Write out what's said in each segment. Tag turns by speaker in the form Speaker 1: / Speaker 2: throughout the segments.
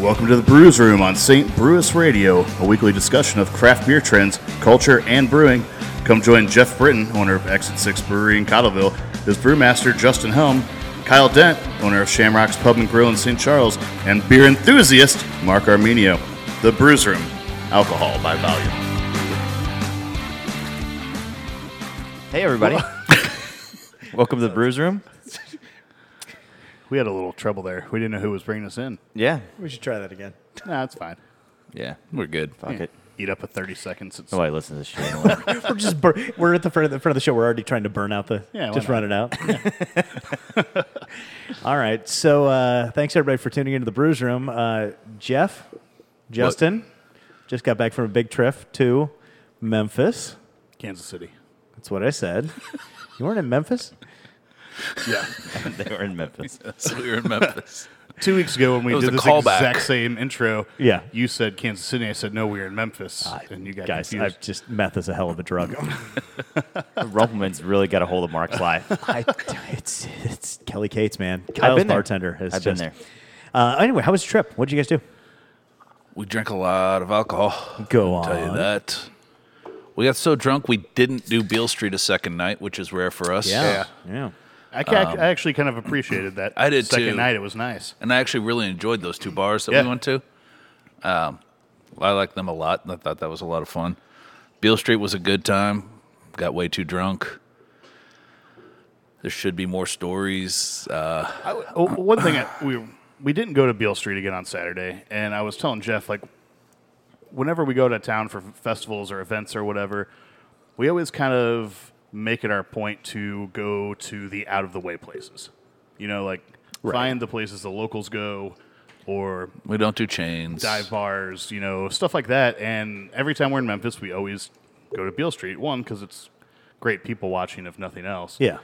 Speaker 1: Welcome to the Brews Room on St. Brewis Radio, a weekly discussion of craft beer trends, culture, and brewing. Come join Jeff Britton, owner of Exit 6 Brewery in Cottleville, his brewmaster Justin Helm, Kyle Dent, owner of Shamrock's Pub and Grill in St. Charles, and beer enthusiast Mark Armenio. The Brews Room, alcohol by volume.
Speaker 2: Hey, everybody. Welcome to the Brews Room.
Speaker 1: We had a little trouble there. We didn't know who was bringing us in.
Speaker 2: Yeah.
Speaker 3: We should try that again.
Speaker 1: Nah, it's fine.
Speaker 4: Yeah, we're good.
Speaker 2: Fuck it.
Speaker 1: Eat up a 30 seconds. It's,
Speaker 2: Nobody listens to this shit anymore.
Speaker 3: We're just bur- we're at the front of the front of the show. We're already trying to burn out the
Speaker 1: Yeah, why
Speaker 3: just
Speaker 1: not?
Speaker 3: run it out. All right. So uh, thanks everybody for tuning into the Brews Room. Uh, Jeff, Justin, just got back from a big trip to Memphis.
Speaker 1: Kansas City.
Speaker 3: That's what I said. you weren't in Memphis.
Speaker 1: Yeah.
Speaker 2: they were in Memphis.
Speaker 4: So we were in Memphis.
Speaker 1: Two weeks ago when we
Speaker 4: It was
Speaker 1: did
Speaker 4: a
Speaker 1: this
Speaker 4: callback.
Speaker 1: exact same intro,
Speaker 3: Yeah.
Speaker 1: you said Kansas City. I said, no, we were in Memphis.
Speaker 4: Uh,
Speaker 1: and Ah, you got
Speaker 3: guys,
Speaker 1: confused.
Speaker 3: I've just meth is a hell of a drug.
Speaker 2: Rumpleman's really got a hold of Mark's life.
Speaker 3: I, it's it's Kelly Cates, man. Kyle's
Speaker 2: been there.
Speaker 3: bartender. has
Speaker 2: I've been
Speaker 3: just-
Speaker 2: there.
Speaker 3: Uh, anyway, how was the trip? What did you guys do?
Speaker 4: We drank a lot of alcohol.
Speaker 3: Go on.
Speaker 4: Tell you that. We got so drunk we didn't do Beale Street a second night, which is rare for us.
Speaker 3: Yeah. Yeah.
Speaker 1: I, ca- I actually kind of appreciated that.
Speaker 4: um, I did
Speaker 1: Second
Speaker 4: too.
Speaker 1: night, it was nice.
Speaker 4: And I actually really enjoyed those two bars that
Speaker 1: Yeah.
Speaker 4: we went to. Um, I liked them a lot. and I thought that was a lot of fun. Beale Street was a good time. Got way too drunk. There should be more stories. Uh,
Speaker 1: Oh, one thing I, we we didn't go to Beale Street again on Saturday, and I was telling Jeff like, whenever we go to town for festivals or events or whatever, we always kind of make it our point to go to the out of the way places. You know, like find the places the locals go, or
Speaker 4: we don't do chains.
Speaker 1: dive bars, you know, stuff like that. And every time we're in Memphis, we always go to Beale Street. One because it's great people watching, if nothing else.
Speaker 3: Yeah.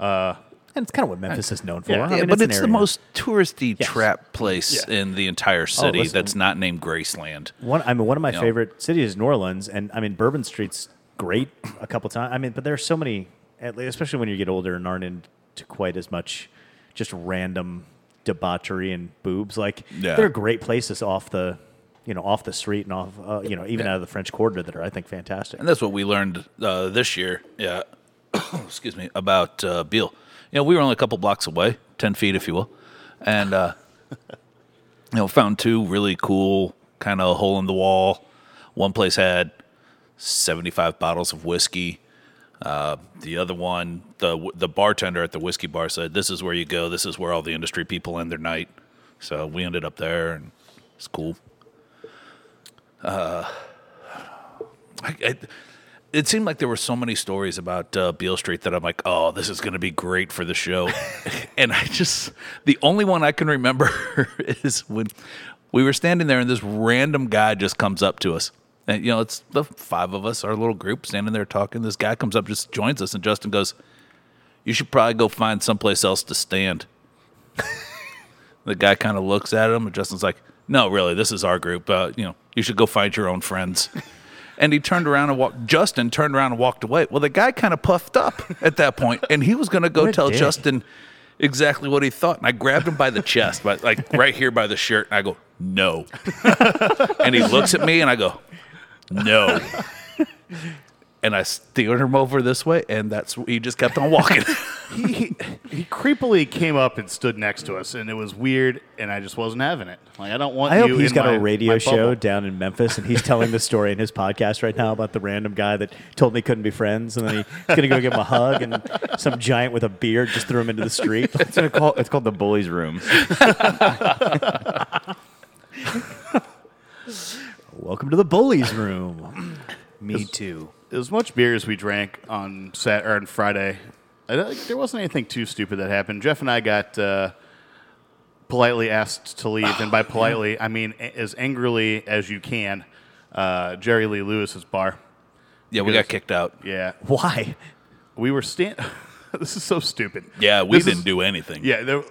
Speaker 3: Uh, and it's kind of what Memphis is known for.
Speaker 1: yeah,
Speaker 3: I
Speaker 4: Yeah,
Speaker 3: mean,
Speaker 4: but
Speaker 3: an
Speaker 4: it's the
Speaker 3: area.
Speaker 4: most touristy
Speaker 3: Yes. Oh,
Speaker 4: trap place
Speaker 1: Yeah.
Speaker 4: in the entire city
Speaker 3: listen.
Speaker 4: that's not named Graceland.
Speaker 3: One, I mean, one of my
Speaker 4: Yeah.
Speaker 3: favorite cities is New Orleans, and I mean, Bourbon Street's great a couple times. I mean, but there are so many, at least- especially when you get older and aren't into quite as much just random debauchery and boobs. Like,
Speaker 4: Yeah.
Speaker 3: there are great places off the, you know, off the street and off, uh, you know, even out of the French Quarter that are, I think, fantastic.
Speaker 4: And that's what we learned uh, this year. Yeah, excuse me about uh, Beale. You know, we were only a couple blocks away, ten feet, if you will, and uh, you know, found two really cool kind of hole in the wall. One place had seventy-five bottles of whiskey. Uh, the other one, the the bartender at the whiskey bar said, "This is where you go. This is where all the industry people end their night." So we ended up there, and it's cool. I, I, it seemed like there were so many stories about uh, Beale Street that I'm like, oh, this is going to be great for the show. and I just, the only one I can remember is when we were standing there and this random guy just comes up to us. And, you know, it's the five of us, our little group, standing there talking. This guy comes up, just joins us, and Justin goes, You should probably go find someplace else to stand. the guy kind of looks at him, and Justin's like, No, really, this is our group. Uh, you know, you should go find your own friends. And he turned around and walked. Justin turned around and walked away. Well, the guy kind of puffed up at that point, and he was going to go
Speaker 3: What a
Speaker 4: tell
Speaker 3: dick.
Speaker 4: Justin exactly what he thought. And I grabbed him by the chest, but like right here by the shirt, and I go, "No." and he looks at me, and I go, "No." And I steered him over this way, and that's he just kept on walking.
Speaker 1: he, he, he creepily came up and stood next to us, and it was weird, and I just wasn't having it. Like I don't want.
Speaker 3: I
Speaker 1: you
Speaker 3: hope he's
Speaker 1: in
Speaker 3: got
Speaker 1: my-
Speaker 3: a radio
Speaker 1: my
Speaker 3: show
Speaker 1: bubble.
Speaker 3: down in Memphis, and he's telling the story in his podcast right now about the random guy that told me he couldn't be friends, and then he- he's gonna go give him a hug, and some giant with a beard just threw him into the street.
Speaker 2: It's, gonna call, it's called the Bullies Room.
Speaker 3: Welcome to the bullies room. me too.
Speaker 1: As much beer as we drank on Sat or on Friday, I don't, there wasn't anything too stupid that happened. Jeff and I got uh, politely asked to leave,
Speaker 3: Oh,
Speaker 1: and by politely, I mean a- as angrily as you can. Uh, Jerry Lee Lewis's bar.
Speaker 4: yeah, we got kicked out.
Speaker 1: Yeah,
Speaker 3: Why?
Speaker 1: we were stand. this is so stupid.
Speaker 4: Yeah, we
Speaker 1: This is-
Speaker 4: didn't do anything.
Speaker 1: Yeah, there,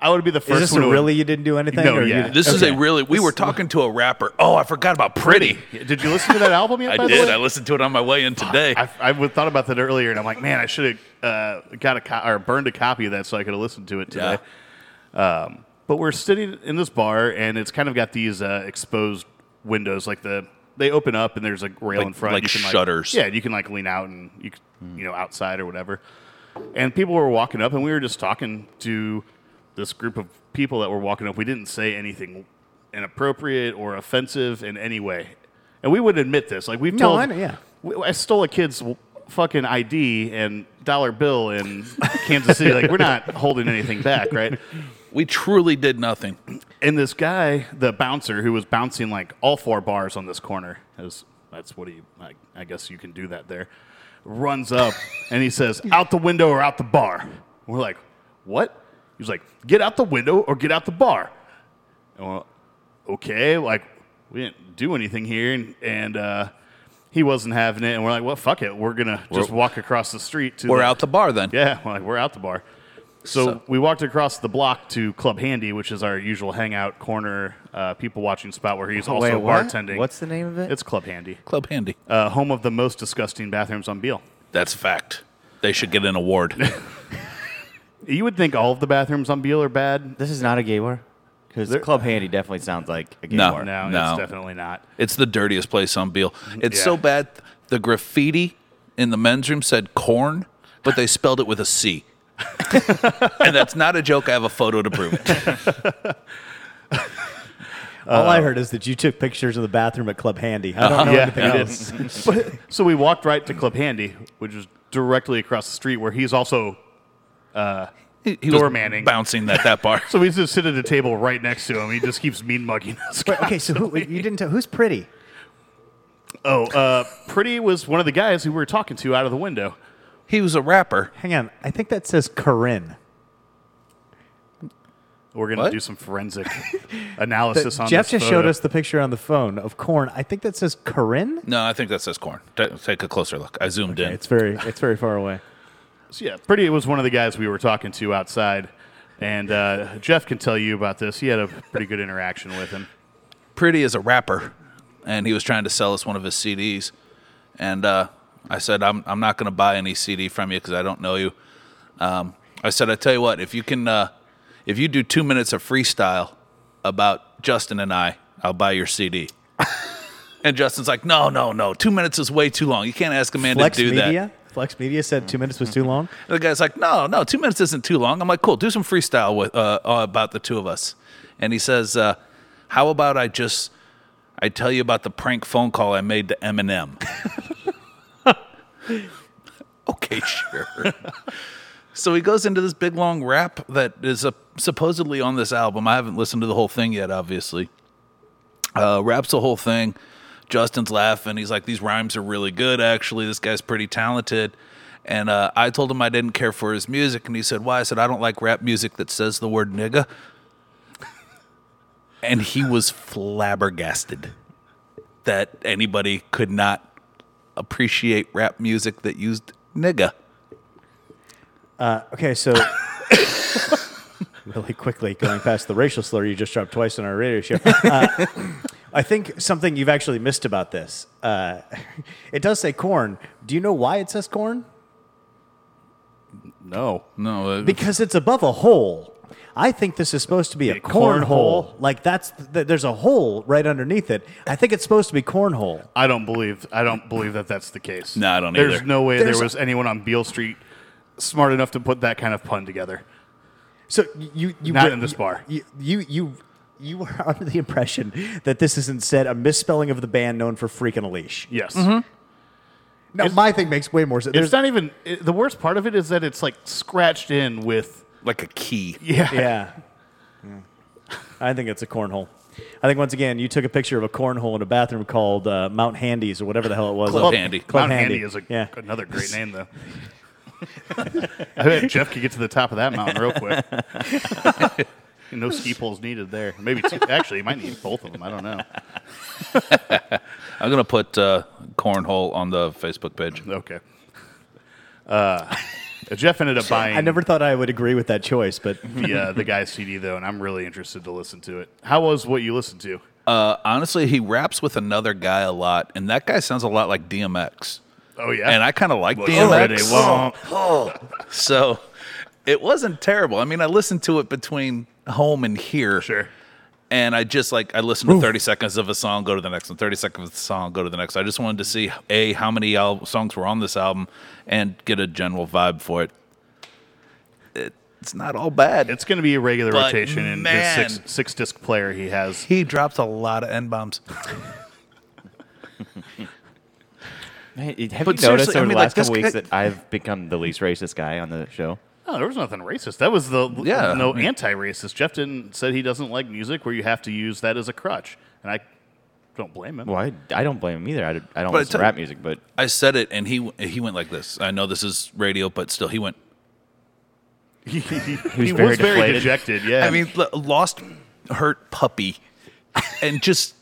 Speaker 1: I would be the first
Speaker 3: Is this
Speaker 1: one.
Speaker 3: a
Speaker 1: to-
Speaker 3: really you didn't do anything?
Speaker 1: No,
Speaker 3: or you
Speaker 1: yeah.
Speaker 3: did-
Speaker 4: This is a
Speaker 3: okay.
Speaker 4: really. We were talking to a rapper. Oh, I forgot about Pretty.
Speaker 1: Did you listen to that album yet? by
Speaker 4: I
Speaker 1: the
Speaker 4: did.
Speaker 1: way?
Speaker 4: I listened to it on my way in today.
Speaker 1: I, I would thought about that earlier, and I'm like, man, I should have uh, got a co- or burned a copy of that so I could have listened to it today.
Speaker 4: Yeah.
Speaker 1: Um, But we're sitting in this bar, and it's kind of got these uh, exposed windows, like the they open up, and there's a rail
Speaker 4: Like-
Speaker 1: in front,
Speaker 4: like
Speaker 1: You can,
Speaker 4: shutters.
Speaker 1: yeah, you can like lean out and you c- you know outside or whatever. And people were walking up, and we were just talking to this group of people that were walking up. We didn't say anything inappropriate or offensive in any way, and we would admit this. Like we've
Speaker 3: No,
Speaker 1: told,
Speaker 3: I know, yeah.
Speaker 1: we- I stole a kid's w- fucking ID and dollar bill in Kansas City. Like we're not holding anything back, right?
Speaker 4: We truly did nothing.
Speaker 1: And this guy, the bouncer, who was bouncing like all four bars on this corner, as that's what he, I, I guess you can do that there, runs up and he says, out the window or out the bar. We're like, what? He's like, get out the window or get out the bar. And we're like, okay, like, we didn't do anything here. And, and uh, he wasn't having it. And we're like, well, fuck it. We're going to just
Speaker 4: We're-
Speaker 1: walk across the street to
Speaker 4: We're
Speaker 1: the,
Speaker 4: out the bar then.
Speaker 1: yeah, well, like we're out the bar. So,
Speaker 4: So-
Speaker 1: we walked across the block to Club Handy, which is our usual hangout corner, uh, people watching spot where he's also
Speaker 2: what?
Speaker 1: bartending.
Speaker 2: What's the name of it?
Speaker 1: It's Club Handy,
Speaker 4: Club handy.
Speaker 1: uh, home of the most disgusting bathrooms on Beale.
Speaker 4: That's a fact. They should get an award.
Speaker 1: You would think all of the bathrooms on Beale are bad.
Speaker 2: this is not a gay bar because Club Handy definitely sounds like a gay
Speaker 4: No.
Speaker 2: bar.
Speaker 1: No,
Speaker 4: No.
Speaker 1: it's definitely not.
Speaker 4: it's the dirtiest place on Beale. It's
Speaker 1: Yeah.
Speaker 4: so bad. The graffiti in the men's room said corn, but they spelled it with a C. and that's not a joke. I have a photo to prove it.
Speaker 3: All I heard is that you took pictures of the bathroom at Club Handy. I don't know
Speaker 1: Uh-huh. Yeah,
Speaker 3: anything
Speaker 1: you
Speaker 3: else.
Speaker 1: But- so we walked right to Club Handy, which is directly across the street, where he's also.
Speaker 4: He, he was
Speaker 1: Doormanning.
Speaker 4: bouncing at that bar.
Speaker 1: So we just sit at a table right next to him. He just keeps mean mugging us.
Speaker 3: Wait, okay, so who, you didn't tell who's pretty?
Speaker 1: Oh, uh, Pretty was one of the guys who we were talking to out of the window.
Speaker 4: He was a rapper.
Speaker 3: Hang on, I think that says Corinne.
Speaker 1: We're gonna
Speaker 4: What?
Speaker 1: do some forensic analysis on
Speaker 3: Jeff
Speaker 1: this
Speaker 3: just
Speaker 1: photo.
Speaker 3: showed us the picture on the phone of corn. I think that says Corinne.
Speaker 4: No, I think that says corn. Ta- Take a closer look. I zoomed in.
Speaker 3: It's very, it's very far away.
Speaker 1: So, yeah, pretty. It was one of the guys we were talking to outside, and uh, Jeff can tell you about this. He had a pretty good interaction with him.
Speaker 4: Pretty is a rapper, and he was trying to sell us one of his CDs. And uh, I said, I'm, I'm not going to buy any CD from you because I don't know you. Um, I said, I tell you what, if you can, uh, if you do two minutes of freestyle about Justin and I, I'll buy your CD. and Justin's like, no, no, no. Two minutes is way too long. You can't ask a man
Speaker 3: Flex
Speaker 4: to do that.
Speaker 3: Media. Flex Media said two minutes was too long.
Speaker 4: And the guy's like, no, no, two minutes isn't too long. I'm like, cool, do some freestyle with uh, uh, about the two of us. And he says, uh, how about I just I tell you about the prank phone call I made to Eminem. okay, sure. so he goes into this big long rap that is uh supposedly on this album. I haven't listened to the whole thing yet, obviously. Uh, raps the whole thing. Justin's laughing. He's like, "These rhymes are really good. Actually, this guy's pretty talented." And uh, I told him I didn't care for his music, and he said, "Why?" I said, "I don't like rap music that says the word nigga." and he was flabbergasted that anybody could not appreciate rap music that used nigga.
Speaker 3: Okay, so really quickly going past the racial slur you just dropped twice on our radio show. Uh, I think something you've actually missed about this. Uh, it does say corn. Do you know why it says corn?
Speaker 1: No,
Speaker 4: No, uh,
Speaker 3: Because it's above a hole. I think this is supposed to be a,
Speaker 1: cornhole.
Speaker 3: cornhole. Like that's th- there's a hole right underneath it. I think it's supposed to be cornhole.
Speaker 1: I don't believe. I don't believe that that's the case.
Speaker 4: No, I don't
Speaker 1: There's
Speaker 4: either.
Speaker 1: no way
Speaker 3: There's-
Speaker 1: there was anyone on Beale Street smart enough to put that kind of pun together.
Speaker 3: So you you
Speaker 1: Not in this bar.
Speaker 3: You you you, you were under the impression that this is instead a misspelling of the band known for Freakin' a Leash.
Speaker 1: Yes.
Speaker 3: No, my thing makes way more sense.
Speaker 1: It's
Speaker 3: There's
Speaker 1: not even. It, the worst part of it is that it's like scratched in with.
Speaker 4: like a key.
Speaker 1: Yeah.
Speaker 3: yeah. I think it's a cornhole. I think once again you took a picture of a cornhole in a bathroom called uh, Mount Handy's or whatever the hell it was.
Speaker 4: Club Handy.
Speaker 1: Mount Handy, is a,
Speaker 3: yeah.
Speaker 1: another great name, though. I bet Jeff could get to the top of that mountain real quick. no ski poles needed there. Maybe two. Actually, you might need both of them. I don't know.
Speaker 4: I'm gonna put uh, cornhole on the Facebook page.
Speaker 1: Okay. Uh, Jeff ended up buying
Speaker 3: I never thought I would agree with that choice, but
Speaker 1: the, uh, the guy's CD, though, and I'm really interested to listen to it. How was what you listened to?
Speaker 4: Uh, honestly, he raps with another guy a lot, and that guy sounds a lot like DMX.
Speaker 1: Oh, yeah.
Speaker 4: And I kind of like DMX. So it wasn't terrible. I mean, I listened to it between home and here.
Speaker 1: Sure.
Speaker 4: And I just like I listen to 30 seconds of a song, go to the next one. 30 seconds of a song, go to the next. I just wanted to see a how many al- songs were on this album, and get a general vibe for it. It's not all bad.
Speaker 1: It's going to be a regular
Speaker 4: But
Speaker 1: rotation in
Speaker 4: man.
Speaker 1: this six six disc player he has.
Speaker 4: he drops a lot of n bombs.
Speaker 2: Man, it- have
Speaker 4: But
Speaker 2: you noticed
Speaker 4: seriously, I
Speaker 2: over
Speaker 4: mean,
Speaker 2: the
Speaker 4: like,
Speaker 2: last couple
Speaker 4: this
Speaker 2: weeks
Speaker 4: guy-
Speaker 2: that I've become the least racist guy on the show?
Speaker 1: No, there was nothing racist. That was the
Speaker 4: Yeah.
Speaker 1: no anti-racist. Jeff didn't said he doesn't like music where you have to use that as a crutch, and I don't blame him.
Speaker 2: Well, I, I don't blame him either. I, I don't
Speaker 4: But I
Speaker 2: listen
Speaker 4: tell-
Speaker 2: to rap music, but
Speaker 4: I said it, and he he went like this. I know this is radio, but still, he went.
Speaker 1: he, he
Speaker 2: was
Speaker 1: was
Speaker 2: very
Speaker 1: very
Speaker 2: deflated.
Speaker 1: dejected. Yeah,
Speaker 4: I mean, l- lost, hurt puppy, and just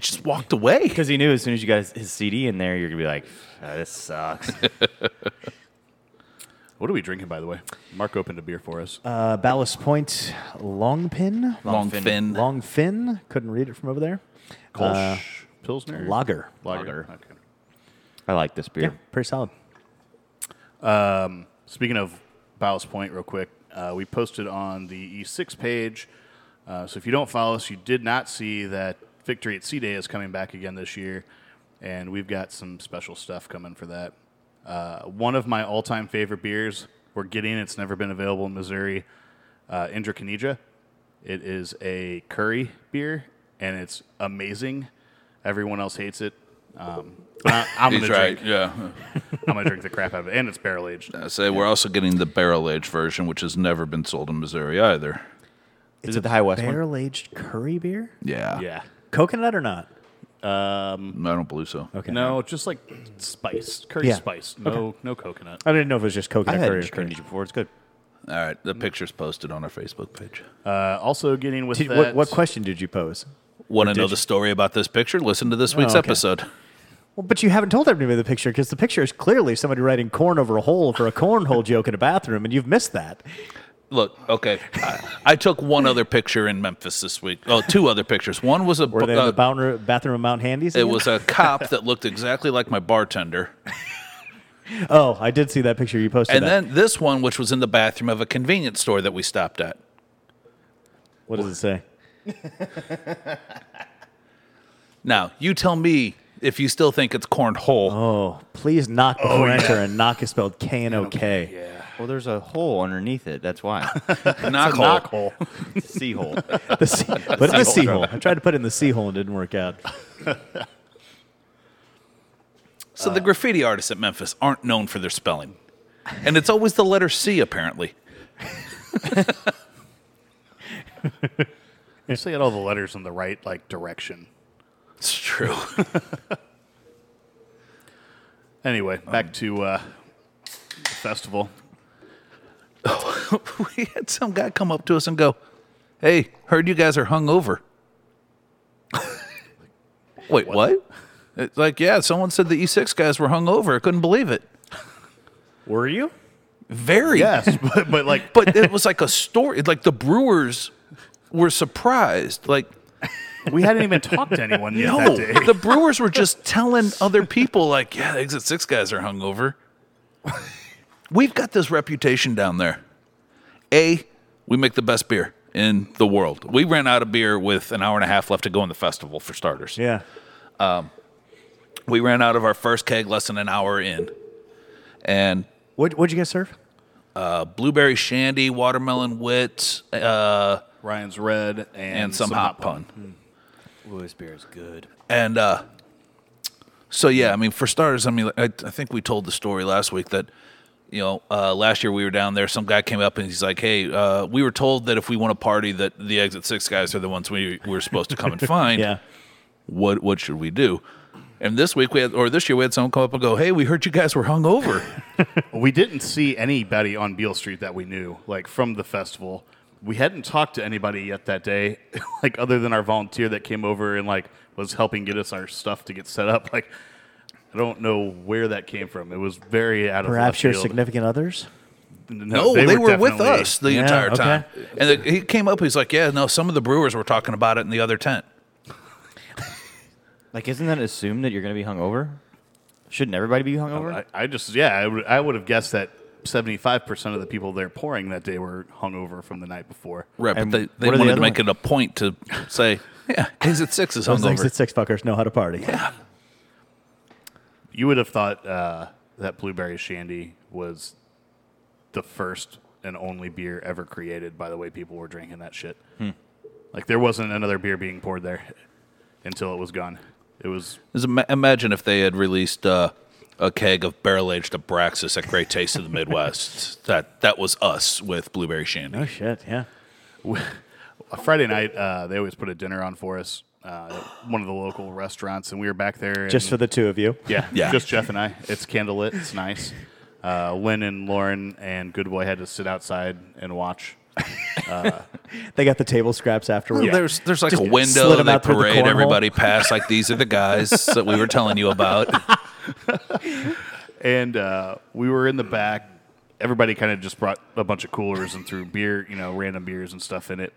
Speaker 4: just walked away.
Speaker 2: because he knew as soon as you got his, his CD in there, you're gonna be like, "Ah, this sucks.
Speaker 1: what are we drinking by the way? Mark opened a beer for us.
Speaker 3: Uh, Ballast Point Long Pin.
Speaker 4: Long
Speaker 2: fin.
Speaker 4: fin.
Speaker 3: Long Fin. Couldn't read it from over there.
Speaker 1: Kolsch Pilsner,
Speaker 3: Lager.
Speaker 1: Lager.
Speaker 2: Lager.
Speaker 1: Okay.
Speaker 2: I like this beer.
Speaker 3: Yeah, pretty solid.
Speaker 1: Speaking of Ballast Point, real quick, uh, we posted on the E6 page. Uh, so if you don't follow us, you did not see that Victory at Sea Day is coming back again this year, and we've got some special stuff coming for that. Uh, one of my all-time favorite beers we're getting. It's never been available in Missouri. Uh, Indrakanija. It is a curry beer, and it's amazing. Everyone else hates it. Um, but I, I'm gonna
Speaker 4: He's right.
Speaker 1: drink.
Speaker 4: Yeah.
Speaker 1: I'm gonna drink the crap out of it, and it's barrel aged.
Speaker 4: I say we're also getting the barrel aged version, which has never been sold in Missouri either.
Speaker 2: Is it the High West one?
Speaker 3: Barrel aged curry beer?
Speaker 4: Yeah.
Speaker 1: Yeah.
Speaker 3: Coconut or not?
Speaker 4: I don't believe so.
Speaker 3: Okay.
Speaker 1: Um, No, just like spice, curry
Speaker 3: Yeah.
Speaker 1: spice. No, no coconut.
Speaker 3: I didn't know if it was just
Speaker 2: I've
Speaker 3: coconut
Speaker 2: had
Speaker 3: curry or
Speaker 2: Jack
Speaker 3: curry.
Speaker 2: Daniels before. It's good.
Speaker 4: All right. The picture's posted on our Facebook page.
Speaker 1: Uh, also, getting with
Speaker 3: Did-
Speaker 1: that,
Speaker 3: what, what question did you pose?
Speaker 4: Want to know the story about this picture? Listen to this week's
Speaker 3: okay.
Speaker 4: episode.
Speaker 3: Well, but you haven't told everybody the picture because the picture is clearly somebody writing corn over a hole for a cornhole joke in a bathroom, and you've missed that.
Speaker 4: Look, okay. I, I took one other picture in Memphis this week. Oh, two other pictures. One was a.
Speaker 3: Were they in
Speaker 4: uh,
Speaker 3: the boundary, bathroom of Mount Handy's?
Speaker 4: it
Speaker 3: again?
Speaker 4: was a cop that looked exactly like my bartender.
Speaker 3: Oh, I did see that picture you posted.
Speaker 4: And
Speaker 3: that.
Speaker 4: then this one, which was in the bathroom of a convenience store that we stopped at.
Speaker 3: what does it say?
Speaker 4: Now, you tell me if you still think it's cornhole.
Speaker 3: Oh, please knock the pressure and knock is spelled Oh, K N O K.
Speaker 2: Well, there's a hole underneath it. That's why.
Speaker 4: knock hole.
Speaker 1: knock hole.
Speaker 2: sea hole.
Speaker 3: The sea, but in the
Speaker 2: Sea
Speaker 3: sea
Speaker 2: hole.
Speaker 3: hole. I tried to put it in the sea hole and it didn't work out.
Speaker 4: So the graffiti artists at Memphis aren't known for their spelling. And it's always the letter C, apparently.
Speaker 1: You say all the letters in the right like direction.
Speaker 4: It's true.
Speaker 1: Anyway,
Speaker 3: Um.
Speaker 1: back to uh, the festival.
Speaker 4: we had some guy come up to us and go, Hey, heard you guys are hungover. Wait, what? It's like, yeah, someone said the E6 guys were hungover. I couldn't believe it.
Speaker 3: Were you?
Speaker 4: Very.
Speaker 1: Yes, but, but like
Speaker 4: But it was like a story. Like the brewers were surprised. Like,
Speaker 1: we hadn't even talked to anyone yet that
Speaker 4: no,
Speaker 1: day.
Speaker 4: the brewers were just telling other people, like, yeah, the Exit 6 guys are hungover. We've got this reputation down there. A, we make the best beer in the world. We ran out of beer with an hour and a half left to go in the festival, for starters.
Speaker 3: Yeah.
Speaker 4: We ran out of our first keg less than an hour in. And
Speaker 3: What, what'd you guys serve?
Speaker 4: a blueberry shandy, watermelon wit, uh,
Speaker 1: Ryan's red and,
Speaker 4: and some, hot pun.
Speaker 2: Hmm. Ooh, this beer is good.
Speaker 4: And uh, so, yeah, I mean, for starters, I mean, I, I think we told the story last week that, you know, uh, last year we were down there. Some guy came up and he's like, "Hey, uh, we were told that if we want to party, that the Exit Six guys are the ones we were supposed to come and find.
Speaker 3: Yeah.
Speaker 4: What what should we do?" And this week we had, or this year we had someone come up and go, "Hey, we heard you guys were hungover."
Speaker 1: We didn't see anybody on Beale Street that we knew, like from the festival. We hadn't talked to anybody yet that day, like other than our volunteer that came over and like was helping get us our stuff to get set up. Like, I don't know where that came from. It was very out of
Speaker 3: Perhaps
Speaker 1: left
Speaker 3: your
Speaker 1: field.
Speaker 3: significant others?
Speaker 1: No,
Speaker 4: No, they, were, with
Speaker 1: definitely-
Speaker 4: us the
Speaker 3: Yeah,
Speaker 4: entire
Speaker 3: okay.
Speaker 4: time. And the, he came up, he's like, "Yeah, no, some of the brewers were talking about it in the other tent."
Speaker 2: Like, isn't that
Speaker 1: Oh,
Speaker 2: assumed that you're gonna be hungover? Shouldn't everybody be hungover?
Speaker 1: I, I just, yeah, I would, I would have guessed that seventy-five percent of the people there pouring that day were hungover from the night before.
Speaker 4: Right, but
Speaker 2: And
Speaker 4: they, they
Speaker 2: what are the
Speaker 4: wanted to
Speaker 2: other
Speaker 4: make
Speaker 2: ones?
Speaker 4: it a point to say, yeah, exit six is
Speaker 3: Those
Speaker 4: hungover.
Speaker 3: exit six fuckers know how to party. Yeah.
Speaker 1: You would have thought uh, that blueberry shandy was the first and only beer ever created by the way people were drinking that shit.
Speaker 3: Hmm.
Speaker 1: Like there wasn't another beer being poured there until it was gone. It was
Speaker 4: Is- ima- Imagine if they had released uh, a keg of barrel aged Abraxas at Great Taste of the Midwest. that that was us with blueberry shandy.
Speaker 3: Oh shit. Yeah.
Speaker 1: a Friday night. Uh, they always put a dinner on for us, uh, at one of the local restaurants, and we were back there.
Speaker 3: Just
Speaker 1: and-
Speaker 3: for the two of you.
Speaker 1: Yeah,
Speaker 4: Yeah.
Speaker 1: Just Jeff and I. It's candlelit. It's nice. Uh, Lynn and Lauren and Good Boy had to sit outside and watch.
Speaker 3: They got the table scraps afterwards.
Speaker 4: There's there's like
Speaker 3: Just
Speaker 4: a
Speaker 3: slid
Speaker 4: window
Speaker 3: 'em
Speaker 4: they
Speaker 3: out through the
Speaker 4: parade
Speaker 3: cornhole.
Speaker 4: everybody past. Like these are the guys that we were telling you about.
Speaker 1: And uh, we were in the back. Everybody kind of just brought a bunch of coolers and threw beer, you know, random beers and stuff in it.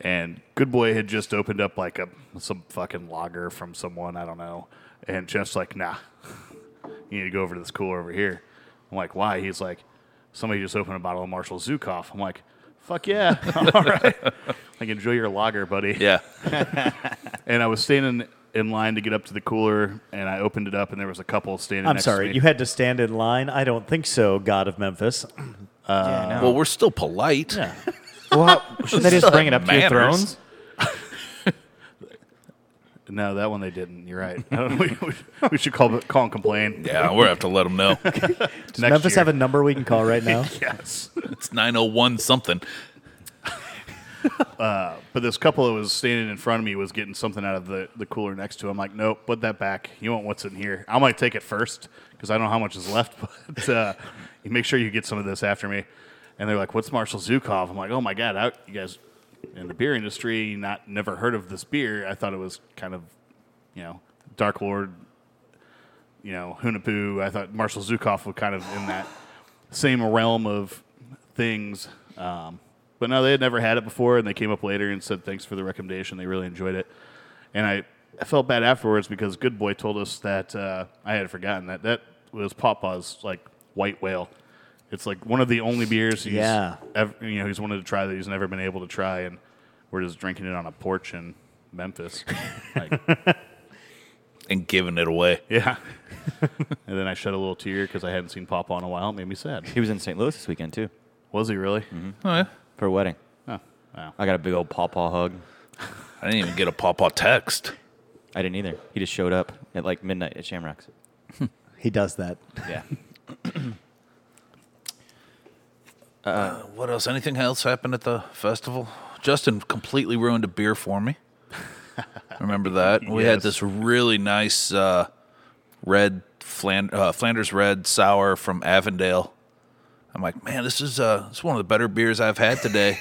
Speaker 1: And Good Boy had just opened up like a some fucking lager from someone I don't know. And Jeff's like, "Nah, you need to go over to this cooler over here." I'm like, "Why?" He's like, "Somebody just opened a bottle of Marshall Zukov." I'm like, "Fuck yeah, all right." Like, enjoy your lager, buddy.
Speaker 4: Yeah,
Speaker 1: and I was standing in line to get up to the cooler, and I opened it up, and there was a couple standing.
Speaker 3: I'm
Speaker 1: next
Speaker 3: sorry.
Speaker 1: to
Speaker 3: You
Speaker 1: me.
Speaker 3: had to stand in line. I don't think so. God of Memphis.
Speaker 2: yeah,
Speaker 4: well
Speaker 2: no.
Speaker 4: we're still polite.
Speaker 2: well, how- should they just bring it up to your
Speaker 4: Manners.
Speaker 2: thrones?
Speaker 1: no, that one they didn't. You're right. I don't know. we, we- we should call call and complain.
Speaker 4: Yeah, we're gonna have to let them know.
Speaker 3: Does
Speaker 1: next
Speaker 3: Memphis
Speaker 1: year.
Speaker 3: have a number we can call right now?
Speaker 1: Yes,
Speaker 4: It's 901 something.
Speaker 1: but this couple that was standing in front of me was getting something out of the, the cooler next to. him. I'm like, nope, put that back. You want what's in here? I might take it first because I don't know how much is left. But uh, you make sure you get some of this after me. And they're like, what's Marshall Zukov? I'm like, oh my god, how, you guys in the beer industry not never heard of this beer? I thought it was kind of you know Dark Lord you know, Hunapu. I thought Marshall Zukov was kind of in that same realm of things. Um, but no, they had never had it before, and they came up later and said thanks for the recommendation. They really enjoyed it, and I, I felt bad afterwards because Good Boy told us that uh, I had forgotten that that was Pawpaw's like white whale. It's like one of the only beers he's
Speaker 3: Yeah.
Speaker 1: ever, you know he's wanted to try that he's never been able to try, and we're just drinking it on a porch in Memphis. like,
Speaker 4: and giving it away.
Speaker 1: yeah. and then I shed a little tear because I hadn't seen Papa in a while. It made me sad.
Speaker 2: He was in St. Louis this weekend too
Speaker 1: Was he really?
Speaker 4: Oh, yeah.
Speaker 2: for a wedding.
Speaker 1: Oh, wow.
Speaker 2: I got a big old pawpaw hug.
Speaker 4: I didn't even get a pawpaw text.
Speaker 2: I didn't either. He just showed up at like midnight at Shamrocks.
Speaker 3: He does that.
Speaker 2: Yeah.
Speaker 4: What else? Anything else happened at the festival? Justin completely ruined a beer for me. Remember that? We had
Speaker 1: Yes.
Speaker 4: this really nice uh, red Flan- uh, Flanders red sour from Avondale. I'm like, man, this is uh, this is one of the better beers I've had today.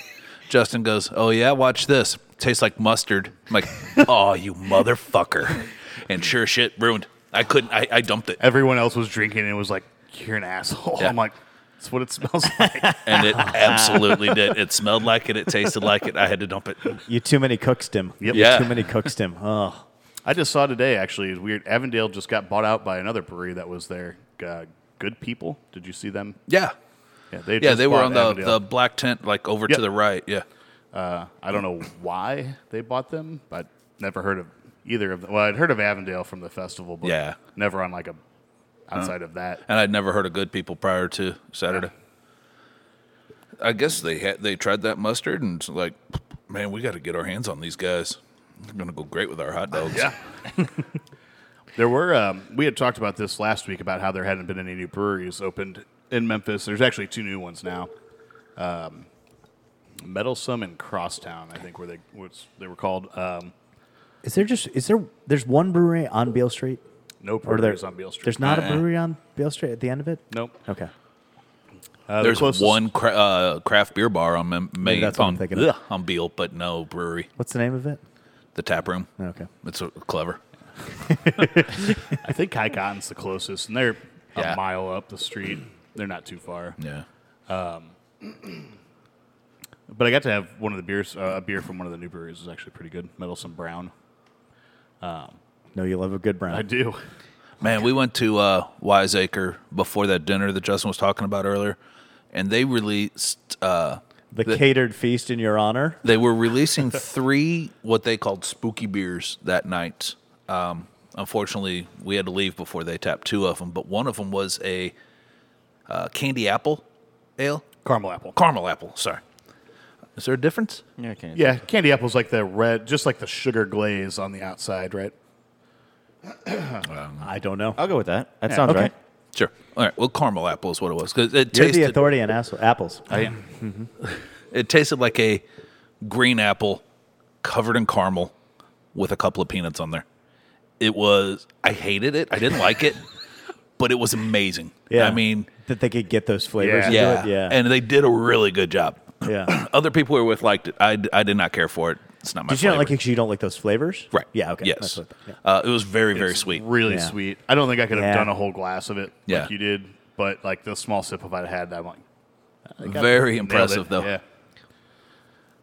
Speaker 4: Justin goes, oh yeah, watch this. Tastes like mustard. I'm like, oh you motherfucker! And sure shit, ruined. I couldn't. I, I dumped it.
Speaker 1: Everyone else was drinking and was like, you're an asshole.
Speaker 4: Yeah.
Speaker 1: I'm like, that's what it smells like.
Speaker 4: and it absolutely did. It smelled like it. It tasted like it. I had to dump it.
Speaker 3: You too many cooks, Tim.
Speaker 1: Yep.
Speaker 3: You
Speaker 4: Yeah.
Speaker 3: too many cooks, Tim. Oh,
Speaker 1: I just saw today, actually, it's weird. Avondale just got bought out by another brewery that was there. Uh, good People. Did you see them?
Speaker 4: Yeah,
Speaker 1: Yeah, they,
Speaker 4: yeah.
Speaker 1: just
Speaker 4: They were
Speaker 1: bought
Speaker 4: on the,
Speaker 1: Avondale.
Speaker 4: the black tent, like over
Speaker 1: Yep.
Speaker 4: to the right. Yeah,
Speaker 1: Uh, I don't know why they bought them, but never heard of either of them. Well, I'd heard of Avondale from the festival, but
Speaker 4: Yeah.
Speaker 1: never on like a outside of that.
Speaker 4: and I'd never heard of good people prior to Saturday. I guess they had they tried that mustard and it's like, man, we got to get our hands on these guys. They're gonna go great with our hot dogs.
Speaker 1: Yeah. there were, um, we had talked about this last week about how there hadn't been any new breweries opened in Memphis. There's actually two new ones now um, Meddlesome and Crosstown, I think, were they, was, they were called. Um,
Speaker 3: is there just is there? There's one brewery on Beale Street,
Speaker 1: no
Speaker 3: or there,
Speaker 1: breweries on Beale Street. Uh,
Speaker 3: There's not
Speaker 4: Uh-uh.
Speaker 3: a brewery on Beale Street at the end of it.
Speaker 1: Nope.
Speaker 3: Okay.
Speaker 1: Uh, the
Speaker 4: There's
Speaker 1: closest-
Speaker 4: one cra- uh, craft beer bar on Mem- Main
Speaker 3: that's what I'm
Speaker 4: on,
Speaker 3: thinking of.
Speaker 4: ugh, on Beale, but no brewery.
Speaker 3: What's the name of it?
Speaker 4: The tap room.
Speaker 3: Okay.
Speaker 4: It's uh, clever.
Speaker 1: I think High Cotton's the closest, and they're
Speaker 4: Yeah.
Speaker 1: a mile up the street. They're not too far.
Speaker 4: Yeah.
Speaker 1: But I got to have one of the beers, uh, a beer from one of the new breweries. It was actually pretty good. Meddlesome Brown.
Speaker 3: No, you love a good brown.
Speaker 1: I do.
Speaker 4: Man, we went to uh, Wiseacre before that dinner that Justin was talking about earlier, and they released. Uh,
Speaker 3: The,
Speaker 4: The-
Speaker 3: catered feast in your honor.
Speaker 4: they were releasing three what they called spooky beers that night. Um, unfortunately, we had to leave before they tapped two of them, but one of them was a uh, candy apple ale,
Speaker 1: Caramel apple.
Speaker 4: caramel apple. Sorry, is there a difference?
Speaker 2: Yeah, okay.
Speaker 1: Yeah, candy apple's like the red, just like the sugar glaze on the outside, right?
Speaker 3: I don't know.
Speaker 2: I'll go with that. That sounds right.
Speaker 4: Sure. All right. Well, caramel apple is what it was because it
Speaker 3: You're the
Speaker 4: tasted
Speaker 3: authority on ass- apples.
Speaker 4: I am. It tasted like a green apple covered in caramel with a couple of peanuts on there. It was, I hated it. I didn't like it, but it was amazing.
Speaker 3: yeah,
Speaker 4: I mean,
Speaker 3: that they could get those flavors.
Speaker 1: Yeah.
Speaker 3: into
Speaker 4: yeah.
Speaker 3: it. yeah,
Speaker 4: And they did a really good job.
Speaker 3: yeah.
Speaker 4: Other people we were with liked it. I, I did not care for it. It's not my
Speaker 3: Did you not like it
Speaker 4: flavor.
Speaker 3: because you don't like those flavors?
Speaker 4: Right.
Speaker 3: Yeah. Okay.
Speaker 4: Yes.
Speaker 3: That's what I thought. Yeah.
Speaker 4: uh, it was very, very sweet.
Speaker 1: Really
Speaker 3: Yeah.
Speaker 1: sweet. I don't think I could have
Speaker 3: Yeah.
Speaker 1: done a whole glass of it
Speaker 4: Yeah.
Speaker 1: like you did, but like the small sip of it I had, I'm like,
Speaker 4: Very
Speaker 1: nailed
Speaker 4: impressive,
Speaker 1: it.
Speaker 4: though.
Speaker 1: Yeah.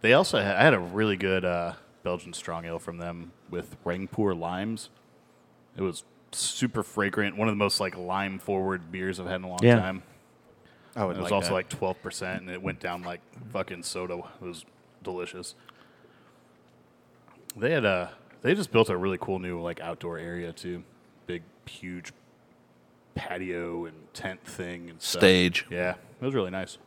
Speaker 1: They also had, I had a really good uh, Belgian strong ale from them with Rangpur limes. It was super fragrant. One of the most like lime forward beers I've had in a long
Speaker 3: Yeah.
Speaker 1: time.
Speaker 2: I would
Speaker 1: It was also like twelve percent, and it went down like fucking soda. It was delicious. They had a they just built a really cool new like outdoor area too, big huge patio and tent thing and stuff.
Speaker 4: Stage.
Speaker 1: Yeah, it was really nice.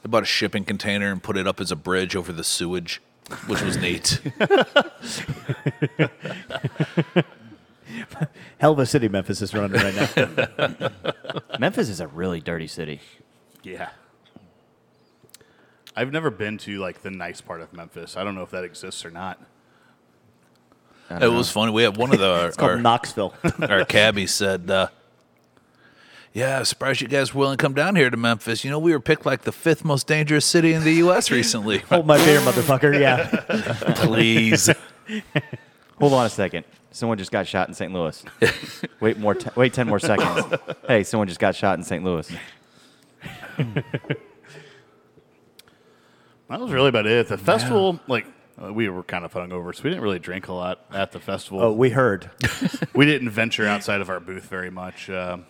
Speaker 4: They bought a shipping container and put it up as a bridge over the sewage, which was neat.
Speaker 3: Hell of a city Memphis is running right now.
Speaker 2: Memphis is a really dirty city.
Speaker 1: Yeah. I've never been to like the nice part of Memphis. I don't know if that exists or not.
Speaker 4: it was funny. We had one of the.
Speaker 3: it's called
Speaker 4: our-
Speaker 3: Knoxville.
Speaker 4: our cabbie said, uh, "Yeah, I'm surprised you guys were willing to come down here to Memphis. You know, we were picked like the fifth most dangerous city in the U.S. recently.
Speaker 3: Hold my beer, motherfucker. Yeah.
Speaker 4: Please,
Speaker 2: Hold on a second. Someone just got shot in St. Louis. wait more. T- wait ten more seconds. hey, someone just got shot in St. Louis.
Speaker 1: That was really about it. The festival, like uh, we were kind of hungover, so we didn't really drink a lot at the festival.
Speaker 3: Oh, we heard.
Speaker 1: we didn't venture outside of our booth very much. Um,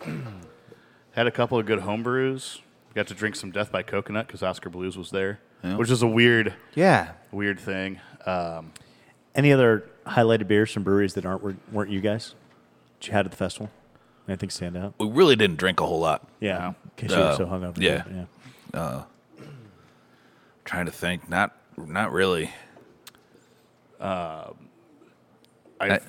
Speaker 1: had a couple of good home brews. Got to drink some Death by Coconut because Oscar Blues was there, which is a weird,
Speaker 2: Yeah.
Speaker 1: weird thing. Um,
Speaker 3: Any other highlighted beers from breweries that aren't weren't- weren't you guys? That you had at the festival? Anything stand out?
Speaker 4: we really didn't drink a whole lot.
Speaker 3: Yeah. Because you
Speaker 4: Uh,
Speaker 3: were so hungover.
Speaker 4: yeah.
Speaker 3: yeah.
Speaker 4: trying to think, not not really.
Speaker 1: I,
Speaker 4: I,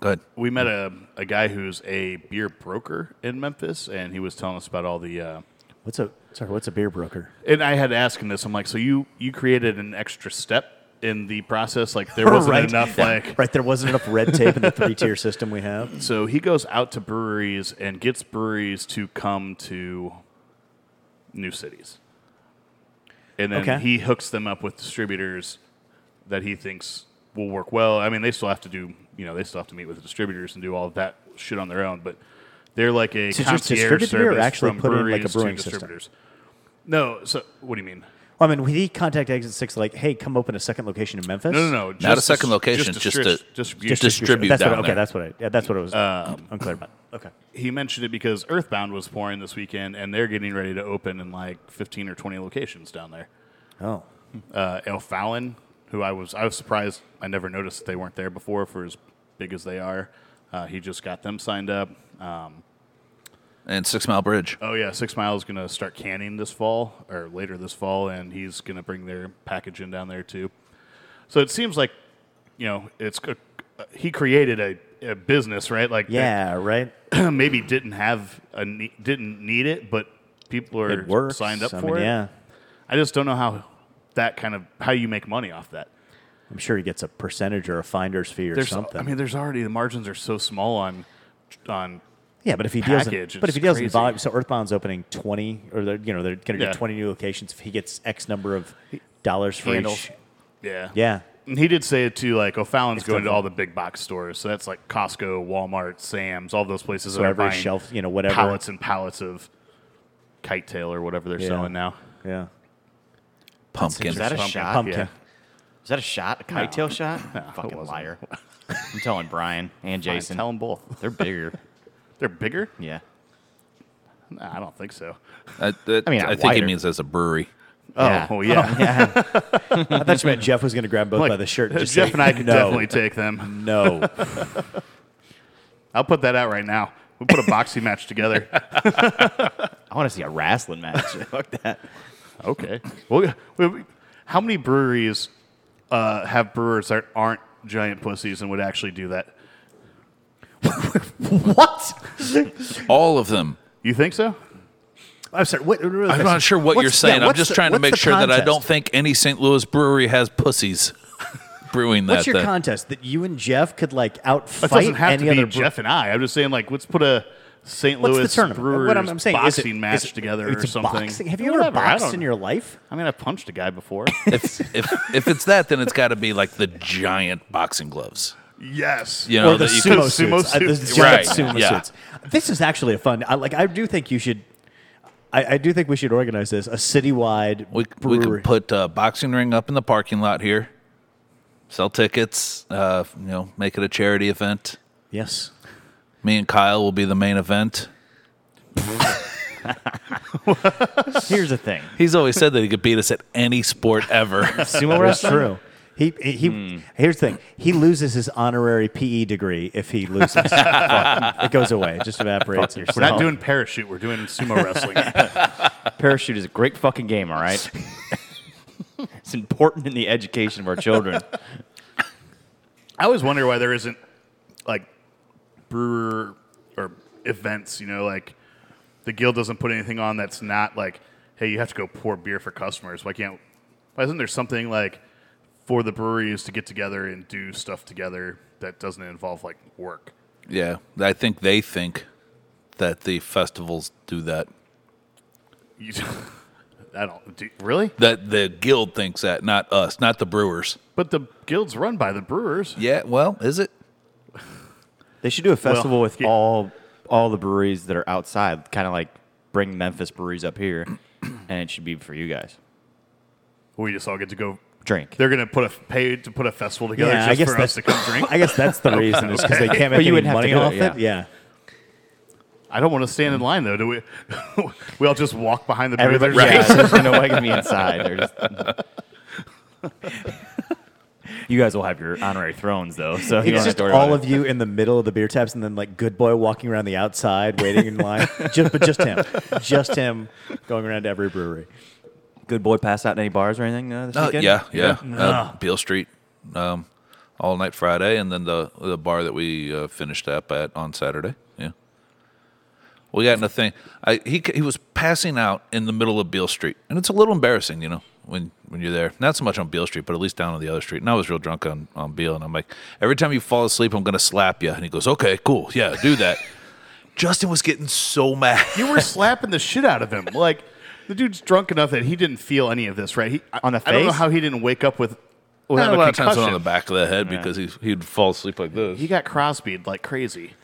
Speaker 4: go ahead.
Speaker 1: we met a, a guy who's a beer broker in Memphis, and he was telling us about all the. Uh,
Speaker 3: What's a sorry? What's a beer broker?
Speaker 1: and I had to ask him this. I'm like, so you you created an extra step in the process? Like there wasn't
Speaker 3: Right.
Speaker 1: enough like
Speaker 3: Right, there wasn't enough red tape in the three tier system we have.
Speaker 1: So he goes out to breweries and gets breweries to come to new cities. And then
Speaker 3: Okay.
Speaker 1: he hooks them up with distributors that he thinks will work well. I mean, they still have to do, you know, they still have to meet with the distributors and do all of that shit on their own, but they're like a
Speaker 3: So just distribute
Speaker 1: concierge
Speaker 3: the beer or
Speaker 1: service
Speaker 3: actually
Speaker 1: from
Speaker 3: put in, like, a
Speaker 1: breweries to
Speaker 3: brewing system?
Speaker 1: distributors. No, so what do you mean?
Speaker 3: Well, I mean, we need contact exit six. Like, hey, come open a second location in Memphis.
Speaker 1: No, no, no.
Speaker 4: Not a
Speaker 1: dis-
Speaker 4: second location, just
Speaker 1: distri-
Speaker 4: a-
Speaker 1: distribution.
Speaker 4: distribute
Speaker 3: That's what,
Speaker 4: down
Speaker 3: okay,
Speaker 4: there.
Speaker 3: that's what I. Yeah, that's what I was unclear about. Okay,
Speaker 1: he mentioned it because Earthbound was pouring this weekend, and they're getting ready to open in like 15 or 20 locations down there.
Speaker 3: oh,
Speaker 1: Uh, Al Fallon, who I was I was surprised I never noticed that they weren't there before for as big as they are. Uh, he just got them signed up. Um,
Speaker 4: And Six Mile Bridge.
Speaker 1: oh yeah, Six Mile is going to start canning this fall or later this fall, and he's going to bring their packaging down there too. So it seems like you know it's c- uh, he created a, a business, right? Like they-
Speaker 3: yeah, right.
Speaker 1: maybe didn't have a ne- didn't need it, but people are
Speaker 3: It works.
Speaker 1: signed up
Speaker 3: I
Speaker 1: for
Speaker 3: mean,
Speaker 1: it.
Speaker 3: Yeah,
Speaker 1: I just don't know how that kind of how you make money off that.
Speaker 3: I'm sure he gets a percentage or a finder's fee or
Speaker 1: There's
Speaker 3: something.
Speaker 1: I mean, there's already the margins are so small on on
Speaker 3: yeah, but if he deals, in,
Speaker 1: package,
Speaker 3: but if he
Speaker 1: it's
Speaker 3: deals in
Speaker 1: crazy.
Speaker 3: volume, so Earthbound's opening twenty, or they're you know they're going to
Speaker 1: Yeah.
Speaker 3: do twenty new locations. If he gets X number of dollars for
Speaker 1: handles.
Speaker 3: each,
Speaker 1: Yeah.
Speaker 3: yeah,
Speaker 1: And he did say it too, like O'Fallon's going to
Speaker 3: different.
Speaker 1: all the big box stores, so that's like Costco, Walmart, Sam's, all those places.
Speaker 3: so
Speaker 1: that are
Speaker 3: every
Speaker 1: buying
Speaker 3: shelf, you know, whatever.
Speaker 1: pallets and pallets of kite tail or whatever they're
Speaker 3: Yeah.
Speaker 1: selling now.
Speaker 3: Yeah,
Speaker 4: Pumpkin.
Speaker 2: Is that a
Speaker 1: Pumpkin.
Speaker 2: shot?
Speaker 3: pumpkin.
Speaker 1: Yeah.
Speaker 2: Is that a shot? A kite tail shot?
Speaker 1: it
Speaker 2: Fucking
Speaker 1: wasn't.
Speaker 2: liar. I'm telling Brian and Jason.
Speaker 1: Tell them both.
Speaker 2: They're bigger.
Speaker 1: They're bigger?
Speaker 2: yeah.
Speaker 1: Nah, I don't think so.
Speaker 4: I,
Speaker 2: I mean,
Speaker 4: I
Speaker 2: not
Speaker 4: think he
Speaker 2: wider.
Speaker 4: means as a brewery.
Speaker 1: Oh,
Speaker 2: Yeah.
Speaker 1: well, yeah.
Speaker 3: I thought you meant Jeff was going to grab both
Speaker 1: Like,
Speaker 3: by the shirt. just
Speaker 1: Jeff
Speaker 3: say,
Speaker 1: and I could
Speaker 3: "No,
Speaker 1: definitely take them.
Speaker 3: No,
Speaker 1: I'll put that out right now. We put a boxing match together.
Speaker 2: I want to see a wrestling match. Fuck that.
Speaker 1: Okay. Well, we- we- how many breweries uh, have brewers that aren't giant pussies and would actually do that?
Speaker 3: what?
Speaker 4: All of them.
Speaker 1: You think so?
Speaker 3: I'm sorry. What,
Speaker 4: I'm not sure what you're saying. I'm just trying to make sure that I don't think any St. Louis brewery has pussies brewing that uh,
Speaker 3: What's your
Speaker 4: thing.
Speaker 3: contest that you and Jeff could like outfight
Speaker 1: That doesn't have
Speaker 3: any
Speaker 1: to be
Speaker 3: other
Speaker 1: Jeff and I. I'm just saying, like, let's put a St.
Speaker 3: What's the
Speaker 1: Louis
Speaker 3: tournament?
Speaker 1: Brewers
Speaker 3: what I'm, I'm saying is it-
Speaker 1: boxing
Speaker 3: is
Speaker 1: match
Speaker 3: it-
Speaker 1: together
Speaker 3: it's
Speaker 1: or something.
Speaker 3: Boxing? Have you ever
Speaker 1: Whatever, I
Speaker 3: boxed
Speaker 1: don't-
Speaker 3: in your life?
Speaker 1: I mean, I punched a guy before.
Speaker 4: if, if, if it's that, then it's got to be like the giant boxing gloves.
Speaker 1: yes.
Speaker 4: You know,
Speaker 3: or the
Speaker 4: that you
Speaker 3: sumo
Speaker 4: could-
Speaker 3: suits.
Speaker 1: Sumo
Speaker 3: Uh, the
Speaker 1: suits.
Speaker 3: giant
Speaker 4: Right,
Speaker 3: sumo
Speaker 4: yeah.
Speaker 3: suits. This is actually a fun. I, like I do think you should. I, I do think we should organize this a citywide
Speaker 4: We, we
Speaker 3: brewery.
Speaker 4: could put a boxing ring up in the parking lot here, sell tickets, uh, you know, make it a charity event.
Speaker 3: yes.
Speaker 4: Me and Kyle will be the main event.
Speaker 2: Here's the thing.
Speaker 4: He's always said that he could beat us at any sport ever.
Speaker 2: Sumo
Speaker 3: That's
Speaker 2: wrestling.
Speaker 3: true. He he. he-
Speaker 4: Hmm.
Speaker 3: Here's the thing. He loses his honorary PE degree if he loses. it goes away. It just evaporates.
Speaker 1: We're not doing parachute. We're doing sumo wrestling.
Speaker 2: Parachute is a great fucking game. All right. it's important in the education of our children.
Speaker 1: I always wonder why there isn't like brewer or events, you know, like the guild doesn't put anything on that's not like, hey, you have to go pour beer for customers. Why can't why isn't there something like for the breweries to get together and do stuff together that doesn't involve like work?
Speaker 4: yeah, I think they think that the festivals do that.
Speaker 1: You, I don't do, really,
Speaker 4: That the guild thinks that, not us, not the brewers.
Speaker 1: but the guild's run by the brewers.
Speaker 4: Yeah, well, is it?
Speaker 2: They should do a festival with
Speaker 1: yeah.
Speaker 2: all all the breweries that are outside, kind of like bring Memphis breweries up here, and it should be for you guys.
Speaker 1: We just all get to go.
Speaker 2: Drink.
Speaker 1: They're gonna put a pay to put a festival together
Speaker 3: Yeah,
Speaker 1: just
Speaker 3: I guess
Speaker 1: for us to
Speaker 3: that's-
Speaker 1: come drink.
Speaker 3: I guess that's the reason is because they can't
Speaker 2: But
Speaker 3: make
Speaker 2: you wouldn't
Speaker 3: any
Speaker 2: have
Speaker 3: money
Speaker 2: to do
Speaker 3: off
Speaker 2: it,
Speaker 3: it. Yeah.
Speaker 1: I don't want to
Speaker 4: Mm.
Speaker 1: stand in line though. Do we? we all just walk behind the
Speaker 2: Everybody,
Speaker 1: booth.
Speaker 2: yeah, there's no way to be inside. They're just- you guys will have your honorary thrones though, so you don't
Speaker 3: It's
Speaker 2: have
Speaker 3: just
Speaker 2: to worry about
Speaker 3: all
Speaker 2: it.
Speaker 3: of you in the middle of the beer taps, and then like good boy walking around the outside, waiting in line. just, but just him, just him going around to every brewery.
Speaker 2: Good boy, pass out in any bars or anything? Uh, this
Speaker 4: Uh,
Speaker 2: weekend?
Speaker 4: yeah, yeah. Uh, Beale Street, um, all night Friday, and then the the bar that we uh, finished up at on Saturday. Yeah, we got in a thing. I he c- he was passing out in the middle of Beale Street, and it's a little embarrassing, you know, when when you're there. Not so much on Beale Street, but at least down on the other street. And I was real drunk on on Beale, and I'm like, every time you fall asleep, I'm gonna slap you. And he goes, okay, cool, yeah, do that. Justin was getting so mad.
Speaker 1: You were slapping the shit out of him. Like the dude's drunk enough that he didn't feel any of this, right? He, I-
Speaker 2: On the
Speaker 1: I don't know
Speaker 2: face?
Speaker 1: how he didn't wake up with.
Speaker 4: A
Speaker 1: without
Speaker 4: lot of times it was on
Speaker 1: concussion.
Speaker 4: the back of the head because he he'd fall asleep like this.
Speaker 1: He got Crosby'd like crazy.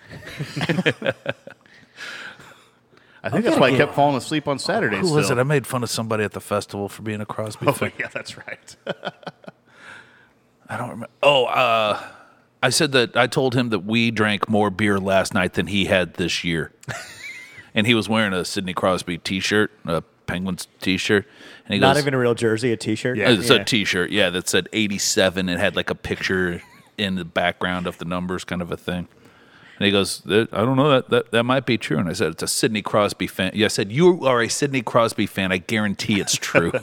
Speaker 1: I think that's
Speaker 2: gonna
Speaker 1: why he
Speaker 2: get-
Speaker 1: kept falling asleep on Saturdays.
Speaker 4: Who was
Speaker 1: still.
Speaker 4: it? I made fun of somebody at the festival for being a Crosby
Speaker 1: Oh
Speaker 4: fan.
Speaker 1: yeah, that's right.
Speaker 4: I don't remember. Oh, uh, I said that I told him that we drank more beer last night than he had this year, and he was wearing a Sidney Crosby T-shirt, a Penguins T-shirt, and he
Speaker 3: Not
Speaker 4: goes, uh,
Speaker 3: even a real jersey, a T-shirt.
Speaker 1: Yeah.
Speaker 4: "It's a T-shirt, yeah, that said '87 and had like a picture in the background of the numbers, kind of a thing." And he goes, "That- "I don't know that that, that might be true." And I said, "It's a Sidney Crosby fan." Yeah, I said, "You are a Sidney Crosby fan. I guarantee it's true."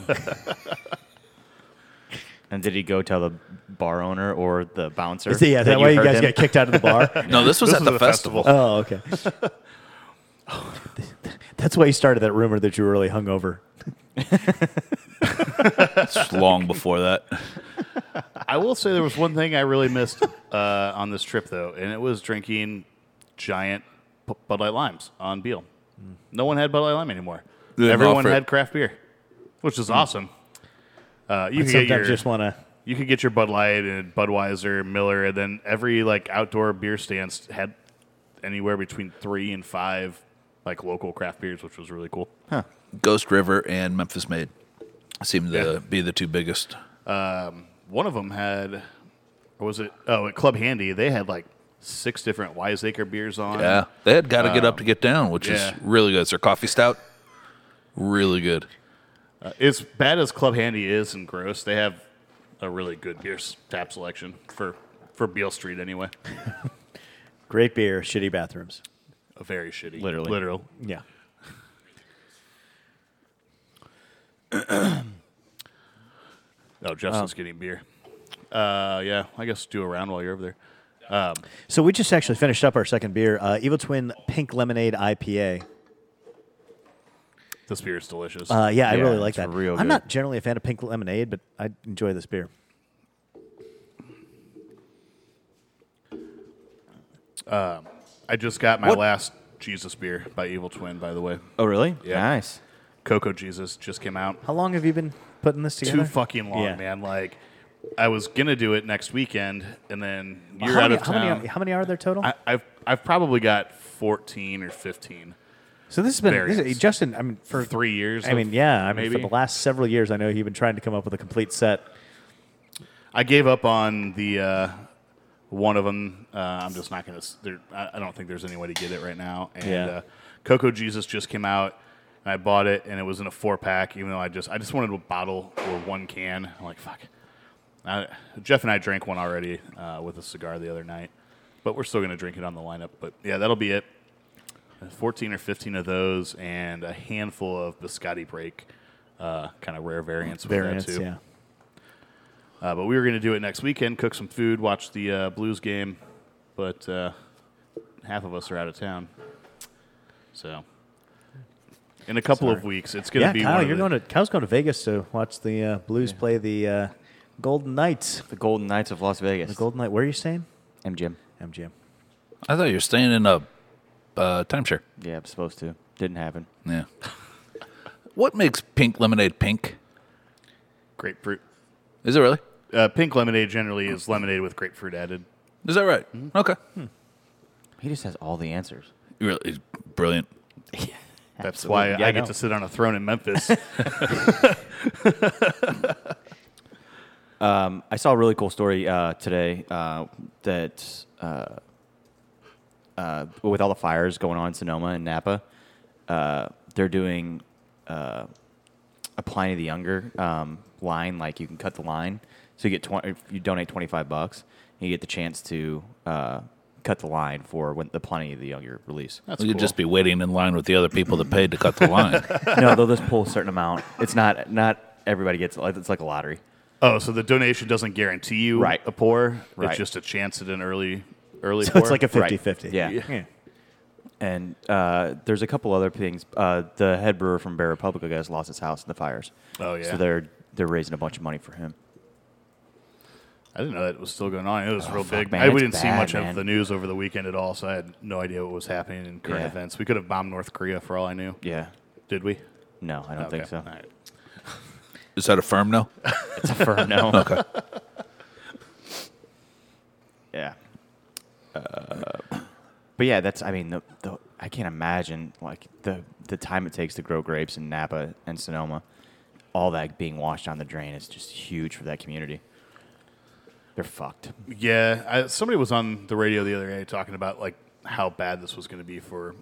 Speaker 2: And did he go tell the bar owner or the bouncer?
Speaker 3: Is it- yeah, that way you
Speaker 2: heard
Speaker 3: guys
Speaker 2: him?
Speaker 3: get kicked out of the bar.
Speaker 4: no, this was
Speaker 1: This
Speaker 4: at
Speaker 1: was
Speaker 4: the
Speaker 1: a
Speaker 4: festival.
Speaker 1: festival.
Speaker 3: oh, okay. That's why you started that rumor that you were really hungover.
Speaker 4: It's long before that.
Speaker 1: I will say there was one thing I really missed uh, on this trip though, and it was drinking giant P- Bud Light limes on Beale. No one had Bud Light lime anymore.
Speaker 4: They didn't
Speaker 1: Everyone
Speaker 4: offer it. Hmm.
Speaker 1: had craft beer, which is awesome. Uh, you can get
Speaker 3: Sometimes
Speaker 1: your,
Speaker 3: just want to.
Speaker 1: you could get your Bud Light and Budweiser, Miller, and then every like outdoor beer stands had anywhere between three and five like local craft beers, which was really cool.
Speaker 4: Ghost River and Memphis Made seem to
Speaker 1: Yeah.
Speaker 4: be the two biggest.
Speaker 1: One of them had or was it? Oh, at Club Handy, they had like six different Wiseacre beers on.
Speaker 4: Yeah, they had got to get up to get down, which
Speaker 1: yeah.
Speaker 4: is really good. It's their coffee stout, really good.
Speaker 1: As bad as Club Handy is and gross, they have a really good beer s- tap selection for for Beale Street anyway.
Speaker 3: Great beer, shitty bathrooms.
Speaker 1: A very shitty,
Speaker 2: Literally.
Speaker 1: literal.
Speaker 3: Yeah.
Speaker 1: Oh, Justin's getting beer. Uh, yeah, I guess do a round while you're over there.
Speaker 3: So we just actually finished up our second beer, uh, Evil Twin Pink Lemonade IPA.
Speaker 1: This beer is delicious.
Speaker 3: Uh, yeah, I
Speaker 2: Yeah,
Speaker 3: really like
Speaker 2: it's
Speaker 3: that.
Speaker 2: real
Speaker 3: I'm
Speaker 2: good.
Speaker 3: not generally a fan of pink lemonade, but I enjoy this beer.
Speaker 1: I just got my
Speaker 4: What-
Speaker 1: last Jesus beer by Evil Twin, by the way.
Speaker 2: Oh, really?
Speaker 1: Yeah.
Speaker 2: Nice.
Speaker 1: Coco Jesus just came out.
Speaker 3: How long have you been putting this together?
Speaker 1: Too fucking long,
Speaker 3: Yeah.
Speaker 1: man. Like, I was gonna do it next weekend, and then you're
Speaker 3: how
Speaker 1: out
Speaker 3: many,
Speaker 1: of
Speaker 3: how
Speaker 1: town.
Speaker 3: Many, how many are there total?
Speaker 1: I, I've I've probably got fourteen or fifteen
Speaker 3: so this has been this is,
Speaker 1: variants.
Speaker 3: Justin. I mean, for
Speaker 1: for three years.
Speaker 3: I
Speaker 1: of-
Speaker 3: mean, yeah. I mean,
Speaker 1: maybe.
Speaker 3: for the last several years, I know you've been trying to come up with a complete set.
Speaker 1: I gave up on the uh, one of them. Uh, I'm just not gonna. s- There, I, I don't think there's any way to get it right now. And
Speaker 3: Yeah.
Speaker 1: uh, Coco Jesus just came out. And I bought it, and it was in a four pack. Even though I just I just wanted a bottle or one can. I'm like fuck. I, Jeff and I drank one already uh, with a cigar the other night, but we're still gonna drink it on the lineup. But yeah, that'll be it. 14 or 15 of those and a handful of biscotti break uh, kind of rare variants with
Speaker 3: Variants,
Speaker 1: that too
Speaker 3: yeah.
Speaker 1: uh, but we were going to do it next weekend, cook some food, watch the uh, Blues game, but uh, half of us are out of town. So, in a couple of weeks, it's going
Speaker 3: Yeah,
Speaker 1: to be
Speaker 3: Kyle,
Speaker 1: one
Speaker 3: you're
Speaker 1: of
Speaker 3: going
Speaker 1: the,
Speaker 3: to Kyle's going to Vegas to watch the uh, Blues play the uh, Golden Knights.
Speaker 2: The Golden Knights of Las Vegas.
Speaker 3: The Golden Knight. Where are you staying?
Speaker 2: MGM.
Speaker 3: MGM.
Speaker 4: I thought you were staying in a uh, timeshare.
Speaker 2: Yeah, I'm supposed to. Didn't happen.
Speaker 4: Yeah. what makes pink lemonade pink?
Speaker 1: grapefruit.
Speaker 4: Is it really?
Speaker 1: Uh, pink lemonade generally is lemonade with grapefruit added.
Speaker 4: Is that right?
Speaker 1: Mm-hmm.
Speaker 4: Okay.
Speaker 2: He just has all the answers.
Speaker 4: Really it's brilliant.
Speaker 1: That's
Speaker 2: Absolutely.
Speaker 1: why
Speaker 2: Yeah,
Speaker 1: I
Speaker 2: I
Speaker 1: get
Speaker 2: know.
Speaker 1: to sit on a throne in Memphis.
Speaker 2: I saw a really cool story uh, today uh, that uh, uh, with all the fires going on in Sonoma and Napa, uh, they're doing uh, a Pliny the Younger um, line. Like you can cut the line, so you get twenty. If you donate twenty five bucks, you get the chance to uh, cut the line for when the Pliny the Younger release.
Speaker 1: That's
Speaker 4: we
Speaker 1: cool.
Speaker 4: could just be waiting in line with the other people that paid to cut the line.
Speaker 2: no, they'll just pull a certain amount. It's not not everybody gets. it. It's like a lottery.
Speaker 1: oh, so the donation doesn't guarantee you
Speaker 2: Right.
Speaker 1: a pour.
Speaker 2: Right.
Speaker 1: It's just a chance at an early, early.
Speaker 3: So
Speaker 1: pour.
Speaker 3: it's like a 50 50.
Speaker 2: Yeah. And uh, there's a couple other things. Uh, the head brewer from Bear Republic guys lost his house in the fires.
Speaker 1: Oh, yeah.
Speaker 2: So they're they're raising a bunch of money for him.
Speaker 1: I didn't know that was still going on. It was real
Speaker 2: Oh, fuck,
Speaker 1: big.
Speaker 2: man,
Speaker 1: I
Speaker 2: it's
Speaker 1: didn't see
Speaker 2: bad,
Speaker 1: much of
Speaker 2: man.
Speaker 1: the news over the weekend at all, so I had no idea what was happening in current
Speaker 2: Yeah.
Speaker 1: events. We could have bombed North Korea for all I knew.
Speaker 2: Yeah.
Speaker 1: Did we?
Speaker 2: No, I don't think so.
Speaker 1: All right.
Speaker 4: Is that a firm no?
Speaker 2: It's a firm no. okay. Yeah. Uh, but yeah, that's. I mean, the, the I can't imagine like the the time it takes to grow grapes in Napa and Sonoma. All that being washed on the drain is just huge for that community. They're fucked.
Speaker 1: Yeah, I, somebody was on the radio the other day talking about like how bad this was going to be for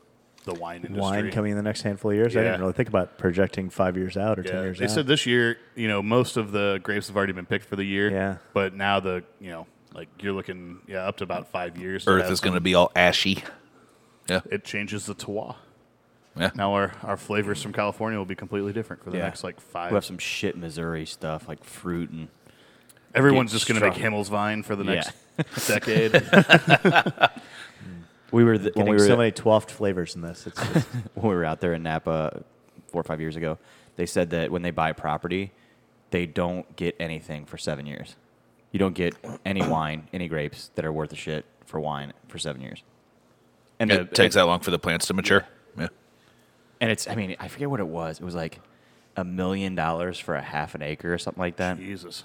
Speaker 1: the wine industry.
Speaker 3: Wine coming in the next handful of years. I
Speaker 1: Yeah.
Speaker 3: didn't really think about projecting five years out or 10
Speaker 1: Yeah,
Speaker 3: years
Speaker 1: they
Speaker 3: out.
Speaker 1: said this year, you know, most of the grapes have already been picked for the year.
Speaker 3: Yeah.
Speaker 1: But now the, you know, like you're looking, yeah, up to about five years. to
Speaker 4: Earth
Speaker 1: have
Speaker 4: is going to be all ashy.
Speaker 1: It changes the terroir.
Speaker 4: Yeah.
Speaker 1: Now our, our flavors from California will be completely different for the
Speaker 2: Yeah.
Speaker 1: next like five.
Speaker 2: We'll have some shit Missouri stuff like fruit and
Speaker 1: Everyone's
Speaker 2: get
Speaker 1: just going to make
Speaker 2: strong.
Speaker 1: Himmel's Vine for the
Speaker 2: Yeah.
Speaker 1: next decade.
Speaker 2: we were th- when
Speaker 3: Getting
Speaker 2: we were
Speaker 3: so many 12th flavors in this. It's just-
Speaker 2: when we were out there in Napa four or five years ago. They said that when they buy property, they don't get anything for seven years. You don't get any wine, any grapes that are worth a shit for wine for seven years. And
Speaker 4: It
Speaker 2: the-
Speaker 4: takes that long for the plants to mature. Yeah.
Speaker 2: And it's I mean I forget what it was. It was like a million dollars for a half an acre or something like that.
Speaker 1: Jesus.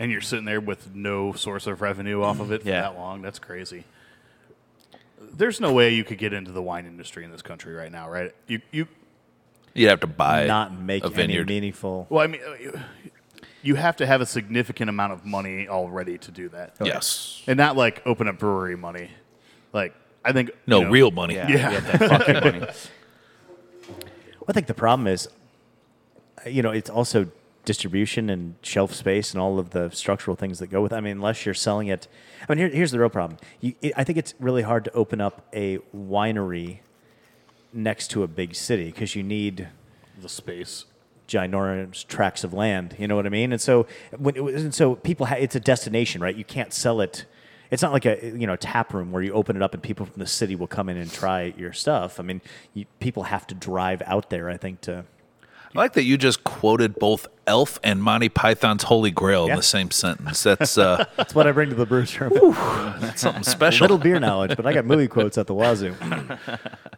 Speaker 1: And you're sitting there with no source of revenue off of it for
Speaker 2: Yeah.
Speaker 1: that long. That's crazy. There's no way you could get into the wine industry in this country right now, right? You, you.
Speaker 4: You'd have to buy
Speaker 3: not make
Speaker 4: a
Speaker 3: any
Speaker 4: vineyard.
Speaker 3: meaningful.
Speaker 1: Well, I mean, uh, you- you have to have a significant amount of money already to do that.
Speaker 4: Yes.
Speaker 1: And not like open a brewery money. Like I think
Speaker 4: No,
Speaker 1: you know,
Speaker 4: real money.
Speaker 2: Yeah,
Speaker 1: Yeah.
Speaker 2: you have that fucking money.
Speaker 3: I think the problem is, uh, you know, it's also distribution and shelf space and all of the structural things that go with. it. I mean, unless you're selling it, I mean, here, here's the real problem. You, it, I think it's really hard to open up a winery next to a big city because you need
Speaker 1: the space.
Speaker 3: ginormous tracts of land. You know what I mean? And so when it was, and so people, ha- it's a destination, right? You can't sell it. It's not like a you know tap room where you open it up and people from the city will come in and try your stuff. I mean, you, people have to drive out there, I think, to
Speaker 4: I like that you just quoted both Elf and Monty Python's Holy Grail
Speaker 3: Yeah.
Speaker 4: in the same sentence. That's uh,
Speaker 3: That's what I bring to the brewer's room.
Speaker 4: that's something special.
Speaker 3: Little beer knowledge, but I got movie quotes at the wazoo.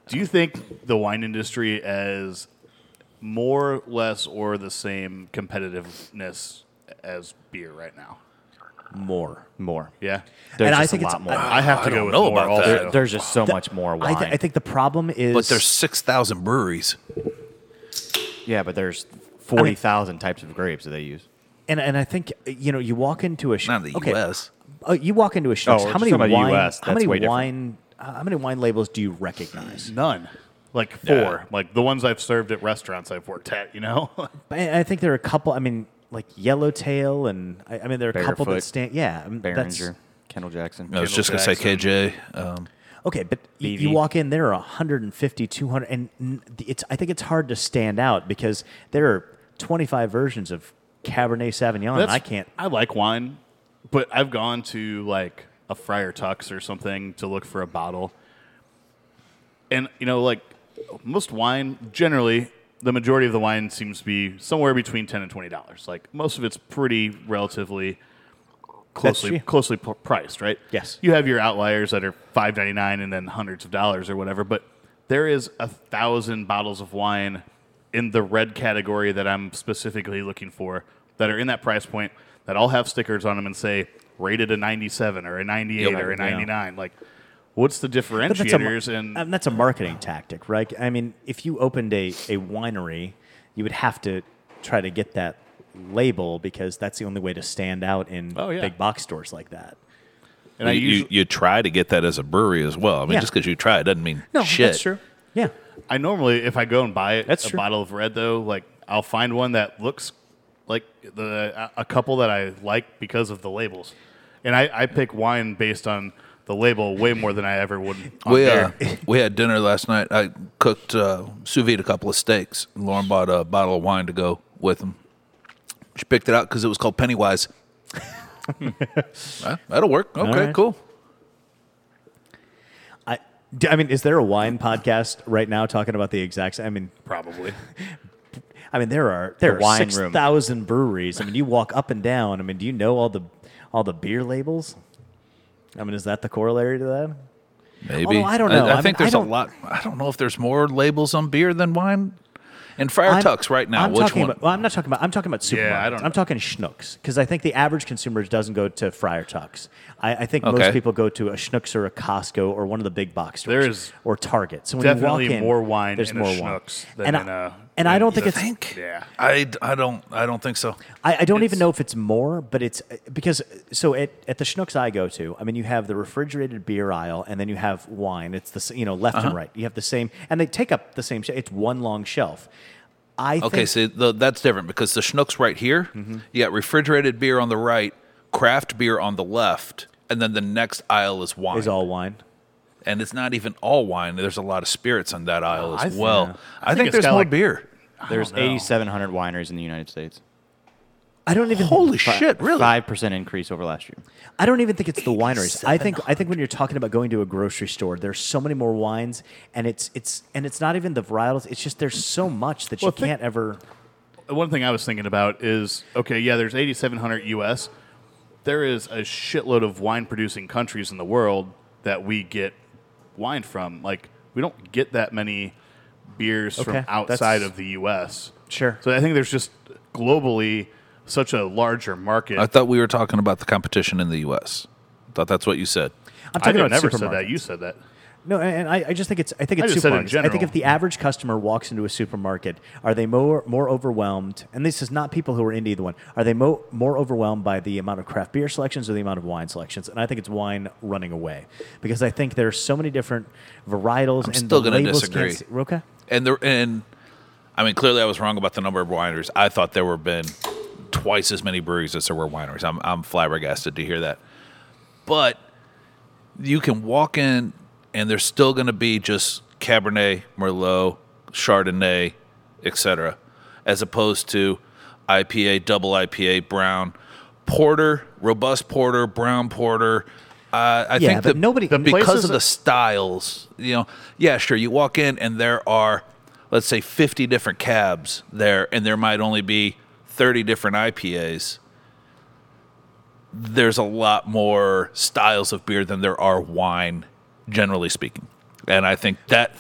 Speaker 1: Do you think the wine industry as more, less, or the same competitiveness as beer right now?
Speaker 3: More.
Speaker 2: More.
Speaker 1: Yeah,
Speaker 2: There's
Speaker 3: And I
Speaker 2: just
Speaker 3: think
Speaker 2: a
Speaker 3: it's-
Speaker 2: lot more.
Speaker 1: I have to
Speaker 4: I
Speaker 1: go
Speaker 4: don't
Speaker 1: with
Speaker 4: know
Speaker 1: more.
Speaker 4: about that.
Speaker 1: also.
Speaker 2: There- there's just so much more
Speaker 3: I,
Speaker 2: wine.
Speaker 3: th- I think the problem is.
Speaker 4: but there's 6,000 breweries.
Speaker 2: yeah, but there's forty thousand types of grapes that they use.
Speaker 3: and, and I think, you know, you walk into a. Sh-
Speaker 4: Not in the US.
Speaker 3: Uh, you walk into a
Speaker 2: Oh,
Speaker 3: Schnucks.
Speaker 2: we're
Speaker 3: how
Speaker 2: just
Speaker 3: many
Speaker 2: talking about
Speaker 3: wine?
Speaker 2: US.
Speaker 3: How
Speaker 2: That's
Speaker 3: many
Speaker 2: way different.
Speaker 3: wine? uh, How many wine labels do you recognize?
Speaker 1: None. Like four.
Speaker 4: Yeah.
Speaker 1: Like the ones I've served at restaurants I've worked at, you know?
Speaker 3: But I I think there are a couple. I mean, like Yellowtail, and I, I mean, there are a couple that
Speaker 2: Barefoot.
Speaker 3: stand. Yeah, I mean, that's-
Speaker 2: Behringer, Kendall Jackson.
Speaker 4: I was just going to say KJ. Um,
Speaker 3: Okay, but y-
Speaker 2: BV.
Speaker 3: you walk in, there are 150, 200, and n- it's. I think it's hard to stand out because there are 25 versions of Cabernet Sauvignon. and
Speaker 1: That's-
Speaker 3: I can't.
Speaker 1: I like wine, but I've gone to like a Friar Tuck's or something to look for a bottle. And, you know, like most wine, generally, the majority of the wine seems to be somewhere between 10 and $20. Like most of it's pretty relatively closely
Speaker 3: true.
Speaker 1: closely p- priced, right?
Speaker 3: Yes.
Speaker 1: You have your outliers that are five ninety nine and then hundreds of dollars or whatever, but there is a thousand bottles of wine in the red category that I'm specifically looking for that are in that price point that all have stickers on them and say rated a ninety seven or a ninety eight
Speaker 4: Yeah.
Speaker 1: or a ninety nine. Like, what's the
Speaker 3: that's a mar-
Speaker 1: differentiators? and
Speaker 3: um, that's a marketing tactic, right? I mean, if you opened a, a winery, you would have to try to get that label because that's the only way to stand out in
Speaker 1: Oh, yeah.
Speaker 3: big box stores like that.
Speaker 1: and I
Speaker 4: you,
Speaker 1: usually,
Speaker 4: you, you try to get that as a brewery as well. I mean,
Speaker 3: Yeah.
Speaker 4: just because you try it doesn't mean shit.
Speaker 3: Yeah.
Speaker 1: I normally, if I go and buy it,
Speaker 3: That's
Speaker 1: a
Speaker 3: true.
Speaker 1: bottle of red though, like I'll find one that looks like the a a couple that I like because of the labels, and I, I pick wine based on the label way more than I ever would. On
Speaker 4: We, uh,
Speaker 1: beer.
Speaker 4: we had dinner last night. I cooked uh, sous vide a couple of steaks. and Lauren bought a bottle of wine to go with them. She picked it out because it was called Pennywise. Well, that'll work. Okay,
Speaker 3: right.
Speaker 4: cool.
Speaker 3: I, d- I mean, is there a wine podcast right now talking about the exact same? I mean,
Speaker 1: probably.
Speaker 3: I mean, there are there
Speaker 2: The
Speaker 3: are
Speaker 2: wine
Speaker 3: six
Speaker 2: room.
Speaker 3: thousand breweries. I mean, you walk up and down. I mean, do you know all the all the beer labels? I mean, is that the corollary to that?
Speaker 4: Maybe
Speaker 3: Although I don't know.
Speaker 4: I,
Speaker 3: I
Speaker 4: think
Speaker 3: mean, I
Speaker 4: there's a
Speaker 3: don't-
Speaker 4: lot. I don't know if there's more labels on beer than wine. And Friar
Speaker 3: I'm-
Speaker 4: Tuck's right now.
Speaker 3: I'm
Speaker 4: which
Speaker 3: talking
Speaker 4: one?
Speaker 3: About, well, I'm not talking about. I'm talking about supermarkets.
Speaker 1: Yeah, I don't
Speaker 3: I'm talking Schnucks because I think the average consumer doesn't go to Friar Tucks. I, I think
Speaker 4: Okay.
Speaker 3: most people go to a Schnucks or a Costco or one of the big box stores.
Speaker 1: There is
Speaker 3: or Target. So when you
Speaker 1: definitely
Speaker 3: walk in,
Speaker 1: more wine
Speaker 3: There's
Speaker 1: in a
Speaker 3: more wine.
Speaker 1: Schnucks than
Speaker 3: and
Speaker 1: in
Speaker 3: I,
Speaker 1: a-
Speaker 3: and I don't
Speaker 1: than
Speaker 3: think
Speaker 1: the
Speaker 3: it's.
Speaker 4: think.
Speaker 1: Yeah.
Speaker 4: I, I don't I don't think so.
Speaker 3: I, I don't even know if it's more, but it's because so at, at the Schnucks I go to, I mean, you have the refrigerated beer aisle, and then you have wine. It's the s- you know left
Speaker 1: Uh-huh.
Speaker 3: and right. You have the same, and they take up the same. Sh- it's one long shelf. I
Speaker 4: Okay,
Speaker 3: think,
Speaker 4: so the, that's different because the Schnucks right here. You got refrigerated beer on the right, craft beer on the left, and then the next aisle is wine.
Speaker 3: is all wine.
Speaker 4: and it's not even all wine. There's a lot of spirits on that aisle
Speaker 1: I
Speaker 4: as
Speaker 1: see.
Speaker 4: well.
Speaker 1: Yeah.
Speaker 4: I, think,
Speaker 1: it's
Speaker 4: there's
Speaker 1: got
Speaker 4: more
Speaker 1: like-
Speaker 4: beer.
Speaker 2: There's
Speaker 1: I don't know.
Speaker 2: 8,700 wineries in the United States.
Speaker 3: I don't even
Speaker 4: Holy shit! Really?
Speaker 2: Five percent increase over last year.
Speaker 3: I don't even think it's the wineries. I think I think when you're talking about going to a grocery store, there's so many more wines, and it's it's and it's not even the varietals. It's just there's so much that
Speaker 1: Well,
Speaker 3: you
Speaker 1: think-
Speaker 3: can't ever.
Speaker 1: One thing I was thinking about is okay, yeah, there's 8,700 US. There is a shitload of wine producing countries in the world that we get wine from. Like, we don't get that many beers
Speaker 3: Okay,
Speaker 1: from
Speaker 3: that's-
Speaker 1: outside of the US.
Speaker 3: Sure.
Speaker 1: So I think there's just globally such a larger market.
Speaker 4: I thought we were talking about the competition in the U.S. I thought that's what you said.
Speaker 3: I'm
Speaker 1: I
Speaker 3: talking
Speaker 1: never
Speaker 3: about
Speaker 1: said that.
Speaker 3: supermarkets.
Speaker 1: You said that.
Speaker 3: No, and I, I just think it's I think
Speaker 1: I
Speaker 3: it's
Speaker 1: just said in
Speaker 3: supermarkets. I think
Speaker 1: general.
Speaker 3: if the average customer walks into a supermarket, are they more more overwhelmed? And this is not people who are into either one. Are they mo- more overwhelmed by the amount of craft beer selections or the amount of wine selections? And I think it's wine running away because I think there are so many different varietals. and
Speaker 4: still
Speaker 3: the
Speaker 4: gonna
Speaker 3: labels
Speaker 4: disagree.
Speaker 3: can't see- Okay.
Speaker 4: and there and I mean clearly I was wrong about the number of wineries. I thought there were been twice as many breweries as there were wineries. I'm I'm flabbergasted to hear that. But you can walk in and there's still going to be just Cabernet, Merlot, Chardonnay, etc. as opposed to IPA, double IPA, brown, porter, robust porter, brown porter. Uh, I
Speaker 3: Yeah,
Speaker 4: think
Speaker 3: but
Speaker 4: that
Speaker 3: nobody- The
Speaker 4: because
Speaker 1: places
Speaker 4: of the
Speaker 1: that-
Speaker 4: styles, you know, yeah, sure. You walk in and there are, let's say, 50 different cabs there, and there might only be 30 different IPAs. There's a lot more styles of beer than there are wine, generally speaking. And I think that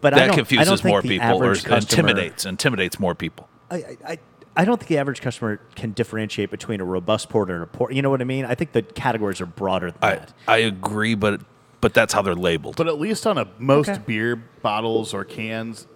Speaker 3: But I
Speaker 4: that
Speaker 3: don't- I
Speaker 4: confuses
Speaker 3: don't think
Speaker 4: more
Speaker 3: the
Speaker 4: people or
Speaker 3: average customer-
Speaker 4: intimidates intimidates more people.
Speaker 3: I, I- I, I don't think the average customer can differentiate between a robust porter and a porter. You know what I mean? I think the categories are broader than
Speaker 4: I
Speaker 3: that.
Speaker 4: I agree, but but that's how they're labeled.
Speaker 1: But at least on a most
Speaker 3: Okay.
Speaker 1: beer bottles or cans,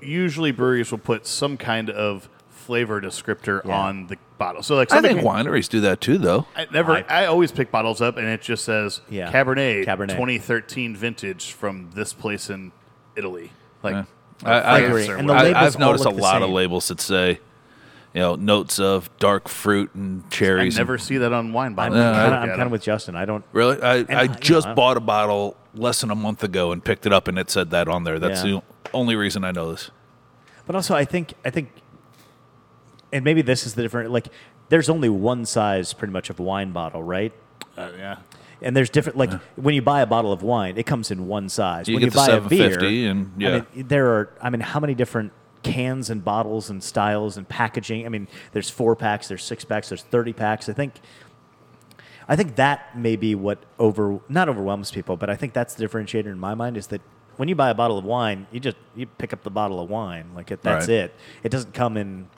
Speaker 1: usually breweries will put some kind of flavor descriptor
Speaker 3: Yeah.
Speaker 1: on the bottle. So like
Speaker 4: I
Speaker 1: something
Speaker 4: think wineries do that too, though.
Speaker 1: I never. I, always pick bottles up, and it just says
Speaker 3: Yeah.
Speaker 1: Cabernet,
Speaker 3: Cabernet.
Speaker 1: 2013 vintage from this place in Italy. Like
Speaker 4: Yeah. I, I,
Speaker 1: France
Speaker 3: agree.
Speaker 1: or
Speaker 3: And the
Speaker 1: whatever.
Speaker 3: labels
Speaker 4: I, have
Speaker 3: all
Speaker 4: noticed a
Speaker 3: look the
Speaker 4: lot of
Speaker 3: same.
Speaker 4: labels that say, you know, notes of dark fruit and
Speaker 1: I
Speaker 4: cherries. and-
Speaker 1: never see that on wine
Speaker 3: I'm
Speaker 1: bottles. I
Speaker 3: kind
Speaker 1: look
Speaker 3: of I'm
Speaker 1: at
Speaker 3: kinda
Speaker 1: them.
Speaker 3: with Justin. I don't.
Speaker 4: really. I, I
Speaker 3: you know,
Speaker 4: just
Speaker 3: I-
Speaker 4: bought a bottle less than a month ago and picked it up, and it said that on there. That's
Speaker 3: Yeah.
Speaker 4: the only reason I know this.
Speaker 3: But also, I think I think, and maybe this is the different. Like, there's only one size, pretty much, of wine bottle, right?
Speaker 1: Uh, yeah.
Speaker 3: And there's different. Like, when you buy a bottle of wine, it comes in one size.
Speaker 4: You
Speaker 3: when
Speaker 4: get
Speaker 3: you
Speaker 4: the
Speaker 3: buy a
Speaker 4: 750
Speaker 3: beer,
Speaker 4: and-
Speaker 3: I
Speaker 4: yeah.
Speaker 3: mean, there are. I mean, how many different cans and bottles and styles and packaging? I mean, there's four packs, there's six packs, there's thirty packs. I think. I think that may be what over not overwhelms people, but I think that's the differentiator in my mind is that when you buy a bottle of wine, you just you pick up the bottle of wine, like it, that's
Speaker 4: Right.
Speaker 3: it. It doesn't come in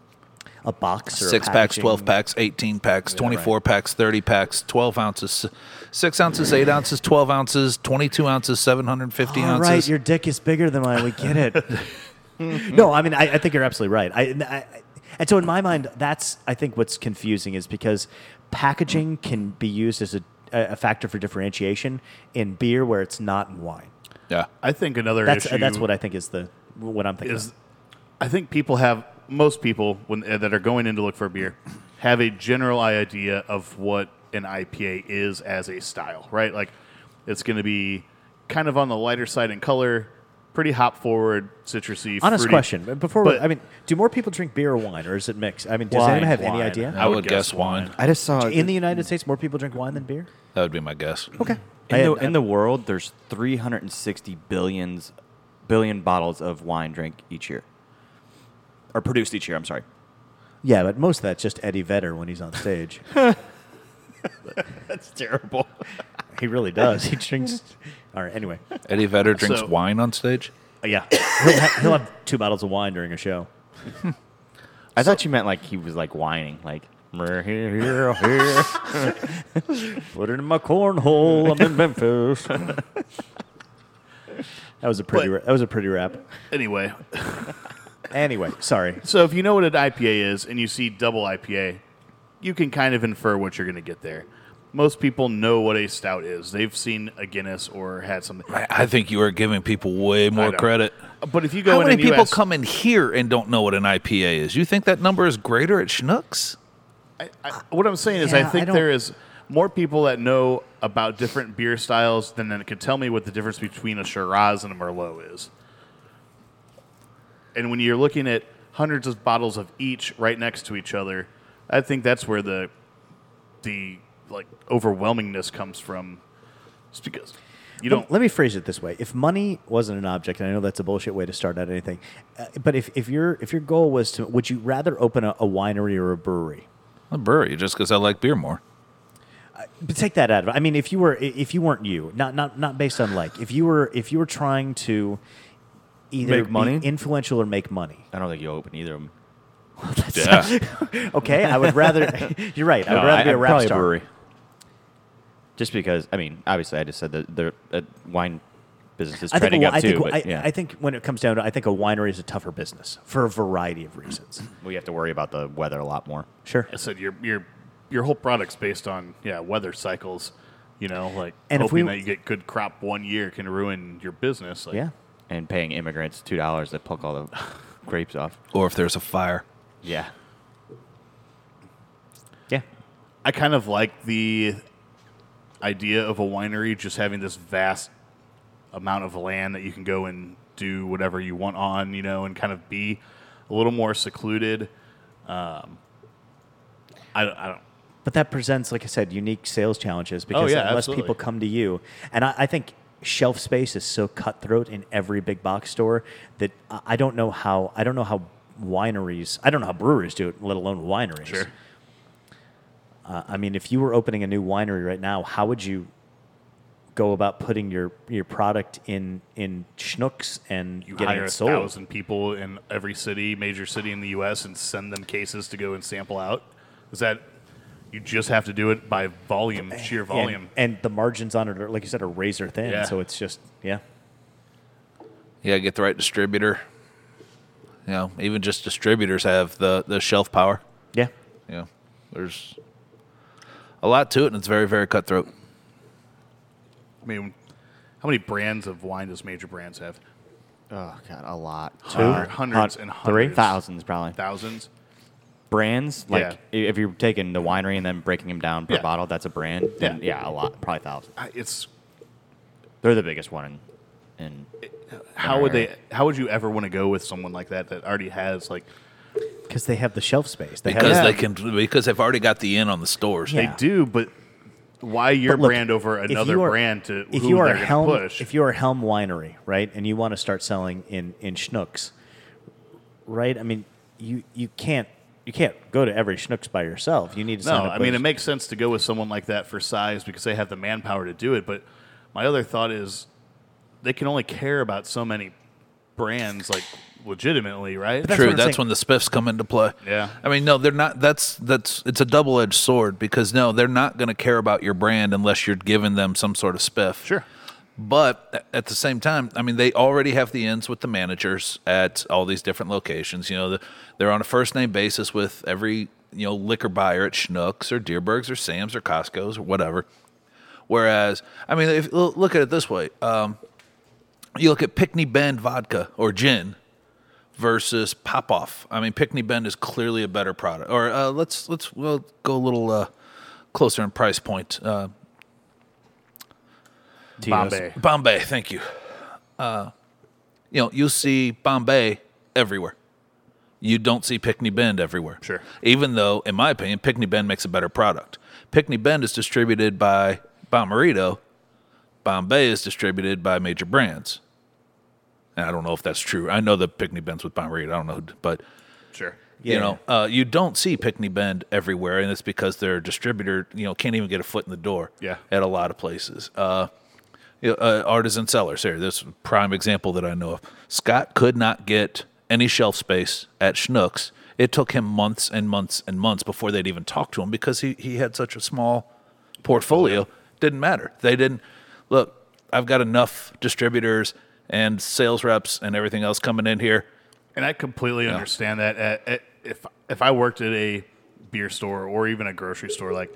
Speaker 3: a box or a
Speaker 4: Six packs,
Speaker 3: packaging.
Speaker 4: twelve packs, eighteen packs, twenty-four packs, thirty packs, twelve ounces, six ounces, eight ounces, twelve ounces, twenty-two ounces, seven hundred and fifty
Speaker 3: All
Speaker 4: ounces.
Speaker 3: right, your dick is bigger than mine. We get it. no, I mean, I, I think you're absolutely right. I, I, I- and so in my mind, that's I think what's confusing is because packaging can be used as a, a factor for differentiation in beer where it's not in wine.
Speaker 4: yeah,
Speaker 1: I think another
Speaker 3: That's uh,
Speaker 1: issue.
Speaker 3: that's what I think is the what I'm thinking.
Speaker 1: is
Speaker 3: of.
Speaker 1: I think people have most people when eh, that are going in to look for a beer have a general idea of what an IPA is as a style, right? Like it's going to be kind of on the lighter side in color, pretty hop forward, citrusy.
Speaker 3: Honest
Speaker 1: fruity.
Speaker 3: question. but Before, we-
Speaker 1: But-
Speaker 3: I mean, do more people drink beer or wine, or is it mixed? I mean, does
Speaker 2: Wine, Uh,
Speaker 3: anyone have any
Speaker 1: wine.
Speaker 3: idea?
Speaker 4: I, would guess, wine.
Speaker 2: I just saw
Speaker 3: In the United States, more people drink wine than beer.
Speaker 4: That would be my guess.
Speaker 3: Okay.
Speaker 2: In the, in the world, there's 360 billions, billion bottles of wine drink each year, or produced each year. I'm sorry.
Speaker 3: yeah, but most of that's just Eddie Vedder when he's on stage.
Speaker 1: That's terrible.
Speaker 3: He really does. He drinks. All right. Anyway,
Speaker 4: Eddie Vedder drinks
Speaker 1: So-
Speaker 4: wine on stage.
Speaker 3: Uh, yeah, he'll, ha- he'll have two bottles of wine during a show.
Speaker 2: I thought you meant like he was like whining, like "Meh, here, here, here."
Speaker 3: Put it in my cornhole. I'm in Memphis. that was a pretty.
Speaker 1: But-
Speaker 3: ra- that was a pretty rap.
Speaker 1: Anyway,
Speaker 3: Anyway, sorry.
Speaker 1: so if you know what an IPA is and you see double IPA, you can kind of infer what you're going to get there. Most people know what a stout is. They've seen a Guinness or had something.
Speaker 4: I, I think you are giving people way more
Speaker 1: know.
Speaker 4: credit.
Speaker 1: But if you go
Speaker 4: How
Speaker 1: in
Speaker 4: many
Speaker 1: and you
Speaker 4: people
Speaker 1: ask-
Speaker 4: come in here and don't know what an IPA is? You think that number is greater at Schnucks?
Speaker 1: I, Uh, what I'm saying is, I
Speaker 3: Yeah, I
Speaker 1: think
Speaker 3: don't-
Speaker 1: there is more people that know about different beer styles than that could tell me what the difference between a Shiraz and a Merlot is. And when you're looking at hundreds of bottles of each right next to each other, I think that's where the the like overwhelmingness comes from. It's because you don't.
Speaker 3: Let, let me phrase it this way: If money wasn't an object, and I know that's a bullshit way to start out anything, uh, but if, if your if your goal was to, would you rather open a, a winery or a brewery?
Speaker 4: A brewery, just because I like beer more.
Speaker 3: But take that out of it. I mean, if you were if you weren't you, not not not based on like, if you were if you were trying to either
Speaker 2: Make
Speaker 3: be
Speaker 2: money?
Speaker 3: influential or make money.
Speaker 2: I don't think you open either of them.
Speaker 4: Yeah.
Speaker 3: Okay, I would rather. you're right. I would rather be a rap star.
Speaker 2: Just because, I mean, obviously, I just said that the uh, wine businesses
Speaker 3: I think,
Speaker 2: trending
Speaker 3: a-
Speaker 2: up
Speaker 3: I
Speaker 2: too.
Speaker 3: think-
Speaker 2: but
Speaker 3: I-
Speaker 2: yeah,
Speaker 3: I think when it comes down to, I think a winery is a tougher business for a variety of reasons.
Speaker 2: we have to worry about the weather a lot more.
Speaker 3: Sure.
Speaker 1: I said your your your whole product's based on yeah weather cycles. You know, like
Speaker 3: And if
Speaker 1: hoping
Speaker 3: we-
Speaker 1: that you get good crop one year can ruin your business. Like,
Speaker 3: Yeah.
Speaker 2: And paying immigrants two dollars to pluck all the grapes off.
Speaker 4: Or if there's a fire.
Speaker 2: Yeah. Yeah.
Speaker 1: I kind of like the idea of a winery just having this vast amount of land that you can go and do whatever you want on, you know, and kind of be a little more secluded. Um, I, don't- I don't.
Speaker 3: But that presents, like I said, unique sales challenges because
Speaker 1: Oh, yeah,
Speaker 3: unless
Speaker 1: absolutely.
Speaker 3: people come to you, and I, I think shelf space is so cutthroat in every big box store that I I don't know how I don't know how wineries I don't know how breweries do it, let alone wineries.
Speaker 1: Sure.
Speaker 3: Uh, I mean, if you were opening a new winery right now, how would you go about putting your your product in in schnooks and
Speaker 1: You
Speaker 3: getting
Speaker 1: hire a
Speaker 3: it sold?
Speaker 1: thousand people in every city, major city in the U.S., and send them cases to go and sample out. Is that you just have to do it by volume, sheer
Speaker 3: And-
Speaker 1: volume?
Speaker 3: and, the margins on it, are, like you said, are razor thin.
Speaker 1: Yeah.
Speaker 3: So it's just yeah.
Speaker 4: Yeah, get the right distributor. You know, even just distributors have the, the shelf power.
Speaker 3: Yeah.
Speaker 4: You know, there's a lot to it, and it's very, very cutthroat.
Speaker 1: I mean, how many brands of wine does major brands have?
Speaker 2: Oh god, a lot.
Speaker 1: Hundred- hundreds
Speaker 2: Hun-
Speaker 1: and
Speaker 2: three?
Speaker 1: hundreds.
Speaker 2: thousands probably.
Speaker 1: Thousands.
Speaker 2: brands like i- if you're taking the winery and then breaking them down per
Speaker 1: Yeah.
Speaker 2: bottle that's a brand then
Speaker 1: Yeah.
Speaker 2: yeah. a lot probably thousand
Speaker 1: I- It's
Speaker 2: they're the biggest one in, in
Speaker 1: how would they? How would you ever want to go with someone like that that already has like
Speaker 3: Because they have the shelf space. They
Speaker 4: Because
Speaker 3: have,
Speaker 4: they can because they've already got the in on the stores.
Speaker 3: Yeah.
Speaker 1: they do, but why your
Speaker 3: But look,
Speaker 1: brand over
Speaker 3: if
Speaker 1: another
Speaker 3: you are-
Speaker 1: brand to
Speaker 3: if
Speaker 1: who
Speaker 3: you are
Speaker 1: they're going
Speaker 3: Helm,
Speaker 1: to push?
Speaker 3: If you are Helm Winery, right, and you want to start selling in in Schnooks, right? I mean, you you can't you can't go to every Schnooks by yourself. You need to.
Speaker 1: no,
Speaker 3: sign up
Speaker 1: I mean it
Speaker 3: with-
Speaker 1: makes sense to go with someone like that for size because they have the manpower to do it. But my other thought is they can only care about so many brands, like legitimately, right?
Speaker 3: that's
Speaker 4: True.
Speaker 3: what I'm
Speaker 4: That's
Speaker 3: saying.
Speaker 4: when the spiffs come into play.
Speaker 1: Yeah.
Speaker 4: I mean, no, they're not. That's that's it's a double edged sword because no, they're not going to care about your brand unless you're giving them some sort of spiff.
Speaker 1: Sure.
Speaker 4: But a- at the same time, I mean, they already have the ends with the managers at all these different locations. You know, the, they're on a first name basis with every you know liquor buyer at Schnucks or Deerbergs or Sam's or Costco's or whatever. Whereas, I mean, if l- look at it this way, um, you look at Pickney Bend vodka or gin versus Popoff. I mean, Pickney Bend is clearly a better product. Or uh, let's let's we'll go a little uh, closer in price point. Uh,
Speaker 1: Bombay.
Speaker 4: Bombay, thank you. Uh, you know, you see Bombay everywhere. You don't see Pickney Bend everywhere.
Speaker 1: Sure.
Speaker 4: Even though, in my opinion, Pickney Bend makes a better product. Pickney Bend is distributed by Bomarito. Bombay is distributed by major brands. And I don't know if that's true. I know the Pickney Bend's with Bomarito. I don't know, who- but
Speaker 1: Sure.
Speaker 3: Yeah.
Speaker 4: you know, uh, you don't see Pickney Bend everywhere, and it's because their distributor, you know, can't even get a foot in the door.
Speaker 1: Yeah.
Speaker 4: at a lot of places. Uh, you know, uh, artisan sellers here. This prime example that I know of. Scott could not get any shelf space at Schnucks. It took him months and months and months before they'd even talk to him because he he had such a small portfolio. Didn't matter. They didn't look. I've got enough distributors and sales reps and everything else coming in here.
Speaker 1: And I completely understand that. At, at, if if I worked at a beer store or even a grocery store, like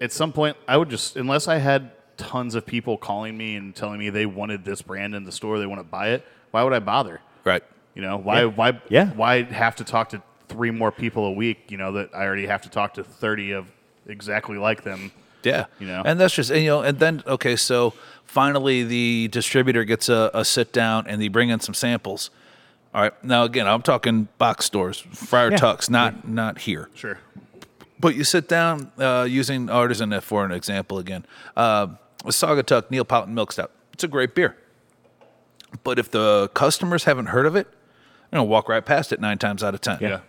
Speaker 1: at some point, I would just unless I had tons of people calling me and telling me they wanted this brand in the store, they want to buy it. Why would I bother?
Speaker 4: Right.
Speaker 1: You know why why
Speaker 3: Yeah.
Speaker 1: why have to talk to three more people a week? You know that I already have to talk to thirty of exactly like them.
Speaker 4: Yeah,
Speaker 1: You know?
Speaker 4: and that's just and, you know, and then okay, so finally the distributor gets a, a sit down and they bring in some samples. All right, now again, I'm talking box stores, Friar
Speaker 3: Yeah.
Speaker 4: Tucks, not not here.
Speaker 1: Sure.
Speaker 4: But you sit down uh, using Artisan for an example again. Uh, Sagatuck Neapolitan Milk Stout. It's a great beer, but if the customers haven't heard of it, they're gonna walk right past it nine times out of ten.
Speaker 1: Yeah.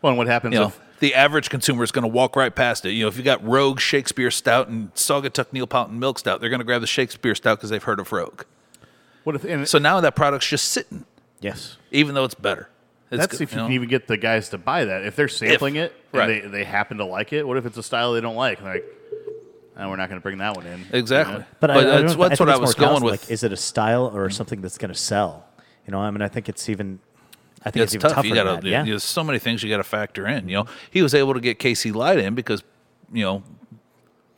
Speaker 1: Well, and what happens
Speaker 4: You know,
Speaker 1: if
Speaker 4: the average consumer is going to walk right past it. You know, if you got Rogue Shakespeare Stout and Saugatuck Neapolitan Milk Stout, they're going to grab the Shakespeare Stout because they've heard of Rogue.
Speaker 1: what if and
Speaker 4: So now that product's just sitting,
Speaker 3: yes.
Speaker 4: even though it's better. It's
Speaker 1: That's
Speaker 4: good,
Speaker 1: if you
Speaker 4: know.
Speaker 1: can even get the guys to buy that. If they're sampling it and
Speaker 4: right.
Speaker 1: they, they happen to like it, what if it's a style they don't like? Like, and we're not going to bring that one in.
Speaker 4: Exactly.
Speaker 3: But, I, I don't
Speaker 4: that's,
Speaker 3: know if-
Speaker 4: that's
Speaker 3: I think
Speaker 4: what I
Speaker 3: it's more
Speaker 4: was going
Speaker 3: counsel,
Speaker 4: with.
Speaker 3: Like, is it a style or something that's going to sell? You know, I mean, I think it's even. I think
Speaker 4: it's
Speaker 3: it's, even
Speaker 4: tough.
Speaker 3: tougher.
Speaker 4: You
Speaker 3: than
Speaker 4: got
Speaker 3: that.
Speaker 4: to.
Speaker 3: Yeah.
Speaker 4: There's so many things you got to factor in. You know, he was able to get KC Light in because you know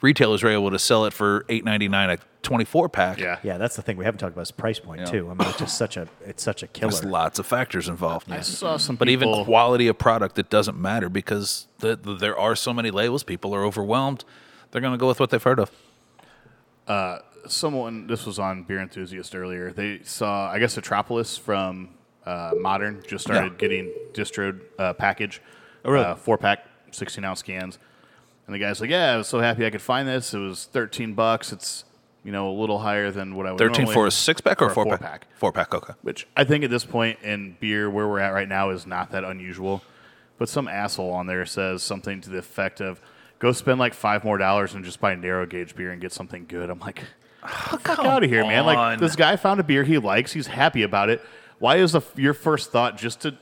Speaker 4: retailers were able to sell it for eight ninety nine a twenty four pack.
Speaker 1: Yeah.
Speaker 3: yeah, that's the thing we haven't talked about is price point
Speaker 4: Yeah.
Speaker 3: too. I mean, it's just such a it's such a killer.
Speaker 4: There's lots of factors involved.
Speaker 1: I saw some
Speaker 4: But even
Speaker 1: people-
Speaker 4: quality of product, it doesn't matter because the, the, there are so many labels. People are overwhelmed. They're going to go with what they've heard of.
Speaker 1: someone this was on beer enthusiast earlier they saw i guess atropolis from uh, modern just started
Speaker 4: Yeah. Oh,
Speaker 1: getting distroed uh, package uh, four pack 16 ounce cans and the guy's like yeah i was so happy i could find this it was 13 bucks it's you know a little higher than what i would
Speaker 4: 13
Speaker 1: normally-
Speaker 4: for a six pack
Speaker 1: for
Speaker 4: or
Speaker 1: a
Speaker 4: four,
Speaker 1: four
Speaker 4: pack?
Speaker 1: pack.
Speaker 4: Four pack, okay.
Speaker 1: which i think at this point in beer where we're at right now is not that unusual but some asshole on there says something to the effect of go spend like five more dollars and just buy narrow gauge beer and get something good i'm like fuck out of here, man. Like
Speaker 4: on.
Speaker 1: this guy found a beer he likes. He's happy about it. Why is the, your first thought just to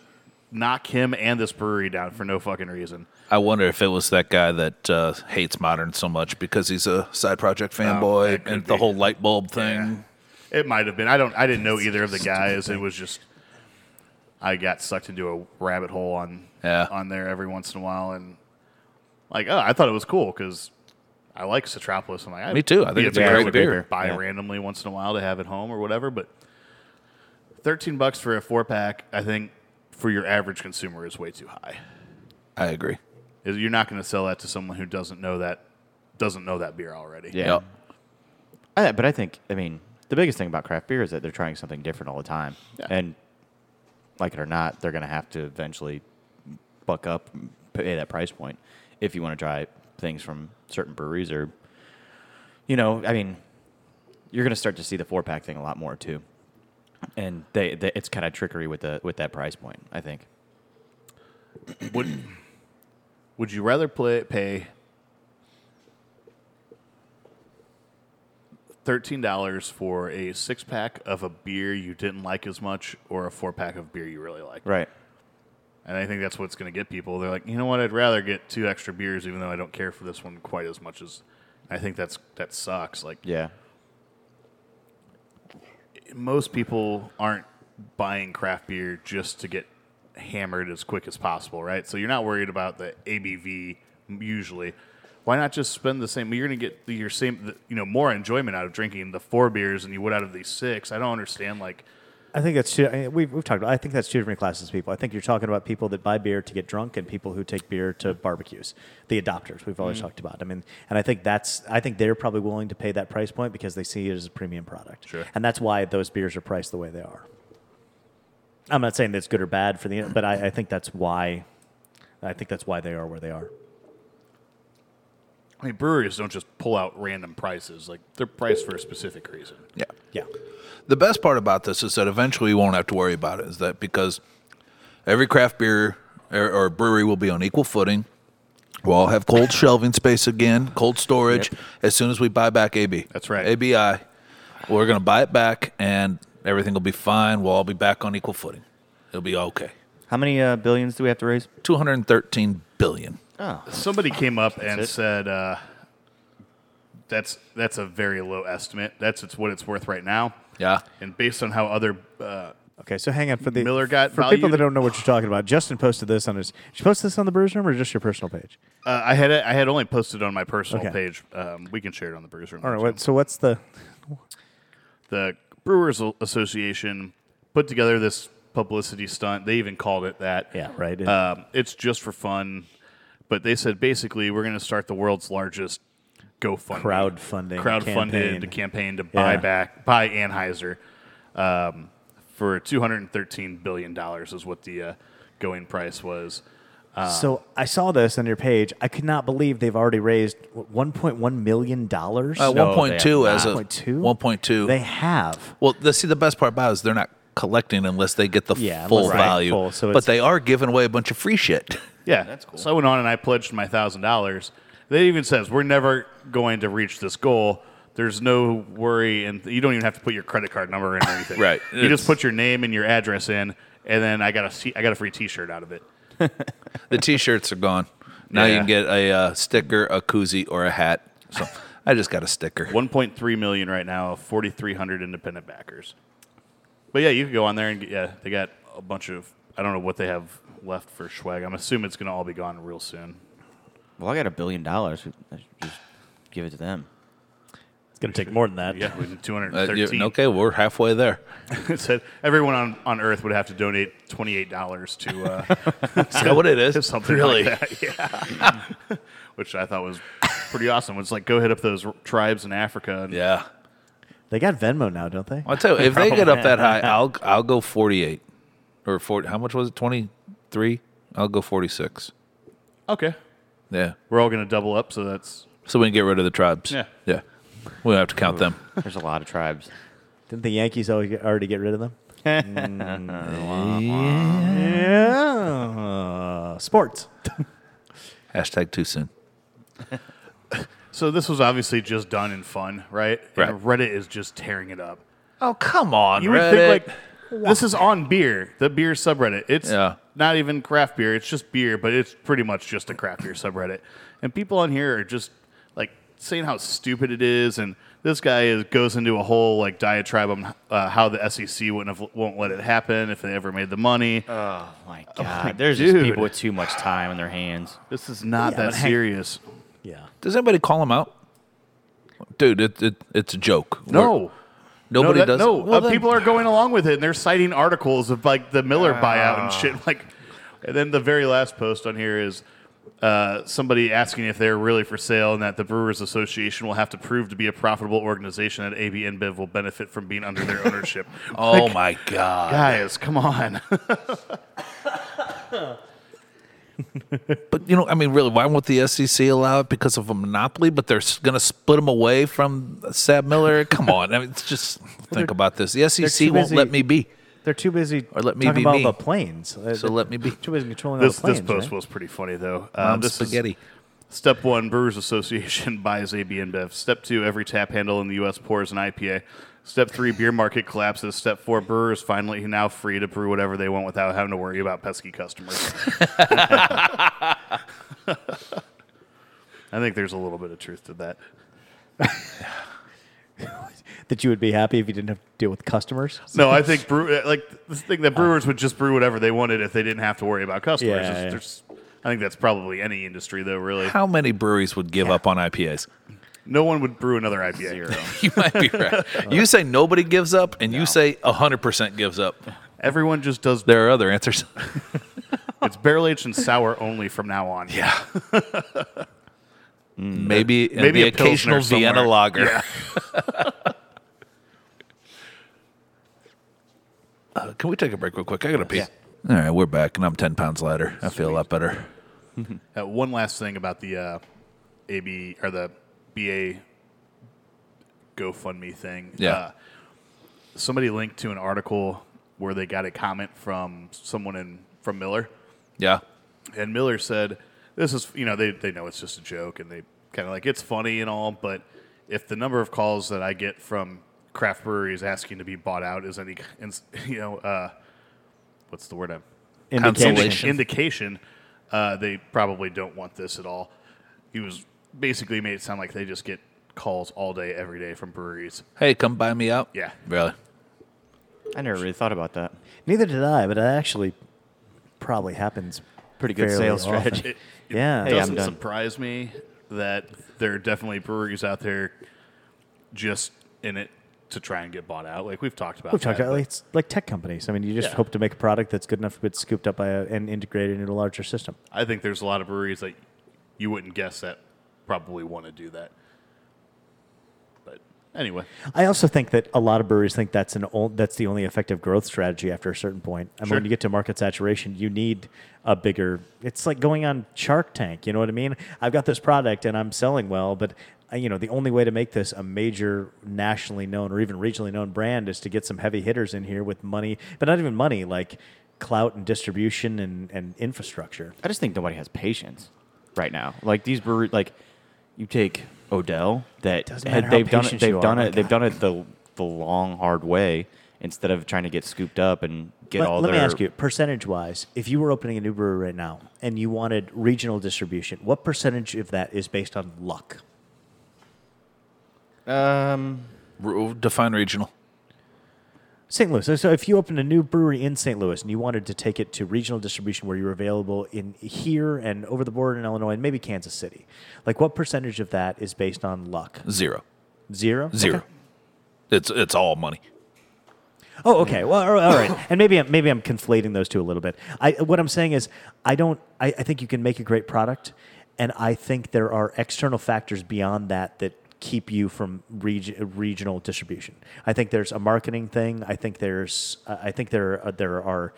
Speaker 1: knock him and this brewery down for no fucking reason?
Speaker 4: I wonder if it was that guy that uh, hates modern so much because he's a side project fanboy
Speaker 1: Oh, that could
Speaker 4: and
Speaker 1: be.
Speaker 4: the whole light bulb thing.
Speaker 1: It might have been. I don't. I didn't know either of the guys. It was just I got sucked into a rabbit hole on
Speaker 4: Yeah.
Speaker 1: on there every once in a while, and like oh, I thought it was cool because. I like Citropolis. I'm like, I
Speaker 4: Me too. I think it's a great beer.
Speaker 1: Buy
Speaker 2: Yeah.
Speaker 1: randomly once in a while to have at home or whatever. But thirteen bucks for a four pack, I think, for your average consumer is way too high.
Speaker 4: I agree.
Speaker 1: is you're not going to sell that to someone who doesn't know that doesn't know that beer already.
Speaker 2: Yeah. I, but I think, I mean, the biggest thing about craft beer is that they're trying something different all the time.
Speaker 1: Yeah.
Speaker 2: And like it or not, they're going to have to eventually buck up, and pay that price point if you want to try things from certain breweries or, you know, I mean, you're going to start to see the four pack thing a lot more too. And they, they it's kind of trickery with the with that price point, I think.
Speaker 1: Would Would you rather play, pay thirteen dollars for a six pack of a beer you didn't like as much, or a four pack of beer you really like?
Speaker 2: Right.
Speaker 1: And I think that's what's going to get people. They're like, you know what? I'd rather get two extra beers, even though I don't care for this one quite as much as. I think that's that sucks. Like
Speaker 2: Yeah.
Speaker 1: most people aren't buying craft beer just to get hammered as quick as possible, right? So you're not worried about the ABV usually. Why not just spend the same? You're going to get the- your same, the- you know, more enjoyment out of drinking the four beers than you would out of these six. I don't understand. Like,
Speaker 3: I think that's two. I mean, we've, we've talked about. I think that's two different classes of people. I think you're talking about people that buy beer to get drunk and people who take beer to barbecues. The adopters we've
Speaker 1: Mm-hmm.
Speaker 3: always talked about. I mean, and I think that's. I think they're probably willing to pay that price point because they see it as a premium product.
Speaker 1: Sure.
Speaker 3: And that's why those beers are priced the way they are. I'm not saying that's good or bad for the, but I, I think that's why. I think that's why they are where they are.
Speaker 1: I mean, breweries don't just pull out random prices. Like, they're priced for a specific reason.
Speaker 4: Yeah.
Speaker 3: Yeah.
Speaker 4: The best part about this is that eventually you won't have to worry about it. Is that because every craft beer or, or brewery will be on equal footing. We'll all have cold shelving space again, cold storage. As soon as we buy back AB,
Speaker 1: That's right.
Speaker 4: ABI, we're going to buy it back, and everything will be fine. We'll all be back on equal footing. It'll be okay.
Speaker 2: How many uh, billions do we have to raise?
Speaker 4: Two hundred thirteen billion.
Speaker 1: Somebody came up and
Speaker 2: it.
Speaker 1: said, uh, "That's that's a very low estimate. That's it's what it's worth right now."
Speaker 4: Yeah.
Speaker 1: And based on how other uh,
Speaker 3: Okay, so hang on for the
Speaker 1: Miller got
Speaker 3: for people
Speaker 1: valued.
Speaker 3: that don't know what you're talking about. Justin posted this on his. Did you post this on the Brewers Room or just your personal page?
Speaker 1: Uh, I had I had only posted on my personal
Speaker 3: Okay.
Speaker 1: page. Um, we can share it on the Brewers Room.
Speaker 3: All right.
Speaker 1: too.
Speaker 3: What, so what's the?
Speaker 1: The Brewers Al- Association put together this publicity stunt. They even called it that.
Speaker 3: Right.
Speaker 1: Um, it's just for fun, but they said basically we're going to start the world's largest GoFundMe
Speaker 3: crowdfunding
Speaker 1: crowdfunded
Speaker 3: campaign.
Speaker 1: campaign, campaign to buy
Speaker 3: Yeah.
Speaker 1: back buy Anheuser um, for 213 billion dollars is what the uh, going price was.
Speaker 3: so I saw this on your page. I could not believe they've already raised what, 1.1 million dollars.
Speaker 4: Uh,
Speaker 2: No,
Speaker 4: one point two
Speaker 2: they have
Speaker 4: as a
Speaker 3: 1.2?
Speaker 4: one point two.
Speaker 3: They have.
Speaker 4: Well, the, see, the best part about it is they're not collecting unless they get the
Speaker 3: Yeah,
Speaker 4: full
Speaker 3: unless they get
Speaker 4: value.
Speaker 3: full, so
Speaker 4: but
Speaker 3: it's-
Speaker 4: they are giving away a bunch of free shit.
Speaker 1: Yeah, that's cool. So I went on and I pledged my thousand dollars. They even says we're never going to reach this goal. There's no worry, and you don't even have to put your credit card number in or anything.
Speaker 4: Right.
Speaker 1: You
Speaker 4: It's-
Speaker 1: just put your name and your address in, and then I got a se- I got a free T-shirt out of it.
Speaker 4: The T-shirts are gone. Now you
Speaker 1: Yeah.
Speaker 4: can get a uh, sticker, a koozie, or a hat. So I just got a sticker.
Speaker 1: 1.3 million right now, 4,300 independent backers. But yeah, you can go on there and get, yeah, they got a bunch of. I don't know what they have left for swag. I'm assuming it's going to all be gone real soon.
Speaker 2: Well, I got a billion dollars. I should just give it to them.
Speaker 3: It's going to take more than that.
Speaker 1: Yeah, we did
Speaker 4: Uh,
Speaker 1: 213.
Speaker 4: you- okay, we're halfway there.
Speaker 1: it said everyone on, on Earth would have to donate twenty eight dollars to uh,
Speaker 4: Is that what it is?
Speaker 1: something
Speaker 4: really?
Speaker 1: like that. Yeah, which I thought was pretty awesome. It's like go hit up those r- tribes in Africa. And
Speaker 4: Yeah.
Speaker 3: They got Venmo now, don't they?
Speaker 4: I'll tell you, if
Speaker 1: Oh,
Speaker 4: they get up that high, I'll I'll go 48 or 40. How much was it? 23. I'll go 46.
Speaker 1: Okay,
Speaker 4: Yeah.
Speaker 1: we're all going to double up, so that's
Speaker 4: So we can get rid of the tribes.
Speaker 1: Yeah.
Speaker 4: Yeah. We don't have to count them.
Speaker 2: There's a lot of tribes.
Speaker 3: Didn't the Yankees always get, already get rid of them? Mm, yeah. Sports.
Speaker 4: Hashtag too soon.
Speaker 1: so. This was obviously just done in fun, right? And Reddit is just tearing it up.
Speaker 4: Oh, come on,
Speaker 1: You
Speaker 4: Reddit.
Speaker 1: would think like this is on beer, the beer subreddit. It's
Speaker 4: Yeah.
Speaker 1: not even craft beer; it's just beer, but it's pretty much just a craft beer subreddit. And people on here are just like saying how stupid it is, and this guy is, goes into a whole like diatribe on uh, how the SEC wouldn't have, won't let it happen if they ever made the money.
Speaker 3: Uh,
Speaker 2: Oh my god. There's just
Speaker 1: dude.
Speaker 2: people with too much time on their hands.
Speaker 1: this is not
Speaker 3: Yeah,
Speaker 1: that
Speaker 3: but hang-
Speaker 1: serious.
Speaker 3: Yeah.
Speaker 4: Does anybody call them out? Dude, it, it, it's a joke. We're-
Speaker 1: No.
Speaker 4: nobody
Speaker 1: no, that-
Speaker 4: does.
Speaker 1: No,
Speaker 4: Well,
Speaker 1: uh,
Speaker 4: then-
Speaker 1: people are going along with it, and they're citing articles of like the Miller buyout and shit. Like, and then the very last post on here is uh, somebody asking if they're really for sale, and that the Brewers Association will have to prove to be a profitable organization that AB InBev will benefit from being under their ownership.
Speaker 4: Oh my god!
Speaker 1: Guys, come on!
Speaker 4: But you know, I mean, really, why won't the SEC allow it because of a monopoly? But they're going to split them away from Sab Miller. Come on, I mean, it's just think about this. The SEC
Speaker 3: too
Speaker 4: won't
Speaker 3: busy-
Speaker 4: let me be,
Speaker 3: They're too busy
Speaker 4: Or let me
Speaker 3: talking
Speaker 4: be
Speaker 3: about
Speaker 4: me.
Speaker 3: the planes. Uh,
Speaker 4: so
Speaker 3: they're
Speaker 4: let me be.
Speaker 3: too busy controlling
Speaker 1: this
Speaker 3: all the planes.
Speaker 1: this post
Speaker 3: right?
Speaker 1: was pretty funny though. Uh,
Speaker 4: Mom's
Speaker 1: this is-
Speaker 4: spaghetti.
Speaker 1: Step one, Brewers Association buys AB InBev. Step two, every tap handle in the U.S. pours an IPA. Step three, beer market collapses. Step four, brewers finally now free to brew whatever they want without having to worry about pesky customers. I think there's a little bit of truth to that.
Speaker 3: that you would be happy if you didn't have to deal with customers.
Speaker 1: No, I think brew uh, like this thing that brewers would just brew whatever they wanted if they didn't have to worry about customers.
Speaker 3: Yeah,
Speaker 1: It's-
Speaker 3: yeah.
Speaker 1: there's- I think that's probably any industry though. Really,
Speaker 4: How many breweries would give up on IPAs?
Speaker 1: no one would brew another IPA.
Speaker 4: You might be right. You say nobody gives up, and you say hundred percent gives up.
Speaker 1: Everyone just does.
Speaker 4: There are other answers.
Speaker 1: It's barrel aged and sour only from now on. Yeah.
Speaker 4: Maybe and
Speaker 1: Maybe
Speaker 4: the
Speaker 1: a Pilsner
Speaker 4: occasional Vienna
Speaker 1: somewhere.
Speaker 4: lager. Uh, can we take a break real quick? I gotta pee. All right, we're back, and I'm ten pounds lighter. I feel a lot better.
Speaker 1: Uh, one last thing about the uh, AB or the BA GoFundMe thing.
Speaker 4: Yeah.
Speaker 1: Uh, somebody linked to an article where they got a comment from someone in from Miller,
Speaker 4: Yeah,
Speaker 1: and Miller said, "This is you know they they know it's just a joke, and they kind of like it's funny and all, but if the number of calls that I get from craft breweries asking to be bought out is any ins- you know uh, what's the word I'm
Speaker 4: Consolation.
Speaker 1: indication, uh, they probably don't want this at all. He was basically made it sound like they just get calls all day, every day from breweries.
Speaker 4: Hey, come buy me out.
Speaker 1: Yeah.
Speaker 4: Really?
Speaker 2: I never really thought about that.
Speaker 3: Neither did I, but it actually probably happens.
Speaker 2: Pretty good
Speaker 3: fairly
Speaker 2: sales
Speaker 3: often.
Speaker 2: strategy.
Speaker 1: It, it
Speaker 3: Yeah. Hey, I'm
Speaker 1: doesn't
Speaker 2: done.
Speaker 1: surprise me that there are definitely breweries out there just in it to try and get bought out. Like we've talked about.
Speaker 3: We've talked
Speaker 1: that,
Speaker 3: about like, it's like tech companies. I mean, you just
Speaker 1: Yeah.
Speaker 3: hope to make a product that's good enough to get scooped up by a, and integrated into a larger system.
Speaker 1: but I think there's a lot of breweries that you wouldn't guess that probably want to do that. But anyway,
Speaker 3: I also think that a lot of breweries think that's an old, that's the only effective growth strategy after a certain point. I mean,
Speaker 1: Sure.
Speaker 3: when you get to market saturation, you need a bigger. It's like going on Shark Tank. You know what I mean? I've got this product and I'm selling well, but uh, you know the only way to make this a major nationally known or even regionally known brand is to get some heavy hitters in here with money, but not even money, like clout and distribution and, and infrastructure.
Speaker 2: I just think nobody has patience right now. Like these brewery, like you take Odell that
Speaker 3: Doesn't
Speaker 2: had-
Speaker 3: matter how
Speaker 2: they've done it.
Speaker 3: patient
Speaker 2: They've
Speaker 3: you
Speaker 2: done
Speaker 3: are, my
Speaker 2: it. They've
Speaker 3: God.
Speaker 2: done it the the long hard way instead of trying to get scooped up and get
Speaker 3: Let,
Speaker 2: all.
Speaker 3: let me
Speaker 2: their-
Speaker 3: ask you, percentage wise, if you were opening a new brewery right now and you wanted regional distribution, what percentage of that is based on luck?
Speaker 2: Um,
Speaker 4: R- define regional.
Speaker 3: St. Louis. So- So if you opened a new brewery in St. Louis and you wanted to take it to regional distribution where you were available in here and over the border in Illinois and maybe Kansas City, like what percentage of that is based on luck?
Speaker 4: Zero.
Speaker 3: Zero?
Speaker 4: Zero.
Speaker 3: Okay.
Speaker 4: It's it's all money.
Speaker 3: Oh, okay. Well, all all right. and maybe I'm, maybe I'm conflating those two a little bit. I what I'm saying is I don't. I, I think you can make a great product, and I think there are external factors beyond that that keep you from reg- regional distribution. I think there's a marketing thing. I think there's. I I think there are, there are.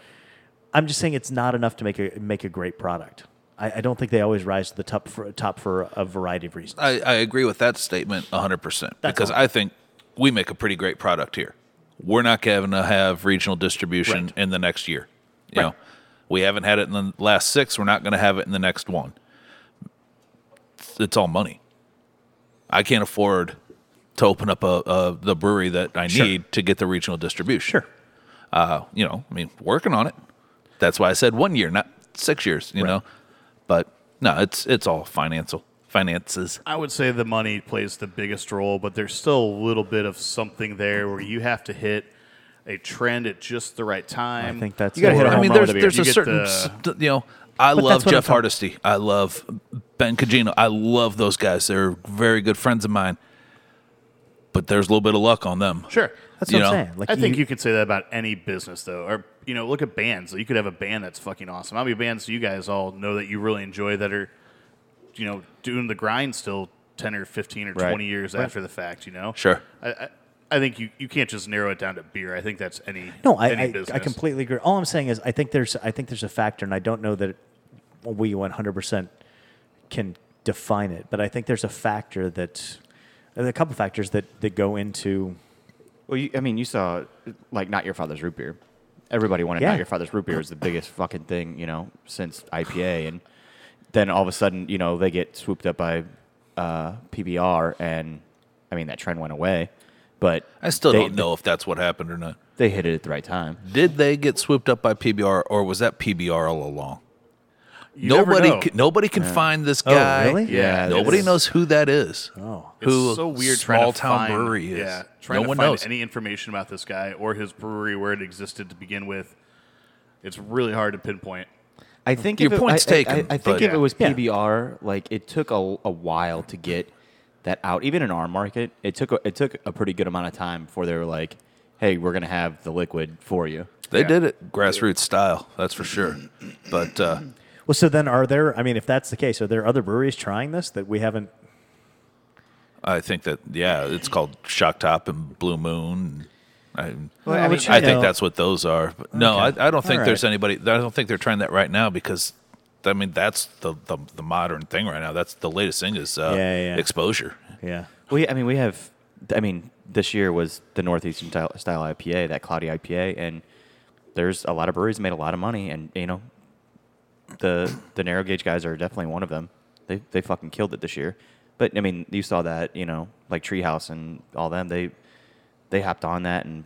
Speaker 3: I'm just saying it's not enough to make a make a great product. I, I don't think they always rise to the top for, top for a variety of
Speaker 1: Uh,
Speaker 3: reasons.
Speaker 4: I, I agree with that statement 100%
Speaker 3: That's
Speaker 4: because
Speaker 3: all.
Speaker 4: I think we make a pretty great product here. We're not going to have regional distribution in the next year. You know, we haven't had it in the last six. We're not going to have it in the next one. It's, it's all money. I can't afford to open up a, a the brewery that I
Speaker 3: Sure.
Speaker 4: need to get the regional distribution.
Speaker 3: Sure.
Speaker 4: Uh, you know, I mean, working on it. That's why I said one year, not six years. You
Speaker 3: Right.
Speaker 4: know, but no, it's it's all financial finances.
Speaker 1: I would say the money plays the biggest role, but there's still a little bit of something there where you have to hit a trend at just the right time.
Speaker 3: I think that's
Speaker 1: you gotta
Speaker 3: it.
Speaker 1: hit a
Speaker 3: I
Speaker 1: home
Speaker 4: I mean,
Speaker 1: run with
Speaker 4: there's
Speaker 1: a beer.
Speaker 4: there's
Speaker 1: You
Speaker 4: a
Speaker 1: get
Speaker 4: certain
Speaker 1: the-
Speaker 4: st- you know. I love
Speaker 3: that's what
Speaker 4: Jeff
Speaker 3: I'm
Speaker 4: Hardesty. I love Ben Cagino. I love those guys. They're very good friends of mine. But there's a little bit of luck on them.
Speaker 1: sure.
Speaker 3: That's
Speaker 4: you
Speaker 3: what
Speaker 4: know,
Speaker 3: I'm saying. Like
Speaker 1: I think you could say that about any business, though. Or you know, look at bands. You could have a band that's fucking awesome. How many bands do you guys all know that you really enjoy that are, you know, doing the grind still ten or fifteen or
Speaker 2: Right.
Speaker 1: twenty years after the fact? You know,
Speaker 4: Sure.
Speaker 1: I, I, I think you, you can't just narrow it down to beer. I think that's any
Speaker 3: No, I,
Speaker 1: any
Speaker 3: I, I
Speaker 1: business.
Speaker 3: completely agree. All I'm saying is I think there's I think there's a factor, and I don't know that we 100% can define it, but I think there's a factor that there's a couple factors that that go into
Speaker 2: well, you, I mean, you saw like not your father's root beer. Everybody wanted
Speaker 3: Yeah.
Speaker 2: not your father's root beer is the biggest fucking thing you know since IPA, and then all of a sudden you know they get swooped up by uh, PBR, and I mean that trend went away, but
Speaker 4: I still
Speaker 2: they-
Speaker 4: don't know if that's what happened or not.
Speaker 2: they hit it at the right time.
Speaker 4: Did they get swooped up by PBR or was that PBR all along?
Speaker 1: You never
Speaker 4: nobody
Speaker 1: know. Oh,
Speaker 4: can, nobody can find this guy.
Speaker 3: really?
Speaker 2: Yeah,
Speaker 4: Nobody
Speaker 2: it's-
Speaker 4: knows who that is.
Speaker 3: oh
Speaker 1: It's
Speaker 4: who
Speaker 1: so weird trying
Speaker 4: small
Speaker 1: to
Speaker 4: town
Speaker 1: find,
Speaker 4: brewery is.
Speaker 1: Yeah,
Speaker 4: no
Speaker 1: trying to
Speaker 4: one
Speaker 1: find
Speaker 4: knows.
Speaker 1: any information about this guy or his brewery where it existed to begin with. It's really hard to pinpoint.
Speaker 2: I think
Speaker 4: Your
Speaker 2: if it-
Speaker 4: point's
Speaker 2: I- I-
Speaker 4: taken,
Speaker 2: I, I think
Speaker 4: but-
Speaker 2: if it was
Speaker 3: Yeah.
Speaker 2: PBR, like it took a, a while to get that out. Even in our market, it took a, it took a pretty good amount of time before they were like, "Hey, we're gonna have the liquid for you."
Speaker 4: They
Speaker 1: Yeah.
Speaker 4: did it grassroots style, that's for sure. But uh,
Speaker 3: well, so then are there? I mean, if that's the case, are there other breweries trying this that we haven't?
Speaker 4: I think that yeah, it's called Shock Top and Blue Moon. I,
Speaker 3: Well,
Speaker 4: I,
Speaker 3: I mean, you
Speaker 4: think
Speaker 3: know-
Speaker 4: that's what those are. But no,
Speaker 3: Okay.
Speaker 4: I, I don't think
Speaker 3: All
Speaker 4: there's
Speaker 3: right.
Speaker 4: anybody. I don't think they're trying that right now because I mean that's the the, the modern thing right now. That's the latest thing is uh,
Speaker 3: Yeah, yeah, yeah.
Speaker 4: exposure.
Speaker 3: Yeah,
Speaker 2: We, I mean, we have. I mean, this year was the Northeastern style, style IPA, that cloudy IPA, and there's a lot of breweries that made a lot of money, and you know, the the narrow gauge guys are definitely one of them. They they fucking killed it this year. But I mean, you saw that, you know, like Treehouse and all them. They they hopped on that, and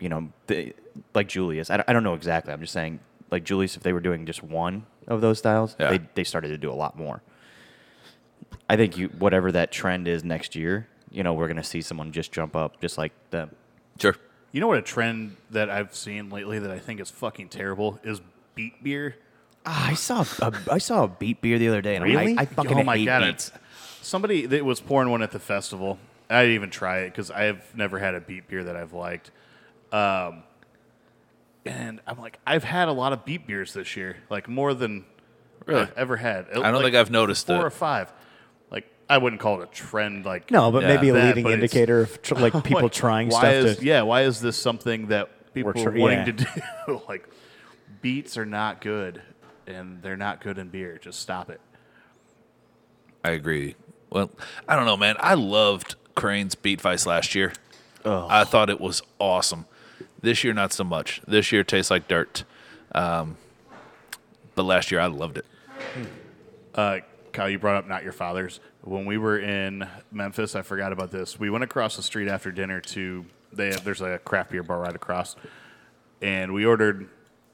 Speaker 2: you know, they, like Julius. I don't, I don't know exactly. I'm just saying, like Julius, if they were doing just one of those styles,
Speaker 4: Yeah.
Speaker 2: they they started to do a lot more. I think you whatever that trend is next year, you know, we're gonna see someone just jump up, just like them.
Speaker 4: Sure.
Speaker 1: You know what a trend that I've seen lately that I think is fucking terrible is beet beer.
Speaker 2: Ah, I saw a, I saw a beat beer the other day, and
Speaker 3: I'm like, Really? I
Speaker 2: fucking
Speaker 1: oh my god! it's- Somebody that was pouring one at the festival. I didn't even try it because I've never had a beet beer that I've liked. Um, and I'm like, I've had a lot of beet beers this year, like more than
Speaker 4: Really?
Speaker 1: I've ever had.
Speaker 4: I don't think I've noticed
Speaker 1: four
Speaker 4: it.
Speaker 1: or five. Like I wouldn't call it a trend. Like
Speaker 3: no, but
Speaker 4: Yeah,
Speaker 3: maybe a
Speaker 1: that,
Speaker 3: leading
Speaker 1: but it's-
Speaker 3: indicator of tr- like people
Speaker 1: like,
Speaker 3: trying
Speaker 1: why
Speaker 3: stuff
Speaker 1: Is,
Speaker 3: to.
Speaker 1: yeah, why is this something that people
Speaker 3: tr-
Speaker 1: are wanting
Speaker 3: yeah.
Speaker 1: to do? like beets are not good, and they're not good in beer. Just stop it.
Speaker 4: I agree. Well, I don't know, man. I loved Crane's Beat Vice last year. I thought it was awesome. This year, not so much. This year tastes like dirt. Um, but last year, I loved it.
Speaker 1: Uh, Kyle, you brought up not your father's. When we were in Memphis, I forgot about this. We went across the street after dinner to they have, there's a craft beer bar right across, and we ordered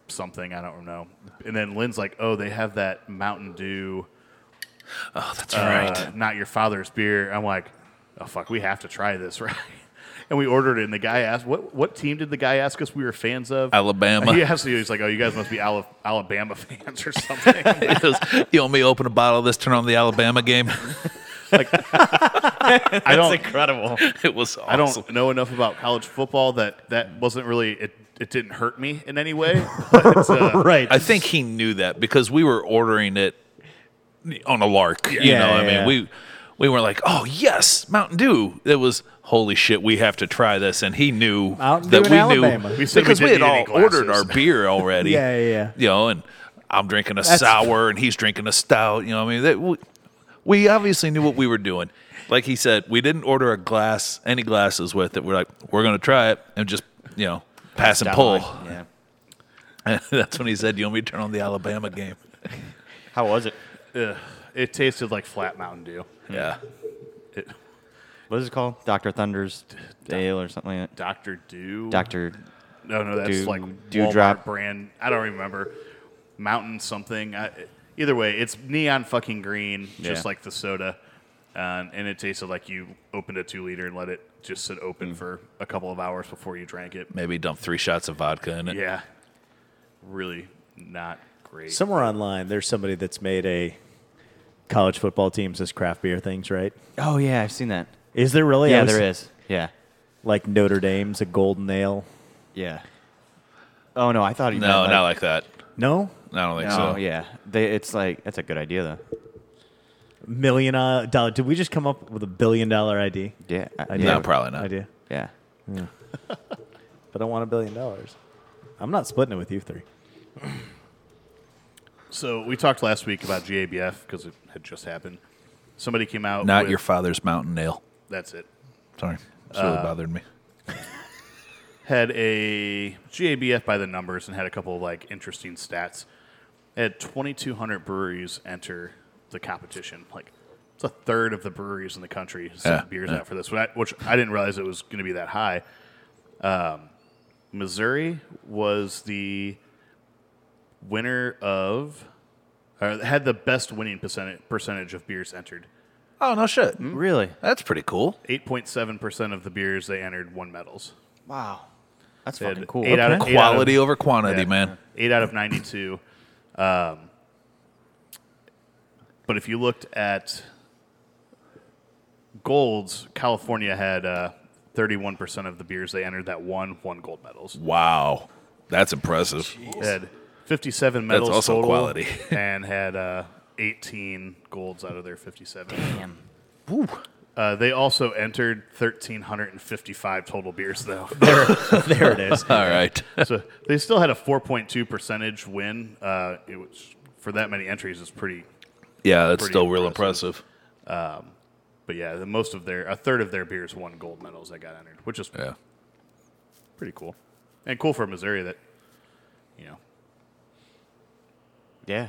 Speaker 1: something I don't know. And then Lynn's like, "Oh, they have that Mountain Dew,
Speaker 4: Oh, that's
Speaker 1: uh,
Speaker 4: right.
Speaker 1: not your father's beer." I'm like, oh fuck, we have to try this, right? And we ordered it, and the guy asked, "What what team did the guy ask us we were fans of?"
Speaker 4: Alabama.
Speaker 1: He asked, he's like, "Oh, you guys must be Ala- Alabama fans or something."
Speaker 4: He goes, you want me to open a bottle of this, turn on the Alabama game?
Speaker 1: I don't,
Speaker 2: incredible.
Speaker 4: it was awesome.
Speaker 1: I don't know enough about college football that that wasn't really it. It didn't hurt me in any way. But, uh,
Speaker 3: right.
Speaker 4: I think he knew that because we were ordering it on a lark. you
Speaker 3: Yeah,
Speaker 4: know, I
Speaker 3: yeah,
Speaker 4: mean,
Speaker 3: yeah.
Speaker 4: we we were like, "Oh yes, Mountain Dew." It was holy shit. We have to try this, and he knew
Speaker 3: Mountain
Speaker 4: that
Speaker 3: Dew
Speaker 4: we
Speaker 3: in
Speaker 4: knew
Speaker 3: Alabama.
Speaker 1: We said we
Speaker 4: because we, had
Speaker 1: didn't
Speaker 4: all
Speaker 1: need any
Speaker 4: ordered our
Speaker 1: glasses.
Speaker 4: beer already.
Speaker 3: Yeah, yeah, yeah.
Speaker 4: You know, and I'm drinking a
Speaker 3: That's-
Speaker 4: sour, and he's drinking a stout. You know, what I mean, that, we, we obviously knew what we were doing. Like he said, we didn't order a glass, any glasses with it. We're like, we're gonna try it, and just you know, pass and pull.
Speaker 2: Yeah.
Speaker 4: That's when he said, "You want me to turn on the Alabama game?"
Speaker 2: How was it?
Speaker 1: ugh, it tasted like flat Mountain Dew.
Speaker 4: Yeah,
Speaker 1: It,
Speaker 2: What is it called? Doctor Thunder's Ale or something like that.
Speaker 1: Doctor Dew.
Speaker 2: Doctor.
Speaker 1: No, no, that's
Speaker 2: Dew-
Speaker 1: like
Speaker 2: Dew
Speaker 1: Walmart
Speaker 2: drop.
Speaker 1: brand. I don't remember. Mountain something. I, either way, it's neon fucking green, just
Speaker 2: Yeah.
Speaker 1: like the soda. Um, and it tasted like you opened a two liter and let it just sit open
Speaker 2: Mm.
Speaker 1: for a couple of hours before you drank it.
Speaker 4: maybe dump three shots of vodka in it.
Speaker 1: Yeah. Really not great.
Speaker 3: Somewhere online, there's somebody that's made a college football teams as craft beer things, right?
Speaker 2: Oh yeah, I've seen that.
Speaker 3: Is there really?
Speaker 2: Yeah,
Speaker 3: I was-
Speaker 2: there is. Yeah,
Speaker 3: Like Notre Dame's a golden ale.
Speaker 2: yeah. Oh no, I thought you.
Speaker 4: No,
Speaker 2: meant,
Speaker 4: not like that.
Speaker 3: No,
Speaker 4: I don't think
Speaker 2: No,
Speaker 4: so.
Speaker 2: yeah. They, it's like that's a good idea though.
Speaker 3: million uh, dollar. Did we just come up with a billion dollar ID?
Speaker 2: Yeah, I-
Speaker 3: Idea?
Speaker 4: No,
Speaker 2: yeah,
Speaker 4: probably not.
Speaker 3: Idea,
Speaker 2: yeah.
Speaker 3: but I want a billion dollars. I'm not splitting it with you three.
Speaker 1: So we talked last week about GABF because it had just happened. Somebody came out.
Speaker 4: Not
Speaker 1: with-
Speaker 4: your father's mountain nail.
Speaker 1: That's it.
Speaker 4: Sorry, it's really bothered me.
Speaker 1: had a GABF by the numbers and had a couple of like interesting stats. It had 2,200 breweries enter the competition. Like it's a third of the breweries in the country sent
Speaker 4: Yeah,
Speaker 1: beers
Speaker 4: yeah.
Speaker 1: out for this, which I, which I didn't realize it was going to be that high. Um, Missouri was the winner of, or had the best winning percentage, percentage of beers entered.
Speaker 4: Oh no, shit.
Speaker 2: Really?
Speaker 4: That's pretty cool.
Speaker 1: 8.7% of the beers they entered won medals.
Speaker 2: Wow, that's
Speaker 1: They had
Speaker 2: fucking cool.
Speaker 1: Eight out of, eight out of-
Speaker 4: Quality over quantity,
Speaker 1: Yeah.
Speaker 4: man.
Speaker 1: Eight out of 92. Um, but if you looked at golds, California had uh, 31% of the beers they entered that won, won gold medals.
Speaker 4: Wow, that's impressive.
Speaker 1: Had 57 medals
Speaker 4: also
Speaker 1: total
Speaker 4: quality.
Speaker 1: and had uh, 18 golds out of their 57. Damn. Uh, they also entered 1,355 total beers, though.
Speaker 3: There it is.
Speaker 4: All right,
Speaker 1: so they still had a 4.2 percentage win. Uh, it was for that many entries is pretty.
Speaker 4: yeah, that's
Speaker 1: Pretty
Speaker 4: still real
Speaker 1: impressive.
Speaker 4: impressive.
Speaker 1: But yeah, the most of their a third of their beers won gold medals that got entered, which is
Speaker 4: Yeah,
Speaker 1: pretty cool and cool for Missouri. That you know,
Speaker 2: yeah.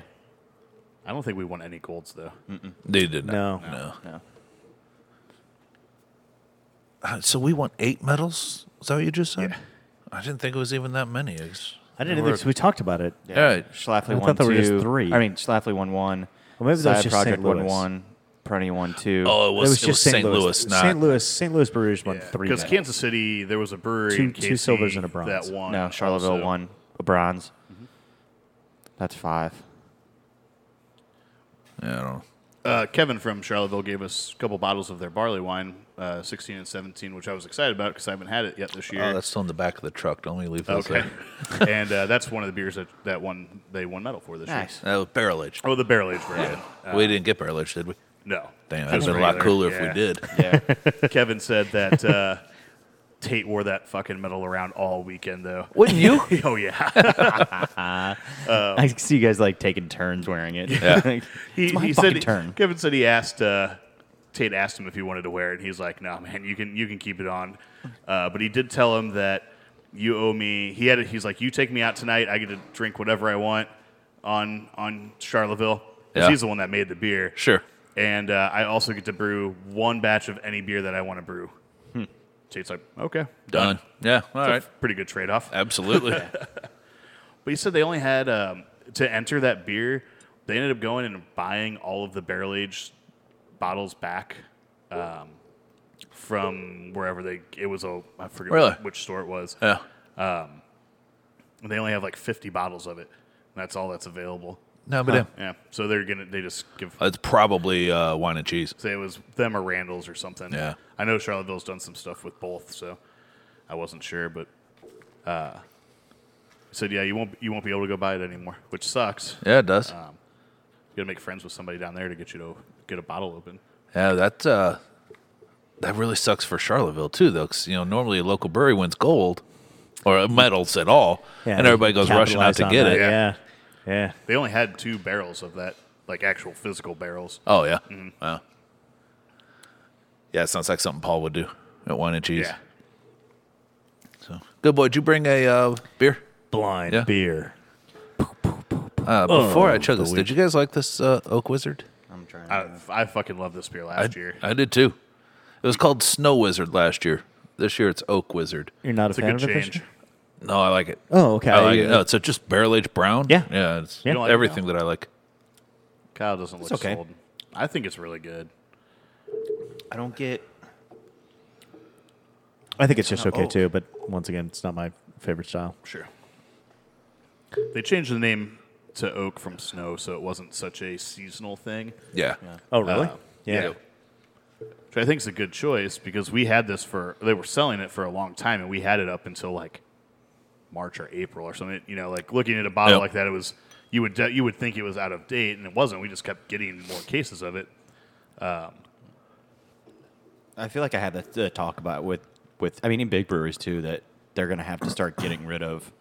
Speaker 1: I don't think we won any golds though.
Speaker 3: Mm.
Speaker 4: they did
Speaker 3: No.
Speaker 4: not. no.
Speaker 2: No.
Speaker 4: Uh, so we won eight medals. Is that what you just said? I didn't think it was even that many. It's-
Speaker 3: I didn't think so. We talked about it.
Speaker 2: Yeah.
Speaker 4: All right.
Speaker 2: Schlafly
Speaker 3: I
Speaker 2: won
Speaker 3: thought there were
Speaker 2: two.
Speaker 3: just three.
Speaker 2: I mean, Schlafly won one.
Speaker 3: Well, maybe that was
Speaker 2: Side
Speaker 3: just
Speaker 2: Project
Speaker 3: St.
Speaker 2: won
Speaker 3: Louis.
Speaker 2: one. Perennial won two.
Speaker 4: Oh, it
Speaker 3: It
Speaker 4: was,
Speaker 3: was,
Speaker 4: it
Speaker 3: just
Speaker 4: was
Speaker 3: St. Louis.
Speaker 4: not
Speaker 3: St. Louis. St. Louis Brewers won three.
Speaker 1: Because
Speaker 3: medals.
Speaker 1: Kansas City, there was a brewery,
Speaker 3: Two-
Speaker 1: in
Speaker 3: two
Speaker 1: KC
Speaker 3: silvers and a bronze.
Speaker 1: That won.
Speaker 2: no, Charleville
Speaker 1: also.
Speaker 2: won a bronze. That's five.
Speaker 4: Yeah, I don't know.
Speaker 1: Uh, Kevin from Charleville gave us a couple bottles of their barley wine, uh, 16 and 17, which I was excited about because I haven't had it yet this year.
Speaker 4: Oh, that's still in the back of the truck. Don't we leave that
Speaker 1: okay, and uh, that's one of the beers that that one they won medal for this year.
Speaker 2: Nice.
Speaker 4: there? Oh, barrel aged.
Speaker 1: Oh, the barrel aged version.
Speaker 4: we didn't get barrel aged, did we?
Speaker 1: No.
Speaker 4: Damn, that would
Speaker 1: That's
Speaker 4: have been a lot
Speaker 1: Oh. regular,
Speaker 4: cooler if
Speaker 1: yeah.
Speaker 4: we did.
Speaker 2: Yeah.
Speaker 1: Kevin said that uh, Tate wore that fucking medal around all weekend, though.
Speaker 2: Wouldn't you?
Speaker 1: oh, yeah.
Speaker 2: I see you guys like taking turns wearing it.
Speaker 4: Yeah.
Speaker 1: He,
Speaker 2: It's my
Speaker 1: he
Speaker 2: fucking
Speaker 1: said,
Speaker 2: turn.
Speaker 1: Kevin said he asked, uh, Tate asked him if he wanted to wear it, and he's like, no, man, you can, you can keep it on. Uh, but he did tell him that you owe me, he had it, he's like, you take me out tonight, I get to drink whatever I want on, on Charleville. 'Cause
Speaker 4: Yeah.
Speaker 1: He's the one that made the beer.
Speaker 4: Sure.
Speaker 1: And uh, I also get to brew one batch of any beer that I want to brew. Tate's like, okay.
Speaker 4: Done. Yeah. Hmm. All right. Uh,
Speaker 1: Pretty good trade off.
Speaker 4: Absolutely.
Speaker 1: But you said they only had um, to enter that beer. They ended up going and buying all of the barrel aged bottles back. Um, from wherever they. It was a I forget
Speaker 4: Really? Uh.
Speaker 1: which store it was.
Speaker 4: Yeah.
Speaker 1: And they only have like 50 bottles of it. And that's all that's available.
Speaker 4: No, but yeah.
Speaker 1: Yeah, so they're gonna they just give
Speaker 4: it's probably uh, wine and cheese.
Speaker 1: say it was them or Randall's or something.
Speaker 4: Yeah.
Speaker 1: I know Charlottesville's done some stuff with both, so I wasn't sure, but uh, I said yeah, you won't you won't be able to go buy it anymore, which sucks.
Speaker 4: Yeah, it does.
Speaker 1: You gotta make friends with somebody down there to get you to get a bottle open.
Speaker 4: yeah, that uh, that really sucks for Charlottesville too, though, because you know normally a local brewery wins gold or medals at all,
Speaker 3: Yeah,
Speaker 4: and
Speaker 3: they
Speaker 4: everybody goes rushing out
Speaker 3: capitalized
Speaker 4: to
Speaker 3: on
Speaker 4: get
Speaker 3: that.
Speaker 4: it.
Speaker 1: Yeah.
Speaker 3: Yeah. Yeah.
Speaker 1: They only had two barrels of that, like actual physical barrels.
Speaker 4: Oh yeah, wow. Yeah, it sounds like something Paul would do at wine and cheese.
Speaker 1: Yeah.
Speaker 4: So good boy. Did you bring a uh, beer?
Speaker 3: Blind
Speaker 4: Yeah.
Speaker 3: beer.
Speaker 4: Uh, before I chug this, did you guys like this uh, Oak Wizard?
Speaker 2: I'm trying.
Speaker 1: I, I fucking love this beer
Speaker 4: I,
Speaker 1: last year.
Speaker 4: I did too. It was called Snow Wizard last year. This year it's Oak Wizard.
Speaker 3: You're not
Speaker 1: It's
Speaker 3: a
Speaker 1: a
Speaker 3: fan
Speaker 1: good
Speaker 3: of it,
Speaker 1: change.
Speaker 3: Christian?
Speaker 4: No, I like it.
Speaker 3: Oh, okay.
Speaker 4: I like it. No, it's a just barrel aged brown.
Speaker 3: Yeah.
Speaker 4: yeah. It's
Speaker 3: Yeah. You don't
Speaker 1: like it
Speaker 4: everything that I like.
Speaker 1: Kyle doesn't look
Speaker 2: okay.
Speaker 1: sold. I think it's really good.
Speaker 2: I don't get.
Speaker 3: I think it's just
Speaker 2: kinda
Speaker 3: okay
Speaker 4: Oh.
Speaker 2: oak.
Speaker 3: too, but once again, it's not my favorite style.
Speaker 1: Sure. They changed the name to Oak from Snow, so it wasn't such a seasonal thing.
Speaker 4: Yeah.
Speaker 3: Oh, really? yeah.
Speaker 1: Which I think is a good choice because we had this for they were selling it for a long time, and we had it up until like March or April or something. You know, like looking at a bottle
Speaker 4: Yep.
Speaker 1: like that, it was you would de- you would think it was out of date, and it wasn't. We just kept getting more cases of it.
Speaker 2: I feel like I had that to talk about with with. I mean, in big breweries too, that they're gonna have to start getting rid of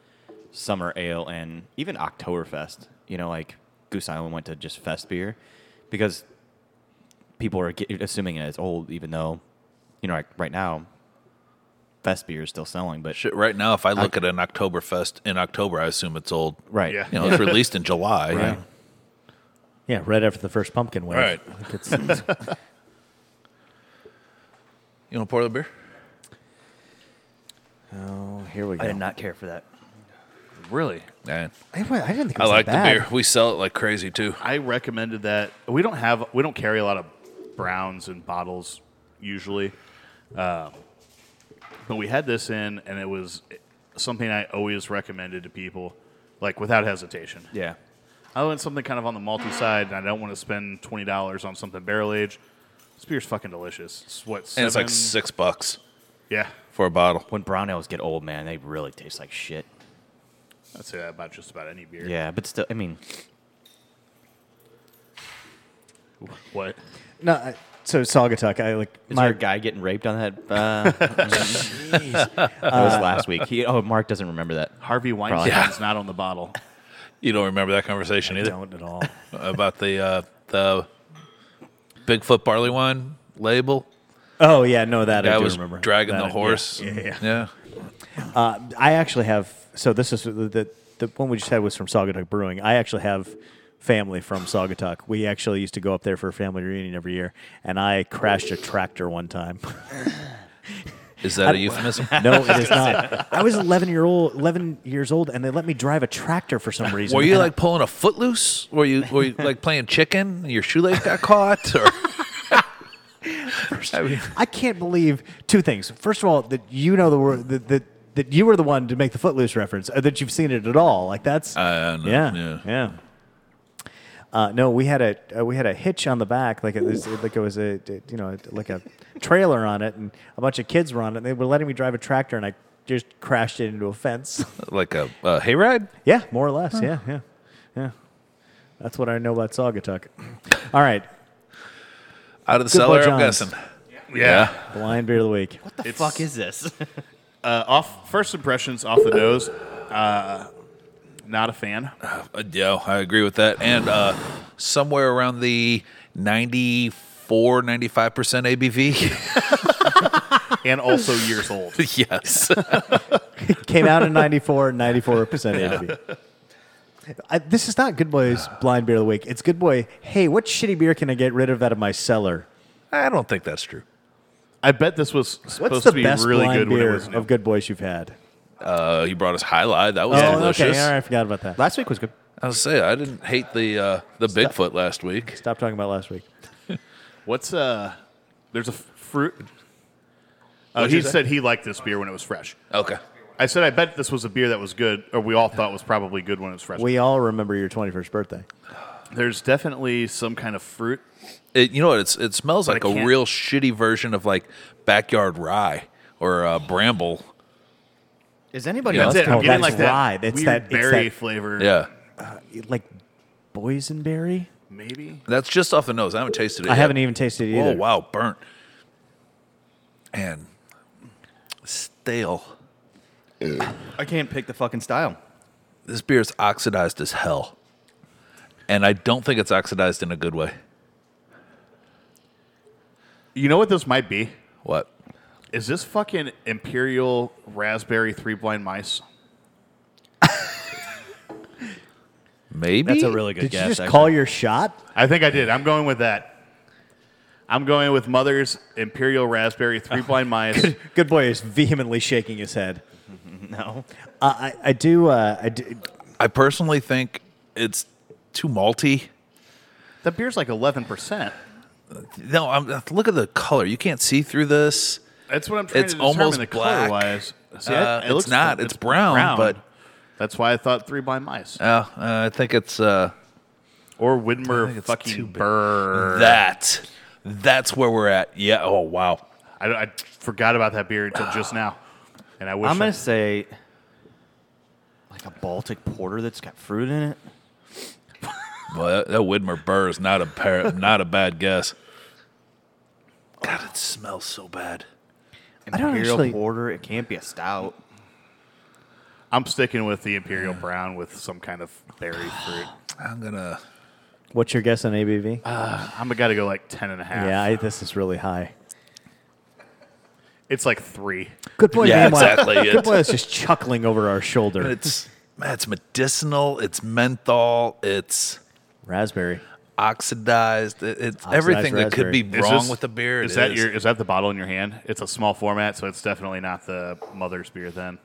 Speaker 2: summer ale and even Oktoberfest. You know, like Goose Island went to just fest beer because people are ge- assuming it's old, even though you know, like right now, fest beer is still selling. But
Speaker 4: Shit, right now, if I look at an Oktoberfest in October, I assume it's old.
Speaker 2: right,
Speaker 1: Yeah.
Speaker 4: You know, it's released in July.
Speaker 2: Right.
Speaker 3: Yeah, right after the first pumpkin wave.
Speaker 4: Right.
Speaker 3: I think it's-
Speaker 4: You want to pour the beer?
Speaker 3: oh, here we go.
Speaker 2: I did not care for that.
Speaker 1: Really,
Speaker 4: Yeah.
Speaker 3: I, wa- I didn't think it
Speaker 4: I
Speaker 3: was
Speaker 4: like
Speaker 3: that
Speaker 4: the
Speaker 3: bad.
Speaker 4: beer. We sell it like crazy too.
Speaker 1: I recommended that. We don't have we don't carry a lot of browns in bottles usually, uh, but we had this in, and it was something I always recommended to people, like without hesitation.
Speaker 2: Yeah,
Speaker 1: I want something kind of on the malty side, and I don't want to spend twenty dollars on something barrel aged. This beer's fucking delicious. It's what seven?
Speaker 4: And it's like six bucks
Speaker 1: Yeah,
Speaker 4: for a bottle.
Speaker 2: when brown ales get old, man, they really taste like shit.
Speaker 1: I'd say that about just about any beer.
Speaker 2: Yeah, but still, I mean,
Speaker 1: What?
Speaker 3: No, I, so Saugatuck, I like
Speaker 2: Is
Speaker 3: my
Speaker 2: there a guy getting raped on that? Uh, that was last week. He, oh, Mark doesn't remember that.
Speaker 1: Harvey Weinstein's not on the bottle.
Speaker 4: You don't remember that conversation either
Speaker 3: don't at all.
Speaker 4: about the uh, the Bigfoot barley wine label.
Speaker 3: Oh yeah, no, that I
Speaker 4: Guy
Speaker 3: do
Speaker 4: was
Speaker 3: remember.
Speaker 4: dragging
Speaker 3: That I-
Speaker 4: the
Speaker 3: yeah.
Speaker 4: horse.
Speaker 3: Yeah, yeah,
Speaker 4: yeah.
Speaker 3: Uh, I actually have. So this is the, the the one we just had was from Saugatuck Brewing. I actually have family from Saugatuck. We actually used to go up there for a family reunion every year, and I crashed a tractor one time.
Speaker 4: Is that a euphemism?
Speaker 3: no, it is not. I was 11 year old, 11 years old, and they let me drive a tractor for some reason.
Speaker 4: Were you
Speaker 3: And
Speaker 4: like pulling a footloose? Were you were you like playing chicken? and Your shoelace got caught, or I mean,
Speaker 3: I can't believe two things. First of all, that you know the word that. that that you were the one to make the Footloose reference, or that you've seen it at all. Like that's
Speaker 4: I know,
Speaker 3: yeah,
Speaker 4: yeah.
Speaker 3: yeah. Uh, no, we had a uh, we had a hitch on the back, like it was, like it was a you know like a trailer on it, and a bunch of kids were on it. and They were letting me drive a tractor, and I just crashed it into a fence.
Speaker 4: like a, a hayride?
Speaker 3: yeah, more or less. Yeah, yeah, yeah. That's what I know about Saugatuck. all right,
Speaker 4: Out of the
Speaker 3: Good boy
Speaker 4: cellar, I'm
Speaker 3: John's.
Speaker 4: guessing.
Speaker 1: Yeah.
Speaker 3: blind beer of the week.
Speaker 2: What the fuck is this?
Speaker 1: Uh, off first impressions off the nose. Uh, not a fan.
Speaker 4: Uh, yeah, I agree with that. And uh, somewhere around the 94, 95% ABV.
Speaker 1: and also years old.
Speaker 4: yes.
Speaker 3: Came out in 94, 94 percent ABV. I, this is not Good Boy's blind beer of the week. It's Good Boy. Hey, what shitty beer can I get rid of out of my cellar?
Speaker 4: I don't think that's true.
Speaker 1: I bet this was
Speaker 3: What's
Speaker 1: supposed
Speaker 3: the
Speaker 1: to be
Speaker 3: best
Speaker 1: really
Speaker 3: blind
Speaker 1: good when it
Speaker 3: beer
Speaker 1: was new.
Speaker 3: of Good Boys you've had?
Speaker 4: Uh, he brought us highlight. That was
Speaker 3: Oh, okay.
Speaker 4: delicious.
Speaker 3: All right, I forgot about that.
Speaker 2: last week was good.
Speaker 4: I was say I didn't hate the uh, the Bigfoot last week.
Speaker 3: Stop talking about last week.
Speaker 1: What's uh? There's a f- fruit. Uh,
Speaker 4: What'd
Speaker 1: he
Speaker 4: you say?
Speaker 1: said he liked this beer when it was fresh.
Speaker 4: Okay.
Speaker 1: I said I bet this was a beer that was good, or we all thought was probably good when it was fresh.
Speaker 3: We all remember your 21st birthday.
Speaker 1: There's definitely some kind of fruit.
Speaker 4: It, you know what? It's, it smells
Speaker 1: But
Speaker 4: like
Speaker 1: I
Speaker 4: a
Speaker 1: can't-
Speaker 4: real shitty version of like backyard rye or uh, bramble.
Speaker 2: Is anybody
Speaker 4: Yeah,
Speaker 2: else?
Speaker 1: That's it. I'm
Speaker 3: called-
Speaker 1: getting
Speaker 3: that's
Speaker 1: like that
Speaker 3: rye. It's
Speaker 1: weird
Speaker 3: that- it's
Speaker 1: berry
Speaker 3: that-
Speaker 1: flavor.
Speaker 4: Yeah.
Speaker 3: Like boysenberry?
Speaker 1: maybe.
Speaker 4: That's just off the nose. I haven't tasted it.
Speaker 3: I
Speaker 4: yet.
Speaker 3: haven't even tasted it
Speaker 4: Oh
Speaker 3: either.
Speaker 4: wow, burnt and stale.
Speaker 2: I can't pick the fucking style.
Speaker 4: This beer is oxidized as hell, and I don't think it's oxidized in a good way.
Speaker 1: You know what this might be?
Speaker 4: What?
Speaker 1: Is this fucking Imperial Raspberry Three Blind Mice?
Speaker 4: Maybe
Speaker 2: That's a really good
Speaker 3: Did
Speaker 2: guess.
Speaker 3: you just
Speaker 2: actually.
Speaker 3: call your shot?
Speaker 1: I think I did. I'm going with that. I'm going with Mother's Imperial Raspberry Three Blind Mice.
Speaker 3: Good boy is vehemently shaking his head.
Speaker 2: no.
Speaker 3: Uh, I, I do. Uh, I do.
Speaker 4: I personally think it's too malty.
Speaker 1: the beer's like 11%.
Speaker 4: No, I'm, look at the color. You can't see through this.
Speaker 1: That's what I'm trying
Speaker 4: It's
Speaker 1: to determine
Speaker 4: almost
Speaker 1: the
Speaker 4: black.
Speaker 1: color wise. See,
Speaker 4: Uh,
Speaker 1: it- it
Speaker 4: it's
Speaker 1: looks-
Speaker 4: not. It's brown, but-
Speaker 1: that's why I thought Three Blind Mice
Speaker 4: Uh, uh, I think it's uh,
Speaker 1: or
Speaker 4: I think
Speaker 1: Widmer
Speaker 4: it's too
Speaker 1: fucking
Speaker 4: big.
Speaker 1: Burr.
Speaker 4: that. That's where we're at. Yeah. Oh wow.
Speaker 1: I, I forgot about that beer until just now, and I wish.
Speaker 2: I'm
Speaker 1: I-
Speaker 2: gonna say like a Baltic porter that's got fruit in it.
Speaker 4: Well, that, that Widmer Burr is not a par- not a bad guess. God, it smells so bad.
Speaker 3: I don't
Speaker 2: Imperial
Speaker 3: actually-
Speaker 2: porter. It can't be a stout.
Speaker 1: I'm sticking with the Imperial Brown with some kind of berry fruit.
Speaker 4: I'm gonna.
Speaker 3: What's your guess on ABV?
Speaker 1: I'm gonna go like ten and a half.
Speaker 3: yeah, I, this is really high.
Speaker 1: it's like three.
Speaker 3: Good boy.
Speaker 4: Yeah,
Speaker 3: meanwhile-
Speaker 4: exactly.
Speaker 3: Good
Speaker 4: It's-
Speaker 3: boy is just chuckling over our shoulder.
Speaker 4: It's man, it's medicinal. It's menthol. It's
Speaker 3: Raspberry.
Speaker 4: oxidized. it- it's everything that could be
Speaker 1: Is
Speaker 4: wrong
Speaker 1: this-
Speaker 4: with the beer. it
Speaker 1: Is that your? Is that the bottle in your hand? It's a small format, so it's definitely not the mother's beer. Then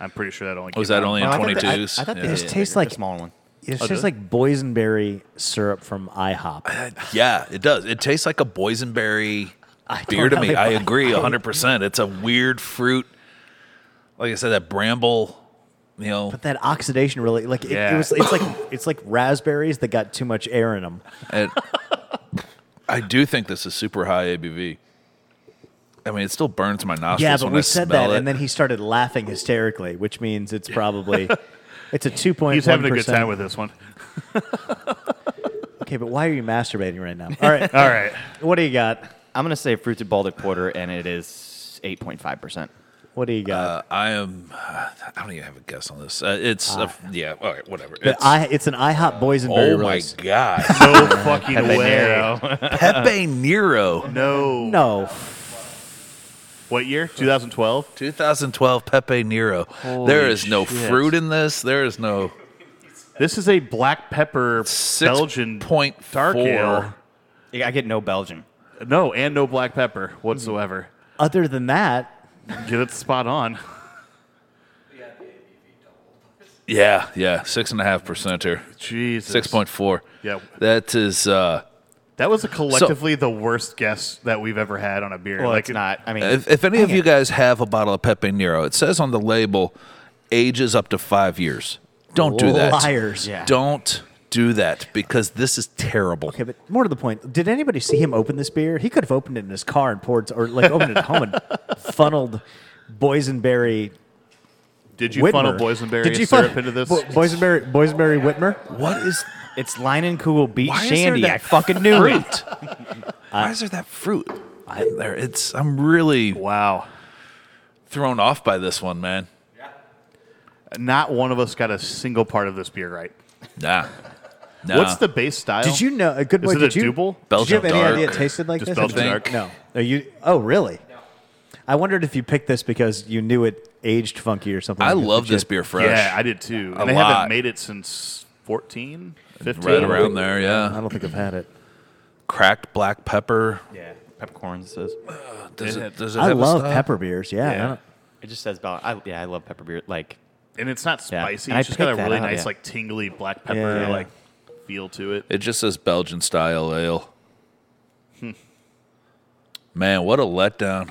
Speaker 1: I'm pretty sure that only.
Speaker 4: Was
Speaker 1: came
Speaker 4: Oh, that
Speaker 1: out-
Speaker 4: only in
Speaker 2: No, I thought
Speaker 4: twenty
Speaker 2: that- I-
Speaker 4: twos?
Speaker 2: I thought
Speaker 4: yeah.
Speaker 3: this
Speaker 2: Yeah,
Speaker 3: tastes
Speaker 2: the
Speaker 3: like
Speaker 2: smaller one.
Speaker 3: It's
Speaker 1: does
Speaker 3: just
Speaker 1: it?
Speaker 3: like boysenberry syrup from IHOP.
Speaker 4: Yeah, it does. It tastes like a boysenberry
Speaker 3: I
Speaker 4: beer
Speaker 3: don't
Speaker 4: to me.
Speaker 3: really
Speaker 4: I
Speaker 3: like
Speaker 4: agree hundred percent. It's a weird fruit. Like I said, that bramble. You know,
Speaker 3: But that oxidation really like it, it
Speaker 1: Yeah.
Speaker 3: was. It's like it's like raspberries that got too much air in them.
Speaker 4: And I do think this is super high ABV. I mean, it still burns my nostrils.
Speaker 3: Yeah, but
Speaker 4: when
Speaker 3: we
Speaker 4: I
Speaker 3: said
Speaker 4: smell
Speaker 3: that,
Speaker 4: it.
Speaker 3: and then he started laughing hysterically, which means it's probably it's a two point.
Speaker 1: He's having a good time with this one.
Speaker 3: Okay, but why are you masturbating right now? All right,
Speaker 1: All right.
Speaker 3: what do you got?
Speaker 2: I'm gonna say fruited Baltic porter, and it is 8.5 percent.
Speaker 3: What do you got?
Speaker 4: uh, I am. Uh, I don't even have a guess on this. Uh, it's uh, yeah. All right, whatever.
Speaker 3: But
Speaker 4: It's,
Speaker 3: I, it's an IHOP boysenberry
Speaker 4: oh my
Speaker 3: rose.
Speaker 4: god,
Speaker 1: No fucking way.
Speaker 2: Nero.
Speaker 4: Pepe Nero,
Speaker 1: No.
Speaker 3: No,
Speaker 1: What year? 2012.
Speaker 4: 2012 Pepe Nero. there is no
Speaker 2: shit.
Speaker 4: fruit in this. There is no
Speaker 1: This is a black pepper
Speaker 4: six
Speaker 1: Belgian
Speaker 4: point
Speaker 1: dark
Speaker 4: four.
Speaker 1: ale.
Speaker 2: I get no Belgian.
Speaker 1: No, and no black pepper whatsoever.
Speaker 3: other than that,
Speaker 1: Mm-hmm. Get it spot on.
Speaker 4: Yeah, yeah, six and a half percent here.
Speaker 1: Jesus.
Speaker 4: Six point four.
Speaker 1: Yeah.
Speaker 4: that is. uh
Speaker 1: That was collectively the worst guess that we've ever had on a beer.
Speaker 2: Well,
Speaker 1: like
Speaker 2: it's not. I mean,
Speaker 4: If, if any of
Speaker 2: Dang
Speaker 4: you
Speaker 2: it.
Speaker 4: guys have a bottle of Pepe Nero, it says on the label, ages up to five years. Don't do that.
Speaker 3: liars.
Speaker 2: Yeah.
Speaker 4: Don't do that because this is terrible.
Speaker 3: Okay, but more to the point, did anybody see him open this beer? He could have opened it in his car and poured, or like opened it at home and funneled boysenberry.
Speaker 1: Did you
Speaker 3: Whitmer.
Speaker 1: funnel boysenberry
Speaker 3: Did you
Speaker 1: syrup
Speaker 3: funnel-
Speaker 1: into this?
Speaker 3: Bo- boysenberry, boysenberry Whitmer.
Speaker 4: What is
Speaker 2: it's Line and Cool beat
Speaker 4: Why is there
Speaker 2: Shandy.
Speaker 4: that
Speaker 2: I fucking knew it.
Speaker 4: fruit? Why is there that fruit in there? It's I'm really
Speaker 1: wow.
Speaker 4: thrown off by this one, man.
Speaker 1: Not one of us got a single part of this beer right.
Speaker 4: Nah. nah.
Speaker 1: What's the base style?
Speaker 3: Did you know? A good
Speaker 1: Is
Speaker 3: boy.
Speaker 1: it
Speaker 3: did
Speaker 1: a
Speaker 3: you?
Speaker 1: Dubbel?
Speaker 3: Did you have any
Speaker 4: Belgian
Speaker 3: idea it
Speaker 4: dark.
Speaker 3: tasted like
Speaker 1: Just
Speaker 3: this?
Speaker 1: Belgian
Speaker 4: I
Speaker 1: dark.
Speaker 4: think.
Speaker 3: No. Are you? Oh, really? I wondered if you picked this because you knew it aged funky or something.
Speaker 4: I
Speaker 3: like that,
Speaker 4: love
Speaker 3: but you-
Speaker 4: this beer fresh.
Speaker 1: Yeah, I did too.
Speaker 4: A
Speaker 1: and they
Speaker 4: lot.
Speaker 1: haven't made it since 14, 15.
Speaker 4: right around there,
Speaker 3: I
Speaker 4: yeah.
Speaker 3: don't think I've had it.
Speaker 4: Cracked black pepper.
Speaker 2: Yeah, peppercorns says.
Speaker 4: Does
Speaker 1: Yeah.
Speaker 4: it, does it
Speaker 3: I
Speaker 4: have a
Speaker 3: love
Speaker 4: style?
Speaker 3: pepper beers. Yeah. I
Speaker 1: Yeah.
Speaker 3: don't-
Speaker 2: It just says Bal. I, yeah, I love pepper beer. Like
Speaker 1: And it's not
Speaker 2: Yeah.
Speaker 1: spicy.
Speaker 2: And I
Speaker 1: It's just got a
Speaker 2: picked that
Speaker 1: really
Speaker 2: up,
Speaker 1: nice,
Speaker 2: yeah.
Speaker 1: like tingly black pepper
Speaker 3: Yeah.
Speaker 1: like feel to it.
Speaker 4: It just says Belgian style Hmm. ale. Man, what a letdown.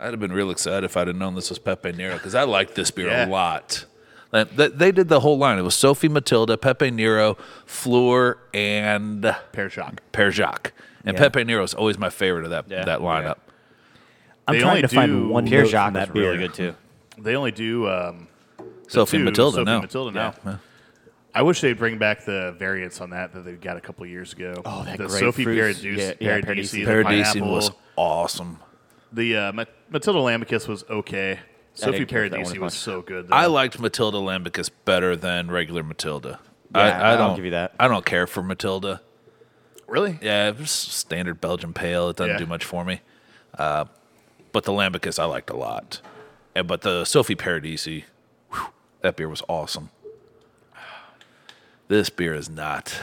Speaker 4: I'd have been real excited if I'd have known this was Pepe Nero because I liked this beer
Speaker 1: Yeah.
Speaker 4: a lot. Like, th- They did the whole line. It was Sophie Matilda, Pepe Nero, Fleur, and
Speaker 1: Pear Shock.
Speaker 4: Pear Jacques. And
Speaker 3: Yeah.
Speaker 4: Pepe Nero is always my favorite of that
Speaker 2: Yeah.
Speaker 4: that lineup.
Speaker 3: I'm
Speaker 1: They
Speaker 3: trying
Speaker 1: only
Speaker 3: to find
Speaker 1: do-
Speaker 3: one
Speaker 2: Pierre
Speaker 3: note
Speaker 2: Jacques
Speaker 3: from
Speaker 2: was
Speaker 3: that beer.
Speaker 2: really good too.
Speaker 1: They only do um, the
Speaker 4: Sophie
Speaker 1: two,
Speaker 4: Matilda,
Speaker 1: Sophie
Speaker 4: no.
Speaker 1: Matilda
Speaker 2: Yeah.
Speaker 1: now. I wish they'd bring back the variants on that that they got a couple years ago.
Speaker 2: Oh, that
Speaker 1: the
Speaker 2: great
Speaker 1: Sophie
Speaker 2: fruits.
Speaker 1: Paradis,
Speaker 2: Yeah, yeah,
Speaker 1: Paradisi,
Speaker 2: Paradisi.
Speaker 1: the
Speaker 4: Paradisi
Speaker 1: pineapple.
Speaker 4: was awesome.
Speaker 1: The uh, Mat- Matilda Lamicus was okay. Sophie
Speaker 2: didn't care for that one
Speaker 1: Paradisi
Speaker 2: as
Speaker 1: was
Speaker 2: much.
Speaker 1: so good.
Speaker 4: I
Speaker 1: though.
Speaker 4: liked Matilda Lambicus better than regular Matilda.
Speaker 2: Yeah,
Speaker 4: I, I
Speaker 2: I'll
Speaker 4: don't
Speaker 2: give you that.
Speaker 4: I don't care for Matilda.
Speaker 1: really.
Speaker 4: Yeah, it was standard Belgian pale. It doesn't
Speaker 1: Yeah.
Speaker 4: do much for me. Uh, but the Lambicus I liked a lot. And, but the Sophie Paradisi, whew, that beer was awesome. This beer is not.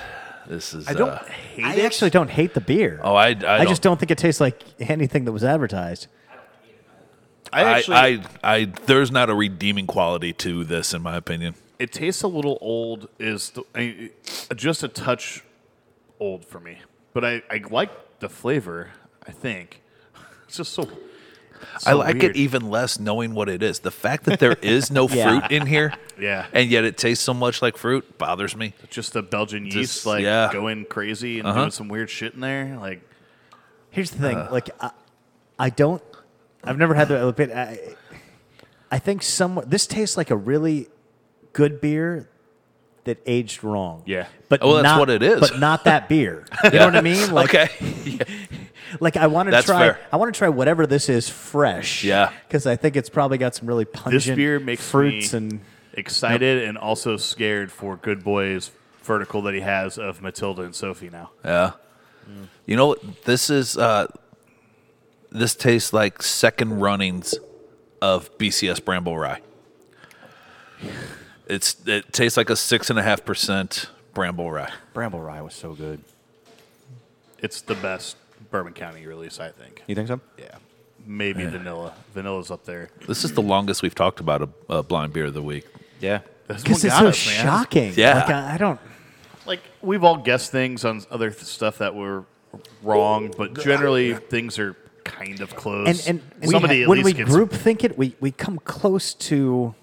Speaker 4: This is.
Speaker 1: I don't
Speaker 4: uh,
Speaker 1: hate
Speaker 3: I
Speaker 1: it.
Speaker 3: actually don't hate the beer.
Speaker 4: oh, I. I, don't,
Speaker 3: I just don't think it tastes like anything that was advertised.
Speaker 1: I
Speaker 4: I,
Speaker 1: actually.
Speaker 4: I, I, there's not a redeeming quality to this, in my opinion.
Speaker 1: it tastes a little old. Is the, I, just a touch old for me, but I, I like the flavor. I think it's just so.
Speaker 4: I like
Speaker 1: weird.
Speaker 4: it even less knowing what it is. The fact that there is no
Speaker 3: Yeah.
Speaker 4: fruit in here,
Speaker 1: Yeah.
Speaker 4: and yet it tastes so much like fruit bothers me.
Speaker 1: Just Uh-huh. the Belgian yeast,
Speaker 4: Just-
Speaker 1: like
Speaker 4: yeah.
Speaker 1: going crazy and doing some weird shit in there. Like
Speaker 3: Here's the
Speaker 4: Uh.
Speaker 3: thing, like I, I don't. I've never had the. but I, I think somewhere this tastes like a really good beer that aged wrong.
Speaker 1: Yeah.
Speaker 3: but
Speaker 4: Well, that's
Speaker 3: not-
Speaker 4: what it is.
Speaker 3: But not that beer. You know what I mean? Like,
Speaker 4: okay,
Speaker 3: like I want to
Speaker 4: That's
Speaker 3: try.
Speaker 4: fair.
Speaker 3: I want to try whatever this is fresh.
Speaker 4: Yeah.
Speaker 3: because I think it's probably got some really pungent
Speaker 1: this beer makes
Speaker 3: fruits
Speaker 1: me
Speaker 3: and
Speaker 1: excited and also scared for Good Boy's vertical that he has of Matilda and Sophie now.
Speaker 4: yeah. You know what? This is uh, this tastes like second runnings of BCS Bramble Rye. It's it tastes like a six and a half percent Bramble Rye.
Speaker 2: Bramble Rye was so good.
Speaker 1: It's the best Bourbon County release, I think.
Speaker 2: You think so?
Speaker 1: Yeah, maybe vanilla. Vanilla's up there.
Speaker 4: This is the longest we've talked about a, a blind beer of the week.
Speaker 2: Yeah.
Speaker 1: This
Speaker 3: because
Speaker 1: one
Speaker 3: it's
Speaker 1: got
Speaker 3: so
Speaker 1: us, man.
Speaker 3: shocking.
Speaker 4: Yeah.
Speaker 3: like, I, I don't.
Speaker 1: Like we've all guessed things on other th- stuff that were wrong, but generally things are kind of close.
Speaker 3: and and we
Speaker 1: somebody
Speaker 3: ha-
Speaker 1: at
Speaker 3: when
Speaker 1: least
Speaker 3: we
Speaker 1: gets
Speaker 3: group think it, we we come close to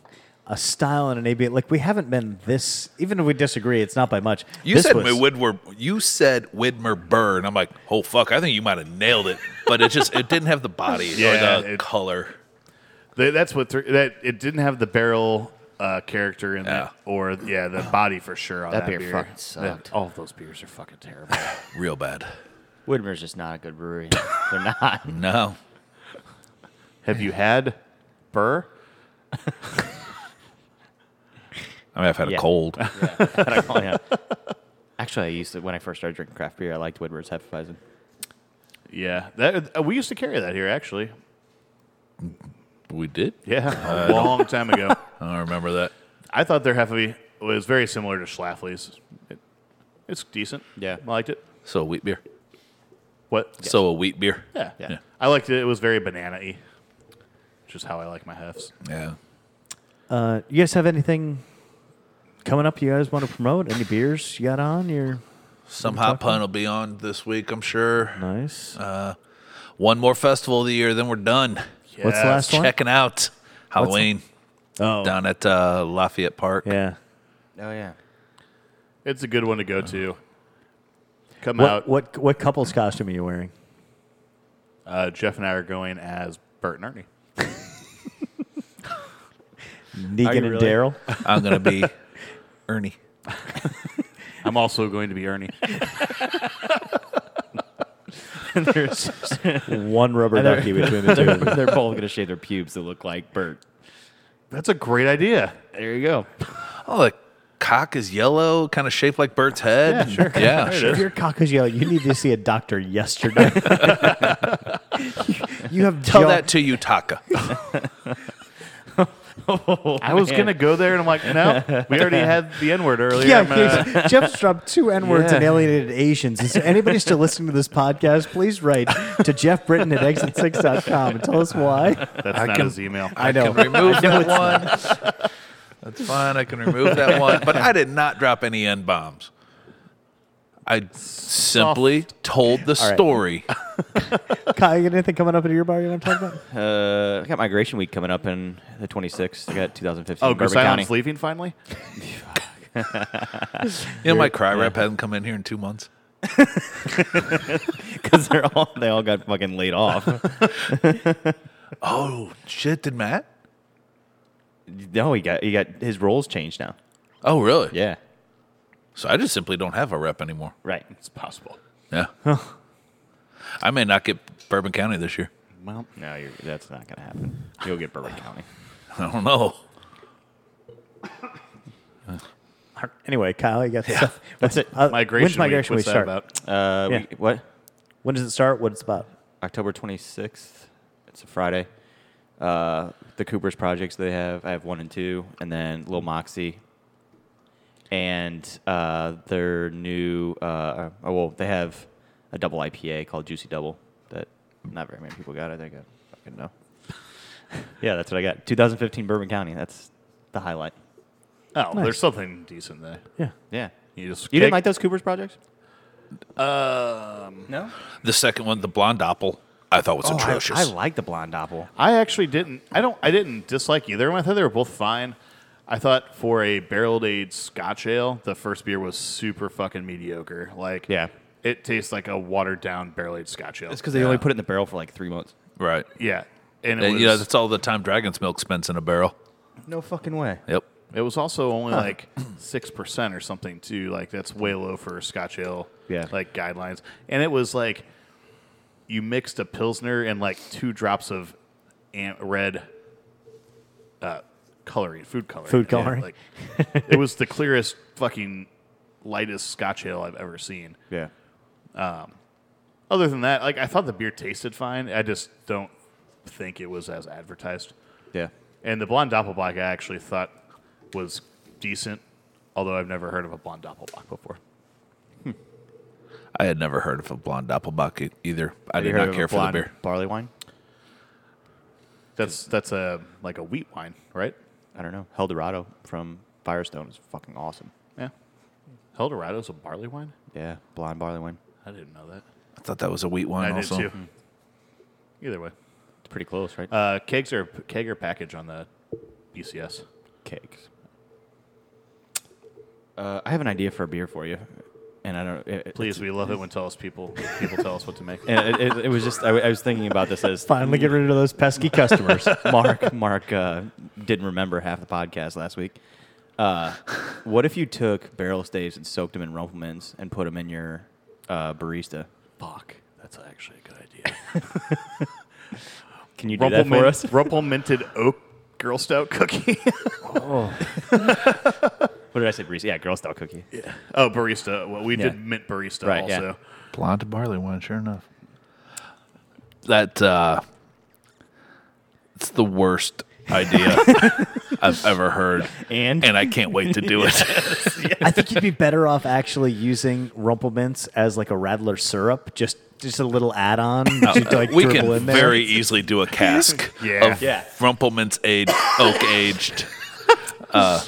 Speaker 3: a style and an AB. Like we haven't been this. Even if we disagree, it's not by much.
Speaker 4: You
Speaker 3: This
Speaker 4: said
Speaker 3: was-
Speaker 4: Widmer. You said Widmer Burr, and I'm like, oh fuck, I think you might have nailed it, but it just it didn't have the body
Speaker 1: Yeah,
Speaker 4: or the
Speaker 1: it-
Speaker 4: color.
Speaker 1: They, that's what thre- that it didn't have the barrel uh, character in
Speaker 4: Yeah.
Speaker 1: it, or yeah, the body for sure on that,
Speaker 2: That beer fucking
Speaker 1: That-
Speaker 2: sucked.
Speaker 1: all of those beers are fucking terrible.
Speaker 4: Real bad.
Speaker 2: Widmer's just not a good brewery. They're not.
Speaker 4: No.
Speaker 1: have you had Burr?
Speaker 4: I mean, I've had
Speaker 2: Yeah.
Speaker 4: a cold.
Speaker 2: And I call- yeah. Actually, I used to when I first started drinking craft beer. I liked Woodward's Hefeweizen.
Speaker 1: Yeah, that uh, we used to carry that here actually.
Speaker 4: We did.
Speaker 1: Yeah, a long time ago.
Speaker 4: I don't remember that.
Speaker 1: I thought their heavy was very similar to Schlafly's. It, it's decent.
Speaker 2: Yeah.
Speaker 1: I liked it.
Speaker 4: So a wheat beer.
Speaker 1: What?
Speaker 4: So a wheat beer.
Speaker 1: Yeah.
Speaker 2: Yeah.
Speaker 1: I liked it. It was very banana-y, which is how I like my hefs.
Speaker 4: Yeah.
Speaker 3: Uh, you guys have anything coming up? You guys want to promote any beers you got on? You're
Speaker 4: Some hot pun will be on this week, I'm sure.
Speaker 3: nice.
Speaker 4: One more festival of the year, then we're done.
Speaker 3: What's the last one?
Speaker 4: Checking out Halloween
Speaker 3: Oh,
Speaker 4: down at uh, Lafayette Park.
Speaker 3: yeah.
Speaker 2: Oh yeah.
Speaker 1: It's a good one to go to. Come out.
Speaker 3: What, what what couple's costume are you wearing?
Speaker 1: Uh, Jeff and I are going as Bert and Ernie.
Speaker 3: Negan
Speaker 2: you
Speaker 3: and
Speaker 2: really?
Speaker 3: Daryl.
Speaker 4: I'm gonna be Ernie.
Speaker 1: I'm also going to be Ernie.
Speaker 3: There's one rubber
Speaker 2: And they're-
Speaker 3: ducky between the two.
Speaker 2: They're,
Speaker 3: of you.
Speaker 2: they're both gonna shave their pubes to look like Bert.
Speaker 1: That's a great idea.
Speaker 2: There you go.
Speaker 4: Oh, the cock is yellow, kind of shaped like Bert's head.
Speaker 1: Yeah, sure.
Speaker 4: Yeah,
Speaker 1: There it
Speaker 4: sure.
Speaker 3: If your cock is yellow, you need to see a doctor yesterday. you, you have
Speaker 4: Tell
Speaker 3: gel-
Speaker 4: that to Utaka.
Speaker 1: I was gonna go there, and I'm like, no, we already had the N word earlier. I'm, uh,
Speaker 3: Yeah, Jeff's dropped two N words
Speaker 1: Yeah.
Speaker 3: and alienated Asians. Is there anybody still listening to this podcast? Please write to Jeff Britton at exit6.com and tell us why.
Speaker 1: that's not his email.
Speaker 3: I know.
Speaker 4: can remove that one. That's fine. I can remove that one. But I did not drop any N bombs. I simply told the
Speaker 3: right.
Speaker 4: story.
Speaker 3: Kyle, you got anything coming up into your bar you want to talk about?
Speaker 2: Uh, I got migration week coming up in the 26th. I got 2015.
Speaker 1: Oh, Chris
Speaker 2: Bourbon County.
Speaker 1: Island's leaving finally.
Speaker 4: You know, my cry rep hasn't come in here in two months.
Speaker 2: because they're all they all got fucking laid off.
Speaker 4: Oh shit! Did Matt?
Speaker 2: no, he got he got his roles changed now.
Speaker 4: Oh really?
Speaker 2: Yeah,
Speaker 4: So I just simply don't have a rep anymore.
Speaker 2: right.
Speaker 1: It's possible.
Speaker 4: Yeah. I may not get Bourbon County this year.
Speaker 2: Well, no, you're, that's not gonna happen. You'll get Bourbon County.
Speaker 4: I don't know.
Speaker 3: Anyway, Kyle, you got stuff.
Speaker 2: That's it.
Speaker 3: Uh,
Speaker 1: Migration.
Speaker 3: When's migration
Speaker 1: week,
Speaker 3: week
Speaker 1: what's
Speaker 3: start?
Speaker 1: that about?
Speaker 2: Uh,
Speaker 3: Yeah.
Speaker 2: we, what?
Speaker 3: When does it start? What it's about?
Speaker 2: October 26th. It's a Friday. Uh, the Cooper's projects they have. I have one and two, and then Lil Moxie. And uh, their new, uh, oh, well, they have a double IPA called Juicy Double that not very many people got. I think I fucking know. yeah, that's what I got. 2015 Bourbon County. That's the highlight.
Speaker 1: Oh, there's something decent there.
Speaker 3: Yeah.
Speaker 2: Yeah.
Speaker 1: You just
Speaker 2: You
Speaker 1: kick-
Speaker 2: didn't like those Cooper's projects?
Speaker 1: Um,
Speaker 2: No.
Speaker 4: The second one, the Blonde Apple, I thought was
Speaker 2: Oh, I,
Speaker 4: atrocious.
Speaker 2: I like the Blonde Apple.
Speaker 1: I actually didn't. I don't. I didn't dislike either. of them. I thought they were both fine. I thought for a barrel aged Scotch ale, the first beer was super fucking mediocre. Like,
Speaker 2: Yeah.
Speaker 1: it tastes like a watered down barrel aged Scotch ale.
Speaker 2: It's because they only put it in the barrel for like three months.
Speaker 4: right.
Speaker 1: yeah, and it
Speaker 4: And
Speaker 1: was
Speaker 4: you know, that's all the time Dragon's Milk spends in a barrel.
Speaker 2: No fucking way.
Speaker 4: Yep.
Speaker 1: it was also only like six percent or something too. Like that's way low for Scotch ale.
Speaker 2: Yeah.
Speaker 1: like guidelines, and it was like you mixed a pilsner and like two drops of am- red uh, coloring, food coloring,
Speaker 3: Food
Speaker 1: in it.
Speaker 3: coloring.
Speaker 1: Like, it was the clearest fucking lightest scotch ale I've ever seen.
Speaker 2: Yeah.
Speaker 1: Other than that, like I thought the beer tasted fine. I just don't think it was as advertised.
Speaker 2: Yeah.
Speaker 1: And the blonde doppelbock I actually thought was decent, although I've never heard of a blonde doppelbock before.
Speaker 4: I had never heard of a Blonde Doppelbock e- either. I
Speaker 2: Have you
Speaker 4: did
Speaker 2: heard
Speaker 4: not
Speaker 2: of
Speaker 4: care for the
Speaker 2: blonde
Speaker 4: beer.
Speaker 2: Barley wine?
Speaker 1: That's that's a like a wheat wine, right?
Speaker 2: I don't know. Eldorado from Firestone is fucking awesome.
Speaker 1: Yeah. Eldorado's a barley wine?
Speaker 2: Yeah, blonde barley wine.
Speaker 1: I didn't know that.
Speaker 4: I thought that was a wheat wine
Speaker 1: I
Speaker 4: also.
Speaker 1: did too. Hmm. Either way.
Speaker 2: It's pretty close, right?
Speaker 1: Uh, kegs are keg or package on the BCS.
Speaker 2: Cakes. Uh, I have an idea for a beer for you, and I don't. It, it-
Speaker 1: Please, we love it when tell us people people tell us what to make.
Speaker 2: and it, it, it was just I, w- I was thinking about this as
Speaker 3: Finally get rid of those pesky customers.
Speaker 2: Mark Mark uh, didn't remember half the podcast last week. Uh, what if you took barrel staves and soaked them in Rumplemans and put them in your uh, barista?
Speaker 1: Fuck, that's actually a good idea.
Speaker 2: Can you do that
Speaker 1: Rumple,
Speaker 2: for us?
Speaker 1: minted oak girl stout cookie.
Speaker 2: What did I say, barista? Yeah, girl style cookie.
Speaker 1: oh, barista. Well, we
Speaker 2: Yeah.
Speaker 1: did mint barista
Speaker 2: Right, yeah.
Speaker 1: also.
Speaker 4: Blonde barley wine, sure enough. That uh it's the worst idea I've ever heard.
Speaker 2: And?
Speaker 4: and I can't wait to do it.
Speaker 3: I think you'd be better off actually using Rumplemints as like a Rattler syrup, just just a little add-on. to, like,
Speaker 4: we
Speaker 3: dribble
Speaker 4: can
Speaker 3: in there.
Speaker 4: very easily do a cask
Speaker 1: Yeah.
Speaker 4: of
Speaker 2: Yeah.
Speaker 4: Rumpelmann's aged, oak aged. Uh,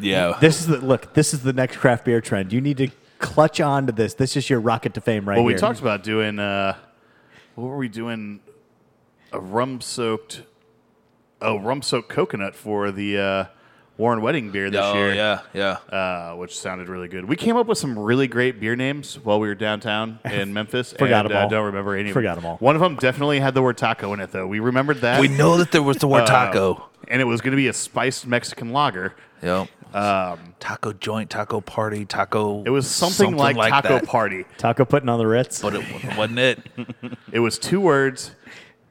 Speaker 4: yeah.
Speaker 3: This is the look. This is the next craft beer trend. You need to clutch onto this. This is your rocket to fame, right
Speaker 1: Well, we
Speaker 3: here.
Speaker 1: talked about doing. Uh, what were we doing? A rum soaked, oh, rum soaked coconut for the uh, Warren wedding beer this
Speaker 4: oh,
Speaker 1: year.
Speaker 4: yeah, yeah.
Speaker 1: uh, which sounded really good. We came up with some really great beer names while we were downtown in Memphis.
Speaker 3: Forgot
Speaker 1: and,
Speaker 3: 'em
Speaker 1: uh,
Speaker 3: all.
Speaker 1: don't remember any. of 'em.
Speaker 3: Forgot 'em all.
Speaker 1: One of them definitely had the word taco in it, though. We remembered that.
Speaker 4: we know that there was the
Speaker 1: uh,
Speaker 4: word taco.
Speaker 1: and it was going to be a spiced Mexican lager.
Speaker 4: Yep. taco joint, taco party, taco.
Speaker 1: um, It was something, like, taco
Speaker 4: that,
Speaker 1: party.
Speaker 3: Taco putting on the Ritz.
Speaker 4: But it wasn't it.
Speaker 1: It was two words.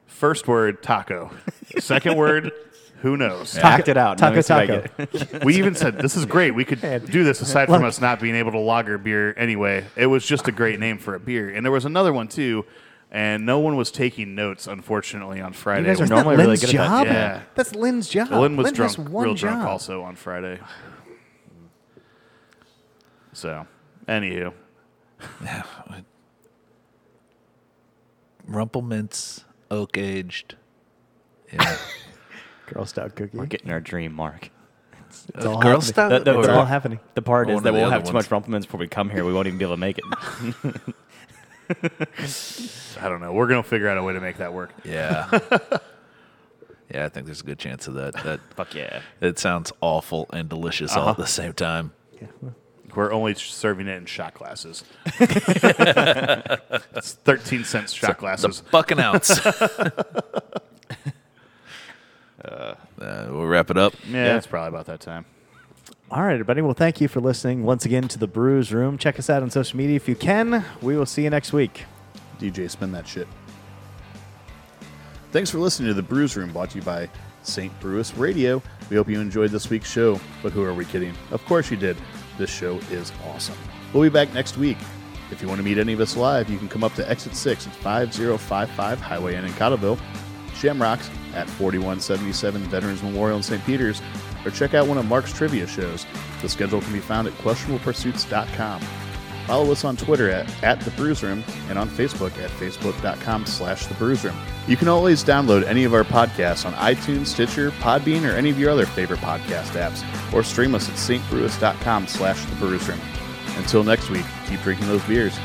Speaker 1: First word taco. Second word, who knows?
Speaker 2: Act it out. Let
Speaker 3: Taco
Speaker 2: me see if I
Speaker 3: Taco.
Speaker 2: get it.
Speaker 1: We even said this is great. We could do this aside from us not being able to lager beer anyway. It was just a great name for a beer, and there was another one too, and no one was taking notes unfortunately on Friday.
Speaker 3: Isn't that
Speaker 2: normally really
Speaker 3: Lynn's
Speaker 2: good at that.
Speaker 3: job?
Speaker 1: Yeah.
Speaker 3: That's Lynn's job.
Speaker 1: Lynn was
Speaker 3: has
Speaker 1: drunk,
Speaker 3: one
Speaker 1: real drunk
Speaker 3: job.
Speaker 1: also on Friday. So, anywho,
Speaker 4: Rumpelmint's oak aged. Yeah.
Speaker 3: Girl stout cookie.
Speaker 2: We're getting our dream, Mark.
Speaker 3: It's all happening.
Speaker 4: Girl Scout?
Speaker 2: The- the-
Speaker 3: Uh, It's
Speaker 2: the-
Speaker 3: all happening.
Speaker 2: The part
Speaker 4: Or
Speaker 2: is
Speaker 4: one
Speaker 2: that
Speaker 4: of the
Speaker 2: we'll
Speaker 4: other
Speaker 2: have too
Speaker 4: ones.
Speaker 2: much rumplements before we come here. We won't even be able to make it.
Speaker 1: I don't know. We're gonna figure out a way to make that work.
Speaker 4: Yeah. yeah, I think there's a good chance of that. That
Speaker 2: Fuck yeah.
Speaker 4: it sounds awful and delicious all at the same time.
Speaker 1: We're only serving it in shot glasses. it's thirteen cents shot glasses.
Speaker 4: Fucking ounce. Uh, we'll wrap it up.
Speaker 1: yeah, that's probably about that time.
Speaker 3: All right, everybody. Well, thank you for listening once again to the Brews Room. Check us out on social media if you can. We will see you next week.
Speaker 1: DJ, spin that shit. Thanks for listening to the Brews Room, brought to you by St. Brewis Radio. We hope you enjoyed this week's show, but who are we kidding? Of course you did. This show is awesome. We'll be back next week. If you want to meet any of us live, you can come up to Exit 6 at 5055 Highway Inn in Cottleville, Shamrocks at 4177 Veterans Memorial in St. Peter's, or check out one of Mark's trivia shows. The schedule can be found at questionablepursuits.com. Follow us on Twitter at, at The Brews Room and on Facebook at facebook.com slash The Brews Room. You can always download any of our podcasts on iTunes, Stitcher, Podbean, or any of your other favorite podcast apps, or stream us at stbrewis.com slash The Brews Room. Until next week, keep drinking those beers.